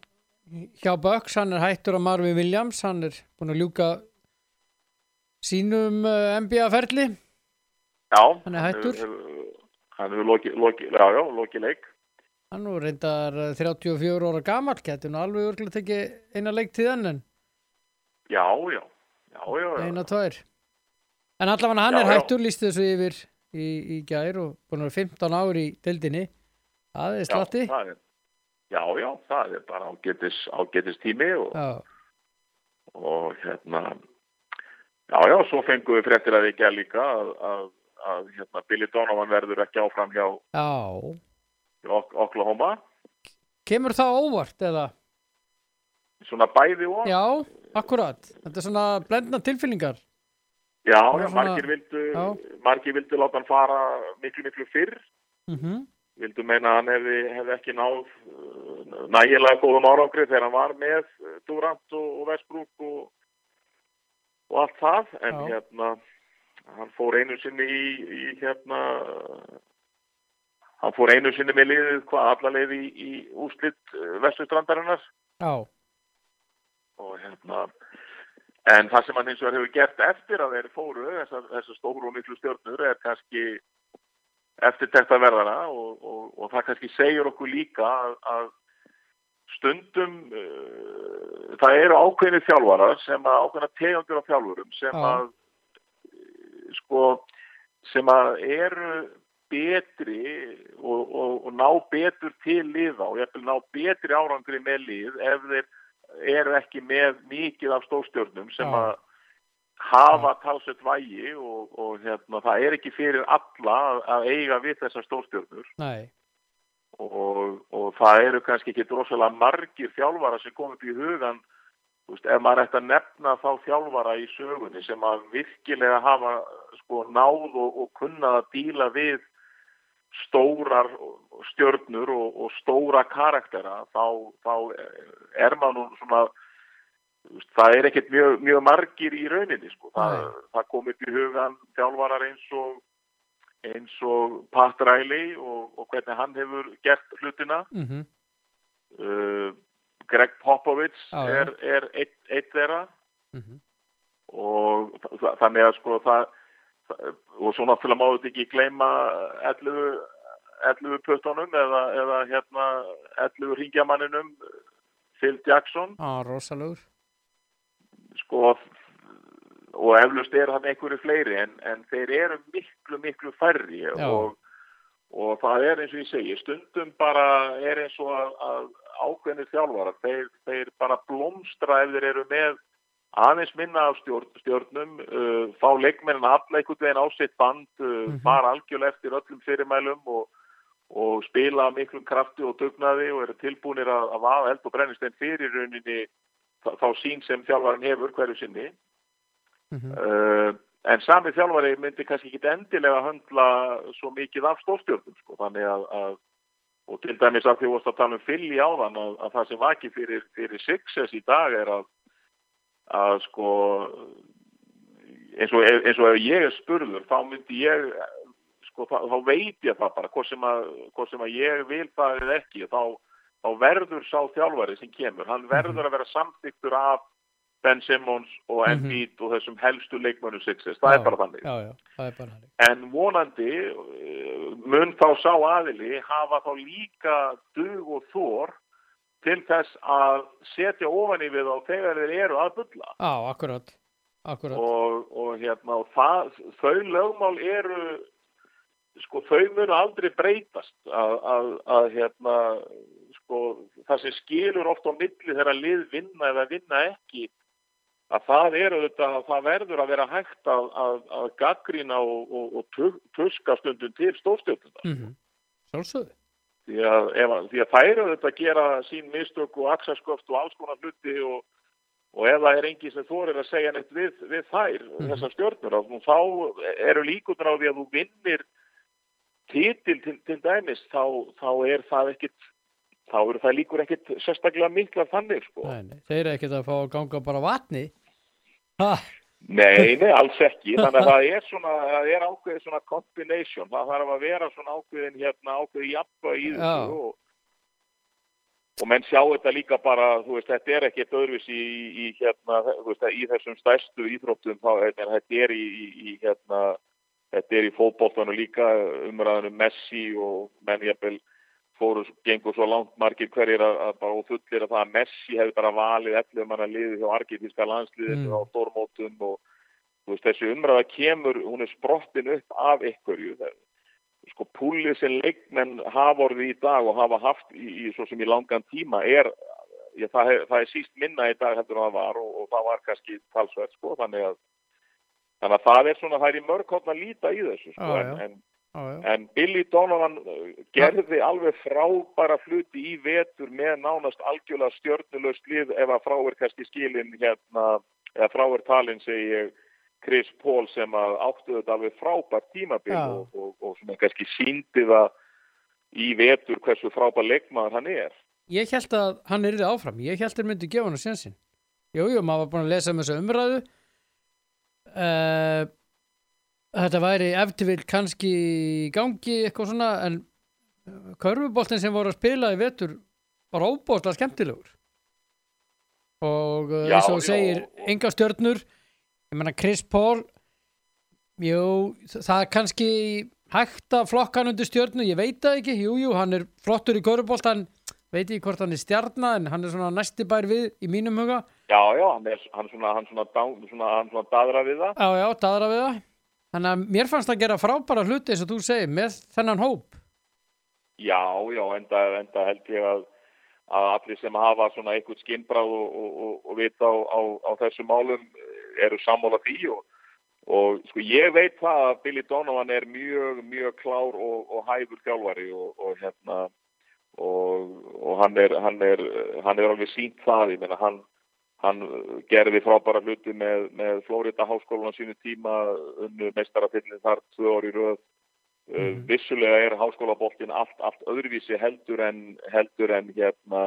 [SPEAKER 1] hjá Bucks, hann er hættur að Marvin Williams, hann er búin að ljúka sínum uh, NBA-ferli.
[SPEAKER 4] Já,
[SPEAKER 1] Hann er hættur.
[SPEAKER 4] hefur- hefur- Hann hefur lokið loki, já, já, lokið leik.
[SPEAKER 1] Hann nú reyndar eh, 34 ára gamall, getur nú alveg örglega tekið eina leik til þann en
[SPEAKER 4] Já, já, já, já, já.
[SPEAKER 1] eina tvær. En allavega hann
[SPEAKER 4] Já,
[SPEAKER 1] er
[SPEAKER 4] já.
[SPEAKER 1] hættur, líst þessu yfir í, í gær og búin að vera 15 ári í deildinni. Það er slatti.
[SPEAKER 4] Já, það er- já, já, það er bara ágetis, ágetis tími og,
[SPEAKER 1] Já,
[SPEAKER 4] og hérna já, já, svo fengum við fréttir að ekki að líka að, að, að hérna, Billy Donovan verður ekki áfram hjá
[SPEAKER 1] já.
[SPEAKER 4] hjá Ok- Oklahoma.
[SPEAKER 1] Kemur það óvart eða?
[SPEAKER 4] Svona bæði og
[SPEAKER 1] Já, akkurat. Þetta er svona blendna tilfyllingar.
[SPEAKER 4] Já,
[SPEAKER 1] Bara
[SPEAKER 4] já,
[SPEAKER 1] svona-
[SPEAKER 4] margir vildu,
[SPEAKER 1] já.
[SPEAKER 4] margir vildu láta hann fara miklu, miklu fyrr.
[SPEAKER 1] Mhm.
[SPEAKER 4] Vildu meina að hann hefði, hefði ekki náð uh, nægilega góðum árangri þegar hann var með uh, Durant og, og Vestbrúk og, og allt það. En
[SPEAKER 1] Já.
[SPEAKER 4] hérna, hann fór einu sinni í, í hérna, uh, hann fór einu sinni með liðið, hvað, alla liði í, í uh, úslitt Vestustrandarinnar
[SPEAKER 1] Já,
[SPEAKER 4] og hérna en það sem hann hins vegar hefur gert eftir að þeir fóru þessar, þessar stóru og miklu stjórnur er kannski eftir þetta verðana og, og, og það kannski segir okkur líka að, að stundum uh, það eru ákveðinir þjálfarar sem að ákveðina tegandur af þjálfurum sem
[SPEAKER 1] Já.
[SPEAKER 4] að eh, sko sem að eru betri og, og, og ná betur til liða og ég vil ná betri árangri með lið ef þeir eru ekki með mikið af stórstjörnum sem
[SPEAKER 1] Já.
[SPEAKER 4] að hafa talsett vægi og, og hérna, það er ekki fyrir alla að, að eiga við þessar stórstjörnur
[SPEAKER 1] Nei,
[SPEAKER 4] og, og það eru kannski ekki drosalega margir þjálfara sem kom upp í hugan þú veist, ef maður ætti að nefna þá þjálfara í sögunni sem að virkilega hafa sko náð og, og kunnað að díla við stórar stjörnur og, og stóra karaktera þá, þá er maður nú svona þú veist, það er ekkert mjög, mjög margir í rauninni sko. það,
[SPEAKER 1] Nei.
[SPEAKER 4] það kom upp í hugan þjálfarar eins og eins og Pat Riley og, og hvernig hann hefur gert hlutina.
[SPEAKER 1] mm -hmm.
[SPEAKER 4] Uh, Greg Popovich
[SPEAKER 1] Já, já.
[SPEAKER 4] er, er eitt, eitt þeirra
[SPEAKER 1] Mhm.
[SPEAKER 4] og þa- þa- þannig að sko það það- og svo náttúrulega má þetta ekki gleyma 11 11 puttunum eða, eða hérna 11 ringjamanninum Phil Jackson
[SPEAKER 1] á, rosalugur
[SPEAKER 4] sko og eflust er hann einhverju fleiri en, en þeir eru miklu, miklu færri
[SPEAKER 1] Já.
[SPEAKER 4] og, og það er eins og ég segi, stundum bara er eins og að, að ákveðnir þjálfarar, þeir, þeir bara blómstra ef þeir eru með aðeins minna af stjórn, stjórnum uh, fá leikmennin alla einhvern veginn á sitt band, uh,
[SPEAKER 1] Mhm.
[SPEAKER 4] fara algjörlega eftir öllum fyrirmælum og, og spila af miklum krafti og dugnaði og eru tilbúinir að, að vaða eld og brennistein fyrir rauninni þá- þá sín sem þjálfarin hefur hverju sinni
[SPEAKER 1] Mhm.
[SPEAKER 4] uh, en sami þjálfari myndi kannski ekki endilega höndla svo mikið af stórstjörnum sko, þannig að, að og til dæmis að því vorst að tala um fylli á þann að, að það sem vaki fyrir, fyrir success í dag er að að sko eins og, eins og ef ég er spurður þá myndi ég sko, þá, þá veit ég það bara hvort sem, að, hvort sem að ég vil það eða ekki þá, þá verður sá þjálfari sem kemur hann verður að vera samþyktur af Ben Simmons og
[SPEAKER 1] Mhm.
[SPEAKER 4] Embiid og þessum helstu leikmönnum Sixers, það er bara þannig
[SPEAKER 1] já, já, það er bara þannig
[SPEAKER 4] en vonandi eh, mun þá sá aðili hafa þá líka dug og þór til þess að setja ofan í við þá þegar þeir eru að bulla
[SPEAKER 1] á, akkurat, akkurat.
[SPEAKER 4] og, og hérna og það, þau lögmál eru sko þau munu aldrei breytast að, að, að hérna sko það sem skilur oft á milli þegar lið vinna eða vinna ekki að það eru þetta að það verður að vera hægt að, að, að gaggrina og, og, og tu- tuska stundum til stórstjórnum
[SPEAKER 1] mm -hmm. sjálfsögðu
[SPEAKER 4] því að, ef, að- því að þær eru þetta að gera sín mistök og aksasköft og alls konar hluti og, og ef það er engin sem þorir að segja neitt við, við þær, þessar stjórnur, að nú þá eru líkunar á því að þú vinnir titil til, til dæmis, þá, þá er það ekkit, þá eru það líkur ekkit sérstaklega mikla þannig, sko.
[SPEAKER 1] Nei, nei, þeir eru ekkert að fá að ganga bara á vatni ha,
[SPEAKER 4] Nei, nei, alls ekki. Þannig að það er svona, það er ákveðið svona combination. Það þarf að vera svona ákveðin hérna, ákveðið jafnvæg í
[SPEAKER 1] Já.
[SPEAKER 4] þessu og, og menn sjá þetta líka bara, þú veist, þetta er ekkert öðruvísi í, í hérna, þú veist, í þessum stærstu íþróttum, þá, ég meina, þetta er í, í, í hérna, þetta er í fótboltanum líka, umræðanum Messi og menn jafnvel fóru, gengur svo langt margir hverjir að, að bara ófullir að það að Messi hefði bara valið eftir manna liðið hjá argentinska landsliðinu
[SPEAKER 1] Mm.
[SPEAKER 4] á stórmótum og þú veist, þessi umræða kemur, hún er sprottin upp af einhverju það, sko púlið sem leikmenn hafa orðið í dag og hafa haft í, í svo sem í langan tíma er ég, það, hef, það er síst minna í dag heldur en það var og, og það var kannski talsvert sko, þannig að þannig að það er svona, það er í mörg hótt að líta í þessu sko,
[SPEAKER 1] Já,
[SPEAKER 4] en,
[SPEAKER 1] já.
[SPEAKER 4] en
[SPEAKER 1] á, já.
[SPEAKER 4] En Billy Donovan uh, gerði alveg frábæra fluti í vetur með nánast algjörlega stjörnulegst lið ef að fráver kannski skilin hérna, eða fráver talin segi ég Chris Paul sem að áttu þetta alveg frábært tímabil
[SPEAKER 1] Já.
[SPEAKER 4] og, og, og svona kannski síndi það í vetur hversu frábær leikmaður hann er.
[SPEAKER 1] ég held að hann yrði áfram ég held að myndi gefa hann að sjensin jújú, maður var búin að lesa um þessu umræðu uh, þetta væri ef til vil kannski í gangi eitthvað svona en körfuboltin sem voru að spila í vetur var óbóðslega skemmtilegur og já,
[SPEAKER 4] Já,
[SPEAKER 1] eins og þú
[SPEAKER 4] já,
[SPEAKER 1] segir
[SPEAKER 4] og-
[SPEAKER 1] enga stjörnur ég menna Chris Paul jú, það er kannski hægt að flokka hann undir stjörnu ég veit það ekki, jújú, jú, hann er flottur í körfuboltan, veit ekki hvort hann er stjarna en hann er svona næstibær við í mínum huga,
[SPEAKER 4] Já, já, hann er hann svona, hann svona, dán- svona, hann svona dadra við það.
[SPEAKER 1] já já, daðra við það þannig að mér fannst að gera frábæra hluti eins og þú segir, með þennan hóp
[SPEAKER 4] Já, já, enda, enda held ég að, að allir sem hafa svona einhvern skinnbráð og, og, og, og vita á, á, á þessum málum eru sammála því og, og sko ég veit það að Billy Donovan er mjög, mjög klár og, og hæfur þjálfari og, og hérna og, og hann, er, hann, er, hann er alveg sínt það, ég meina hann Hann gerði frábæra hluti með, með Florida háskólan á sínu tíma, unnu mestarafillin þar tvö orði röð. Mm. Vissulega er háskólaboltin allt, allt öðruvísi heldur en, heldur en hérna,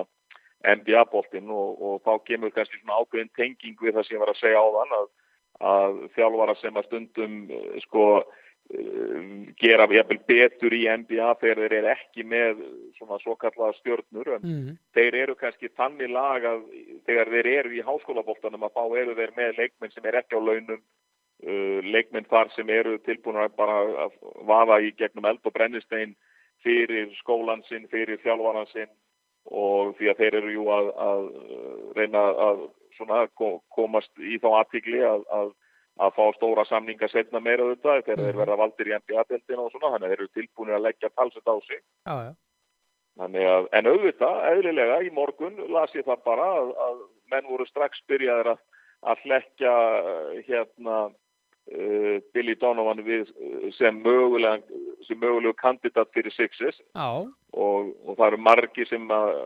[SPEAKER 4] NBA-boltin og, og þá kemur kannski svona ákveðin tenging við það sem ég var að segja á þann að, að þjálfara sem að stundum sko eh, gera jafnvel betur í NBA þegar þeir eru ekki með svona svo kallaða stjórnur en mm.
[SPEAKER 1] Mhm.
[SPEAKER 4] þeir eru kannski tanni lag að þegar þeir eru í háskólaboltanum að þá eru þeir með leikmenn sem er ekki á launum uh, leikmenn þar sem eru tilbúin að bara að vaða í gegnum eld og brennistein fyrir skólansinn, fyrir þjálfanansinn og því að þeir eru jú að, að uh, reyna að svona komast í þá aðtíkli að, að að fá stóra samninga setna meira auðvitað þegar mm. þeir verða valdir í NBA-deltina og svona þannig að þeir eru tilbúinir að leggja talsett á sig
[SPEAKER 1] já, já.
[SPEAKER 4] Að, en auðvitað, eðlilega, í morgun las ég það bara að, að menn voru strax byrjaðir að, að leggja hérna uh, Billy Donovan við, uh, sem möguleg, sem möguleg kandidat fyrir Sixes
[SPEAKER 1] Já,
[SPEAKER 4] og, og það eru margi sem, að,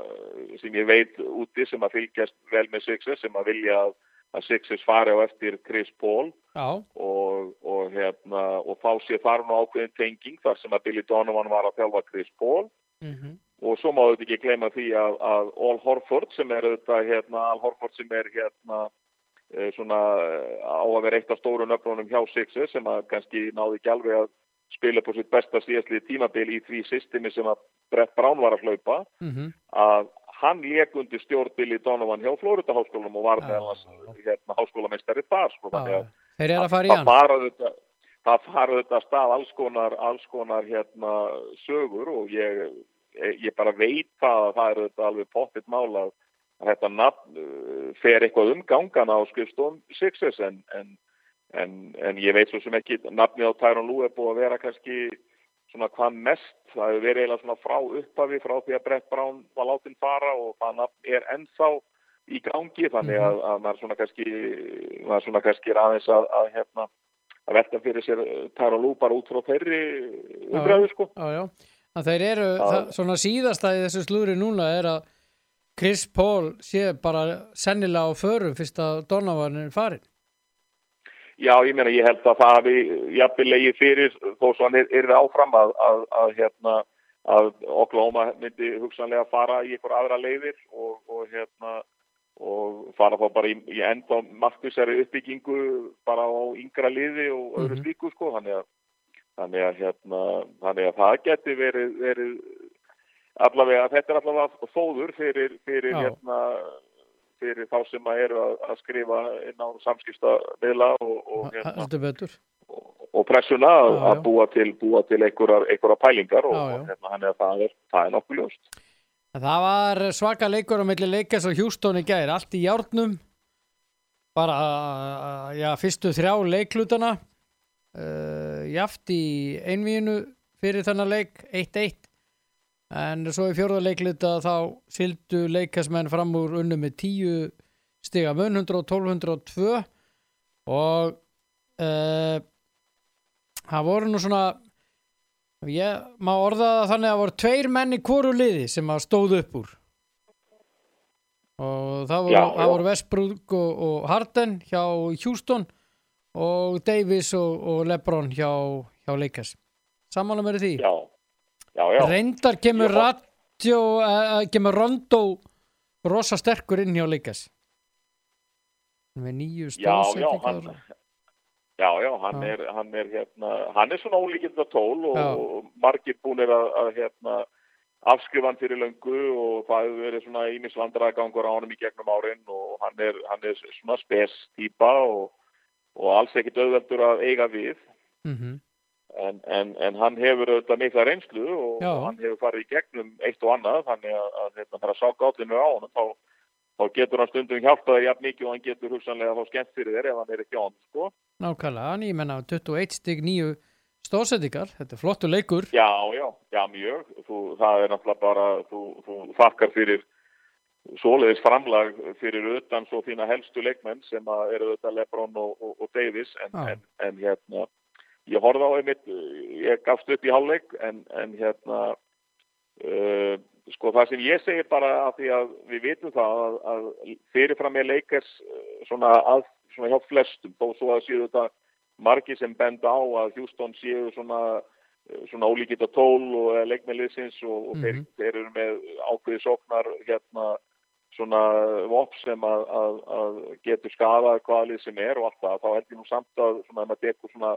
[SPEAKER 4] sem ég veit úti sem að fylgjast vel með Sixes sem að vilja að að Sixers fari á eftir Chris Paul
[SPEAKER 1] já,
[SPEAKER 4] og, og, hérna, og þá sé þar nú ákveðin tenging þar sem að Billy Donovan var að þjálfa Chris Paul
[SPEAKER 1] mhm,
[SPEAKER 4] og svo má þetta ekki gleyma því að, að Al Horford sem er þetta, hérna, Al Horford sem er hérna eh, svona eh, á að vera eitt af stóru nöfnunum hjá Sixers sem að kannski náði ekki alveg að spila på sitt besta síðastlið tímabil í því systemi sem að Brett Brown var að hlaupa
[SPEAKER 1] mhm,
[SPEAKER 4] að hann leik undir stjórn Billy Donovan hjá Florida háskólanum og var
[SPEAKER 1] Já.
[SPEAKER 4] meðal hans hérna, háskólameistari þar
[SPEAKER 1] já,
[SPEAKER 4] sko, þannig
[SPEAKER 1] já.
[SPEAKER 4] að
[SPEAKER 1] Þeir eru að fara í
[SPEAKER 4] það
[SPEAKER 1] hann
[SPEAKER 4] fara þetta það fara þetta af stað alls konar, alls konar hérna, sögur og ég, ég bara veit það að það er þetta alveg pottitt mál að að þetta nafn uh, fer eitthvað um gangana á skrifstofum Sixers en, en, en, en ég veit svo sem ekki nafnið á Tyron Lue er búið að vera kannski svona hvað mest það hefur verið eiginlega svona frá upphafi frá því að Brett Brown var látin fara og það nafn er ennþá í gangi þannig að, að maður svona kannski maður svona kannski er aðeins að, að hérna að velta fyrir sér eh, Tyron Lue bara út frá þeirri umræðu sko
[SPEAKER 1] Já, já, en þeir eru,
[SPEAKER 4] Já.
[SPEAKER 1] það, svona síðasta í þessu slúri núna er að Chris Paul sé bara sennilega á förum fyrst að Donovan er farin
[SPEAKER 4] Já, ég meina, ég held að það hafi jafnvilegi fyrir þó svo hann er, er áfram að, að, að, hérna, að Oklahoma myndi hugsanlega fara í einhver aðra leiðir og, og, hérna, og fara þá bara í, í enda markvisari uppbyggingu bara á yngra liði og öðru
[SPEAKER 1] Mhm.
[SPEAKER 4] slíku sko, þannig að, þannig að, hérna, þannig að það geti verið, verið allavega, þetta er allavega þóður fyrir, fyrir
[SPEAKER 1] Já.
[SPEAKER 4] hérna fyrir þá sem að eru að, að skrifa inn á samskiptaðila og, og,
[SPEAKER 1] Ha-
[SPEAKER 4] hérna,
[SPEAKER 1] heldur betur
[SPEAKER 4] og, og pressuna að,
[SPEAKER 1] Já, já.
[SPEAKER 4] að búa til, búa til einhverjar, einhverjar pælingar og,
[SPEAKER 1] Já, já.
[SPEAKER 4] og hérna, hann er það er, það er nokkuð ljóst.
[SPEAKER 1] En Það var svaka leikur á milli leikas og Hjústóni gæri, allt í járnum bara já, fyrstu þrjá leiklutana uh, jaft í einvíinu fyrir þennan leik 1-1 en svo í fjórða leikluta þá sildu leikasmenn fram úr unnu með 10 stiga mun 11202 og uh, það voru nú svona Ef Ég má orða það þannig að það voru tveir menn í hvoru liði sem að stóðu upp úr og það voru,
[SPEAKER 4] Já,
[SPEAKER 1] það
[SPEAKER 4] já.
[SPEAKER 1] voru Westbrook og, og Harden hjá Houston og Davis og, og Lebron hjá, hjá Lakers Samanlega með því
[SPEAKER 4] Já, já, já.
[SPEAKER 1] Reyndar kemur,
[SPEAKER 4] Ég-
[SPEAKER 1] radio, uh, kemur Rondo rosa sterkur inn hjá Lakers með nýju
[SPEAKER 4] já, já,
[SPEAKER 1] stóðsetningar
[SPEAKER 4] hann, já, já, hann
[SPEAKER 1] Já.
[SPEAKER 4] er, hann er, hérna, hann er svona ólíkinda tól og,
[SPEAKER 1] Já.
[SPEAKER 4] og margir búnir að, að hérna, afskrifan fyrir löngu og það hefur verið svona ímisvandraðgangur á honum í gegnum árin og hann er, hann er svona spes típa og, og alls ekkit auðveldur að eiga við
[SPEAKER 1] Mhm.
[SPEAKER 4] en, en, en hann hefur auðvitað mikla reynslu og
[SPEAKER 1] Já.
[SPEAKER 4] hann hefur farið í gegnum eitt og annað þannig að, að hérna, það er að sá gátlinu á hann þá, þá getur hann stundum hjálpað þér jafn mikið og hann getur hugsanlega þá skemmt fyrir þér ef hann er ekki á hann sko.
[SPEAKER 1] Nákvæmlega, en ég menna 21 stig nýju stóðsetningar þetta er flottu leikur
[SPEAKER 4] Já, já, já mjög þú, það er náttúrulega bara þú, þú þakkar fyrir svoleiðis framlag fyrir utan svo þína helstu leikmenn sem að eru auðvitað Lebron og, og, og Davis en,
[SPEAKER 1] Já.
[SPEAKER 4] en, en hérna ég horfði á einmitt, ég gafst upp í hálfleik en, en hérna uh, sko það sem ég segi bara að því að við vitum það að, að fyrirfram er leikers eh, svona, að, svona hjá flestum þó svo að séu þetta margir sem benda á að Houston séu svona eh, svona ólíkitt að tól og leikmæliðsins og, og
[SPEAKER 1] Mhm.
[SPEAKER 4] þeir, þeir eru með ákveði sóknar hérna svona vops sem að, að, að getur skadað hvaða lið sem er og allt það, þá held ég nú samt að svona, ef maður dekur svona,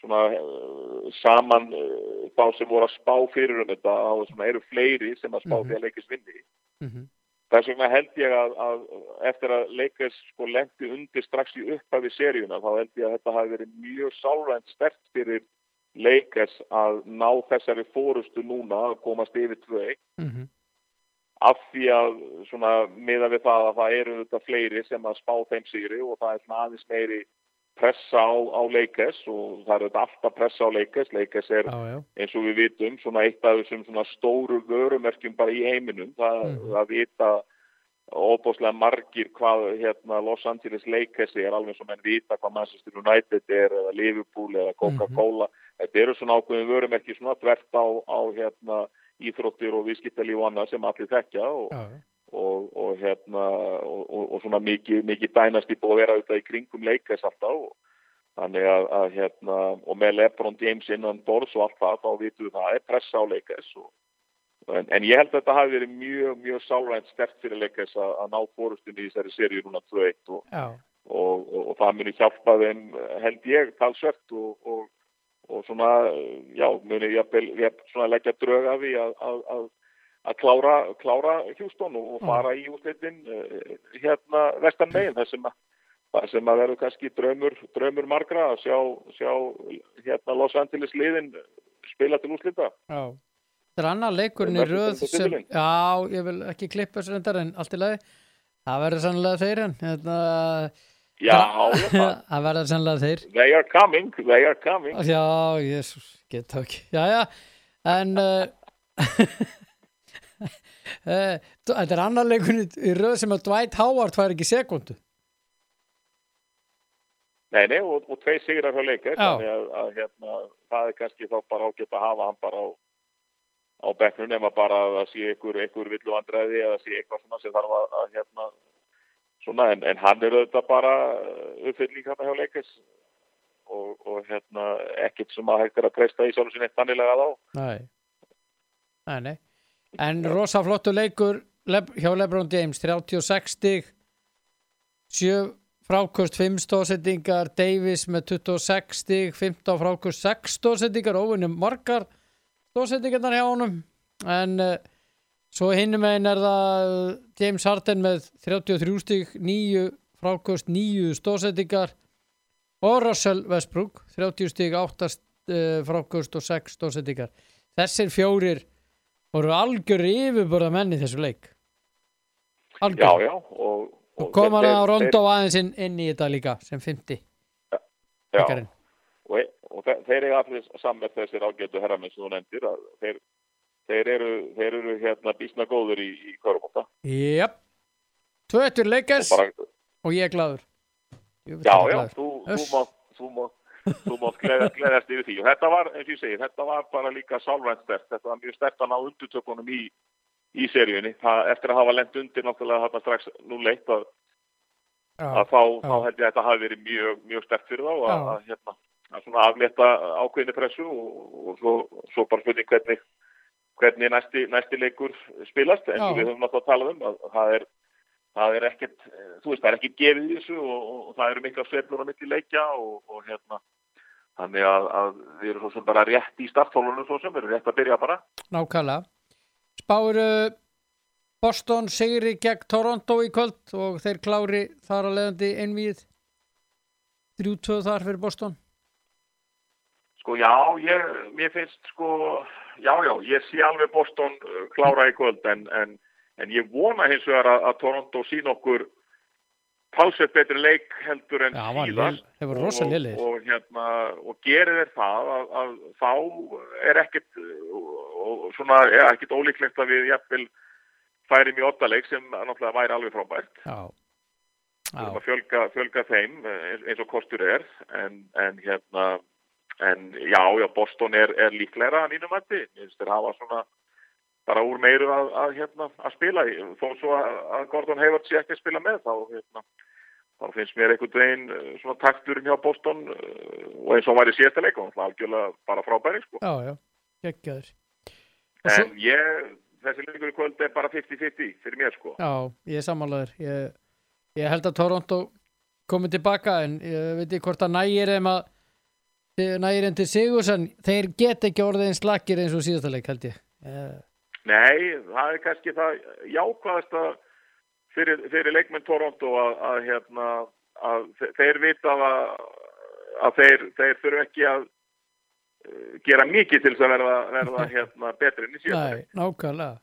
[SPEAKER 4] svona uh, saman uh, þá sem voru að spá fyrir um þetta þá svona, eru fleiri sem að spá
[SPEAKER 1] Mhm.
[SPEAKER 4] því að leikist vinni
[SPEAKER 1] Mhm.
[SPEAKER 4] þess vegna held ég að, að eftir að leikast sko lendi undir strax í upphafi seríuna þá held ég að þetta hafi verið mjög sálrænt stert fyrir leikast að ná þessari fórustu núna að komast yfir 2-1
[SPEAKER 1] Mhm.
[SPEAKER 4] af því að svona miða við það að það eru þetta fleiri sem að spá þeim sigri og það er svona aðeins meiri pressa á, á leikes og það eru þetta alltaf pressa á leikes leikes er
[SPEAKER 1] Já, já.
[SPEAKER 4] eins og við vitum svona eitt af þessum svona stóru vörumerkjum bara í heiminum það,
[SPEAKER 1] Mhm.
[SPEAKER 4] það vita óbúslega margir hvað hérna Los Angeles Lakers er alveg eins og menn vita hvað Manchester United er eða Liverpool eða Coca-Cola þetta eru svona ákveðin vörumerki svona tvert á, á hérna íþróttir og viðskiptalíf og annað sem allir þekkja og,
[SPEAKER 1] Já, já.
[SPEAKER 4] og, og hérna og, og, og svona mikið, mikið dænast í búið að vera auðvitað í kringum leikas alltaf og þannig að, að hérna og með Lebron James innan Dors og allt það þá vitum við það er pressa á leikas og, en, en ég held að þetta hafi verið mjög, mjög sálrænt stert fyrir leikas að, að ná fórustinni í þessari seríu núna 2-1 og,
[SPEAKER 1] Já,
[SPEAKER 4] og, og, og það muni hjálpa þeim eh, held ég talsvert og, og, og svona, eh, já, muni ég, ég svona leggja drög af því að, að, að, að klára, klára Hjústón og, og
[SPEAKER 1] Já.
[SPEAKER 4] fara í útleitin hérna vestan megin þar sem að þar sem að verður kannski draumur, draumur margra að sjá, sjá hérna Los Angeles liðin spila til úslita.
[SPEAKER 1] já. Það er annar leikurinn í
[SPEAKER 4] Verður
[SPEAKER 1] röð
[SPEAKER 4] þetta
[SPEAKER 1] sem,
[SPEAKER 4] titilinn?
[SPEAKER 1] já, ég vil ekki klippa þessu reyndar en allt í lagi. Það verður sannlega þeir en, hérna,
[SPEAKER 4] Já, já, það-
[SPEAKER 1] það verður sannlega þeir.
[SPEAKER 4] they are coming, they are coming.
[SPEAKER 1] Já, jésús, get það ekki. Já, já, en uh, uh, þetta er annar leikunni í röð sem að Dwight Howard fær ekki sekundu.
[SPEAKER 4] Nei, nei, og, og tvei sigrar hjá leik,
[SPEAKER 1] Já.
[SPEAKER 4] þannig að, að hérna, það er kannski þá bara ágætt að hafa hann bara á, á bekknum nema bara að það sé ykkur, ykkur villu vandræði eða sé eitthvað svona sem þarf að, að hérna, svona, en, en hann er auðvitað bara eh, uppfylling hann hjá leikis og, og hérna, ekkert sem að hægt er að kreista í sjálfum sinni tannilega þá.
[SPEAKER 1] Nei, nei, nei. En rosa flottu leikur Leb hjá Lebron James, 36 stig, 7 frákust, 5 stóðsendingar, Davis með 26 stig, 15 frákust, 6 stóðsendingar, óvinnum margar stóðsendingarnar hjá honum. En uh, svo hinnum einn er það eh, James Harden með 33 stig, 9 frákust, 9 stóðsendingar og Russell Westbrook 30 stík, 8 st- eh, frákust og 6 stóðsendingar þessir fjórir voru algjör yfirbörða menni þessu leik
[SPEAKER 4] Já,
[SPEAKER 1] algjör
[SPEAKER 4] já, og,
[SPEAKER 1] og kom hann
[SPEAKER 4] þeir-
[SPEAKER 1] á
[SPEAKER 4] þeir-
[SPEAKER 1] Rondo aðeins inn, inn í þetta líka sem 50
[SPEAKER 4] Já.
[SPEAKER 1] leikarinn
[SPEAKER 4] og, e- og þe þeir eru allir samverð þessir ágætu herramenn sem þú nefndir að þeir, þeir eru, þeir eru hérna bísna góður í, í Körbóta
[SPEAKER 1] Jöp, 21 leikers
[SPEAKER 4] og
[SPEAKER 1] og,
[SPEAKER 4] bara,
[SPEAKER 1] ég er gladur Jú,
[SPEAKER 4] já,
[SPEAKER 1] þetta er
[SPEAKER 4] já,
[SPEAKER 1] glaður.
[SPEAKER 4] þú, þú
[SPEAKER 1] Uss.
[SPEAKER 4] mátt þú mátt þú mátt gleðast, gleðast yfir því og þetta var, eins og ég segi, þetta var bara líka sálvænt stert, þetta var mjög stert að ná undutökunum í, í seríunni það, eftir að hafa lent undir náttúrulega þarna strax núleitt að,
[SPEAKER 1] Já,
[SPEAKER 4] að þá,
[SPEAKER 1] já.
[SPEAKER 4] þá held ég að þetta hafi verið mjög, mjög stert fyrir þá að,
[SPEAKER 1] Já.
[SPEAKER 4] að, hérna, að svona aflétta ákveðinni pressu og, og svo, svo bara spurning hvernig hvernig næsti, næsti leikur spilast en
[SPEAKER 1] Já.
[SPEAKER 4] við höfum náttúrulega talað um að það er, það er ekkert eh, þú veist, það er ekkert gefið í þessu og, og, og það eru mikla sveiflur á mitt í leikja og, og hérna Þannig að, að við erum svo sem bara rétt í startfólunum svo sem, við erum rétt að byrja bara.
[SPEAKER 1] nákvæmlega spáir Boston sigri gegn Toronto í kvöld og þeir klári þar að leiðandi einvíð 3-2 þar fyrir Boston
[SPEAKER 4] Sko já, ég, mér finnst sko, já, já, ég sé alveg Boston uh, klára í kvöld en, en, en ég vona hins vegar að, að Toronto sín okkur talsett betri leik heldur en
[SPEAKER 1] Já, hann var
[SPEAKER 4] síðast
[SPEAKER 1] lél- þeir voru rosa
[SPEAKER 4] Og-
[SPEAKER 1] lélegir.
[SPEAKER 4] og, hérna, og gerir þeir það að, að þá er ekkit uh, og- og svona, er ekkit ólíklegt að við jafnvel færim í ottaleik sem náttúrulega væri alveg frábært.
[SPEAKER 1] Já.
[SPEAKER 4] Við erum
[SPEAKER 1] Já.
[SPEAKER 4] að fjölga, fjölga þeim eh, eins, eins og kostur er en, en hérna en já, já, Boston er, er líklegra að mínum mætti, minnst þeir hafa svona bara úr meiru að, að, hérna, að spila í. þó svo að, að Gordon Hayward sé ekki að spila með þá hérna, þá finnst mér einhvern veginn eh, svona takturinn hjá Boston eh, og eins og hann var í síðasta leik og hann var algjörlega bara frábæri sko.
[SPEAKER 1] Já, já, geggjaður. Og
[SPEAKER 4] en
[SPEAKER 1] svo,
[SPEAKER 4] ég, þessi leikur í kvöld er bara 50-50 fyrir mér sko
[SPEAKER 1] já, ég er sammálaður. Ég, ég held að Toronto komi tilbaka en ég veit ekki hvort að nægir þeim að nægir þeim til Sigurs en þeir get ekki orðið eins slakir eins og síðasta leik held ég. Eh,
[SPEAKER 4] Nei, það er kannski það jákvæðasta fyrir, fyrir leikmenn Toronto að, að, hérna, að þe- þeir vita að, að þeir, þeir þurfa ekki að eh, gera mikið til þess að verða, verða hérna, betri enn í síðan.
[SPEAKER 1] Nei, nákvæmlega.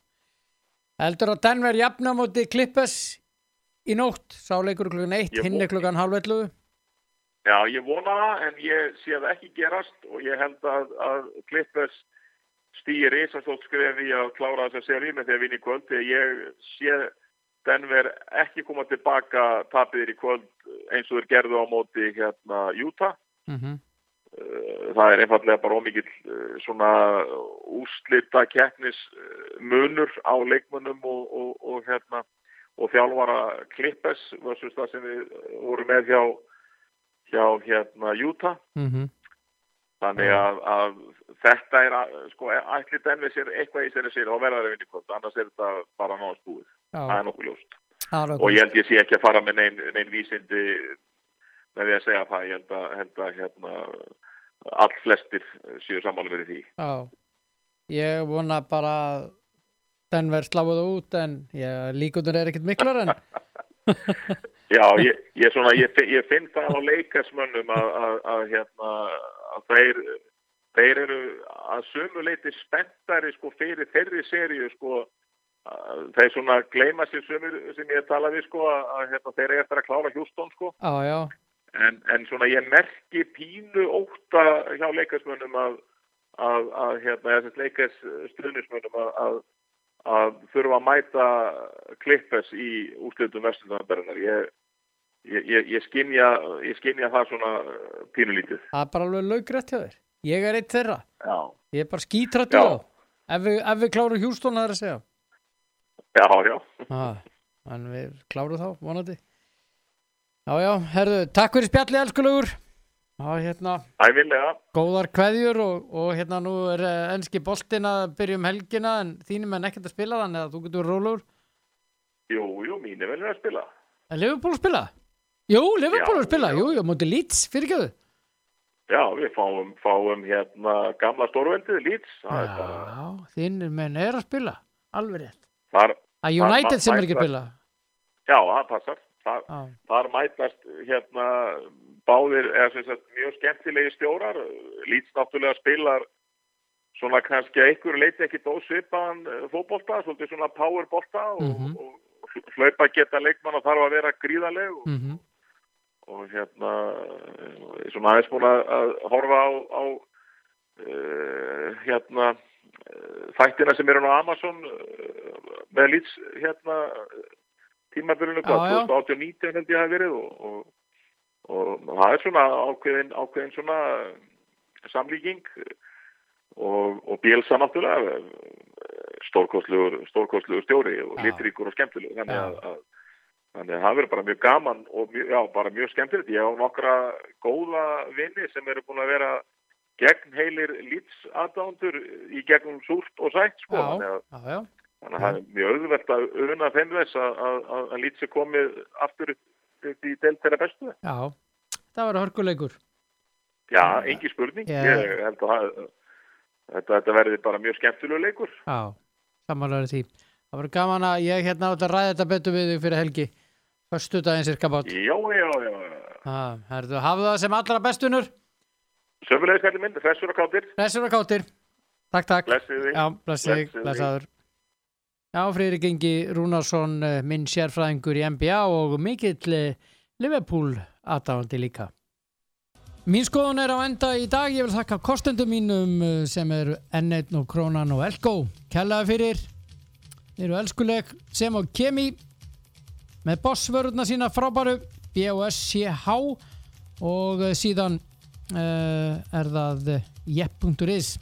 [SPEAKER 1] Heldur að Denver jafna á móti Klippes í nótt, sáleikur klukkan eitt,
[SPEAKER 4] Ég
[SPEAKER 1] hinni
[SPEAKER 4] vona-
[SPEAKER 1] klukkan halvetluðu.
[SPEAKER 4] Já, ég vona það en ég sé það ekki gerast og ég held að, að Clippers stýri reysastótt skrifin í að klára þess að seri með því að vinna í kvöld þegar ég sé Denver ekki koma tilbaka tapir í kvöld eins og þeir gerðu á móti hérna Utah
[SPEAKER 1] Mm
[SPEAKER 4] Eh, það er einfallega bara ómikið svona úslita keppnis eh, munur á leikmönnum og, og, og hérna og þjálfara Klippes versus það sem við eh, vorum með hjá hjá hérna Utah
[SPEAKER 1] mhm,
[SPEAKER 4] þannig að, að þetta er að, sko ætli Denver sér eitthvað í sér að sér þá verða þeir vinni kvöld annars er þetta bara náðast búið það
[SPEAKER 1] Já,
[SPEAKER 4] er nokkuð ljóst
[SPEAKER 1] það er
[SPEAKER 4] og
[SPEAKER 1] okkur.
[SPEAKER 4] ég held ég sé ekki að fara með neinn nein vísindi með því að segja það ég held að, held að hérna, all flestir séu sammála með því
[SPEAKER 1] Já, ég vona bara að Denver sláðu það út en ég, líkundur er ekkert miklar en
[SPEAKER 4] já, ég, ég, svona, ég, fi- ég finn það á leikarsmönnum að, að, að, hérna, að þeir, þeir eru að sömu leiti spenntari sko, fyrir þeirri seríu sko, að þeir svona gleyma sér sömur sem ég talaði sko, að, að hérna, þeir eru eftir að klára hjústón sko
[SPEAKER 1] já, já,
[SPEAKER 4] en, en svona ég merki pínu óta hjá leikarsmönnum að, að, að hérna, þessast leikars stuðnismönnum að, að, að þurfa að mæta klippes í úrslutum vestundandarinnar. Ég, ég, ég, ég, skynja, ég skynja það svona eh, pínulítið.
[SPEAKER 1] það er bara alveg laugrætt hjá þér. Ég er eitt þeirra,
[SPEAKER 4] Já.
[SPEAKER 1] ég er bara skítrættur
[SPEAKER 4] Já.
[SPEAKER 1] á ef við, ef við klárum hjústón það er að segja.
[SPEAKER 4] Já, já.
[SPEAKER 1] Ah, en við klárum þá, vonandi. Já, já, herðu, takk fyrir spjallið, elskulugur. Já, hérna,
[SPEAKER 4] Ævinlega.
[SPEAKER 1] góðar kveðjur og, og hérna nú er eh, enski boltinn að byrja um helgina en þínum er nekkert að spila þannig að þú getur rólegur.
[SPEAKER 4] Jú, jú, mín er vel að spila.
[SPEAKER 1] Er Liverpool að spila? Jú, Liverpool er að
[SPEAKER 4] Já,
[SPEAKER 1] spila,
[SPEAKER 4] já.
[SPEAKER 1] jú, jú, móti Leeds, fyrirgjöðu.
[SPEAKER 4] Já, við fáum, fáum hérna gamla stórveldið, Leeds. Það er bara-
[SPEAKER 1] Já, þínir menn er að spila, alveg rétt. Það
[SPEAKER 4] Þar,
[SPEAKER 1] er
[SPEAKER 4] Ma-
[SPEAKER 1] United
[SPEAKER 4] ma-
[SPEAKER 1] sem er ekki að
[SPEAKER 4] ma-
[SPEAKER 1] spila.
[SPEAKER 4] já, það passar. Það,
[SPEAKER 1] Já,
[SPEAKER 4] þar mætast hérna báðir eða sem sagt mjög skemmtilegi stjórar lýts náttúrulega spilar svona kannski að einhverju leiti ekki dósvipaðan eh, fótbolta, svolítið svona powerbolta og,
[SPEAKER 1] Mhm.
[SPEAKER 4] og hlaupa geta leikmann og þarf að vera gríðaleg og,
[SPEAKER 1] mhm,
[SPEAKER 4] og hérna eh, svona aðeins búin að að horfa á, á uh, hérna eh, þættina sem eru á Amazon uh, með lýts hérna tímabilinu
[SPEAKER 1] Já,
[SPEAKER 4] hvað,
[SPEAKER 1] já.
[SPEAKER 4] 2018-19 held ég hafi verið og, og, og það er svona ákveðin, ákveðin svona eh, samlíking og, og Bielsa náttúrulega eh, stórkostlegur, stórkostlegur stjóri og
[SPEAKER 1] Já.
[SPEAKER 4] litríkur og skemmtilegur þannig
[SPEAKER 1] Já.
[SPEAKER 4] að, að Þannig að það verður bara mjög gaman og mjög, já, bara mjög skemmtilegt. Ég á nokkra góða vini sem eru búin að vera gegn heilir lýtsadándur í gegnum súrt og sætt, sko.
[SPEAKER 1] Já.
[SPEAKER 4] Þannig að,
[SPEAKER 1] já, já,
[SPEAKER 4] þannig að það er mjög auðvelt að unna þeim þess að, að, að, að lýtsi komið aftur upp, upp í delt þeirra bestu.
[SPEAKER 1] já. Það verður hörkuleikur.
[SPEAKER 4] Já, engi spurning.
[SPEAKER 1] Já.
[SPEAKER 4] Ég held að það, þetta, þetta verði bara mjög skemmtilegur leikur.
[SPEAKER 1] Já, samanlega því. Það verður gaman að ég hérna átt að ræða þetta betur við þig fyrir helgi. Föstu daginn sirka bát.
[SPEAKER 4] Já, já, já.
[SPEAKER 1] Herðu, hafðu það sem allra bestunur.
[SPEAKER 4] Sömulegis kallið minn, hressur og káttir.
[SPEAKER 1] Blessur og káttir. Takk, takk.
[SPEAKER 4] Blessið þig.
[SPEAKER 1] Já, blessið,
[SPEAKER 4] Blessuð þig.
[SPEAKER 1] blessaður. Já, Freyrik Ingi Rúnarsson, eh, minn sérfræðingur í NBA og mikill eh, Liverpool aðdáðandi líka. Mín skoðun er á enda í dag. Ég vil þakka kostendum mínum eh, sem er N1 og Krónan og Elko. Kjallaði fyrir. Þeir eru elskuleg sem og kemi með bossvörðuna sína frábæru B.O.S.C.H og eh, síðan uh, er E það jepp.is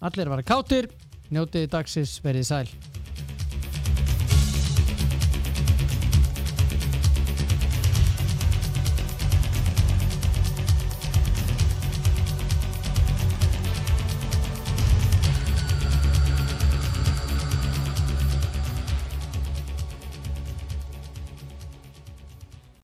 [SPEAKER 1] Allir að vera kátir, njótið dagsins, verið sæl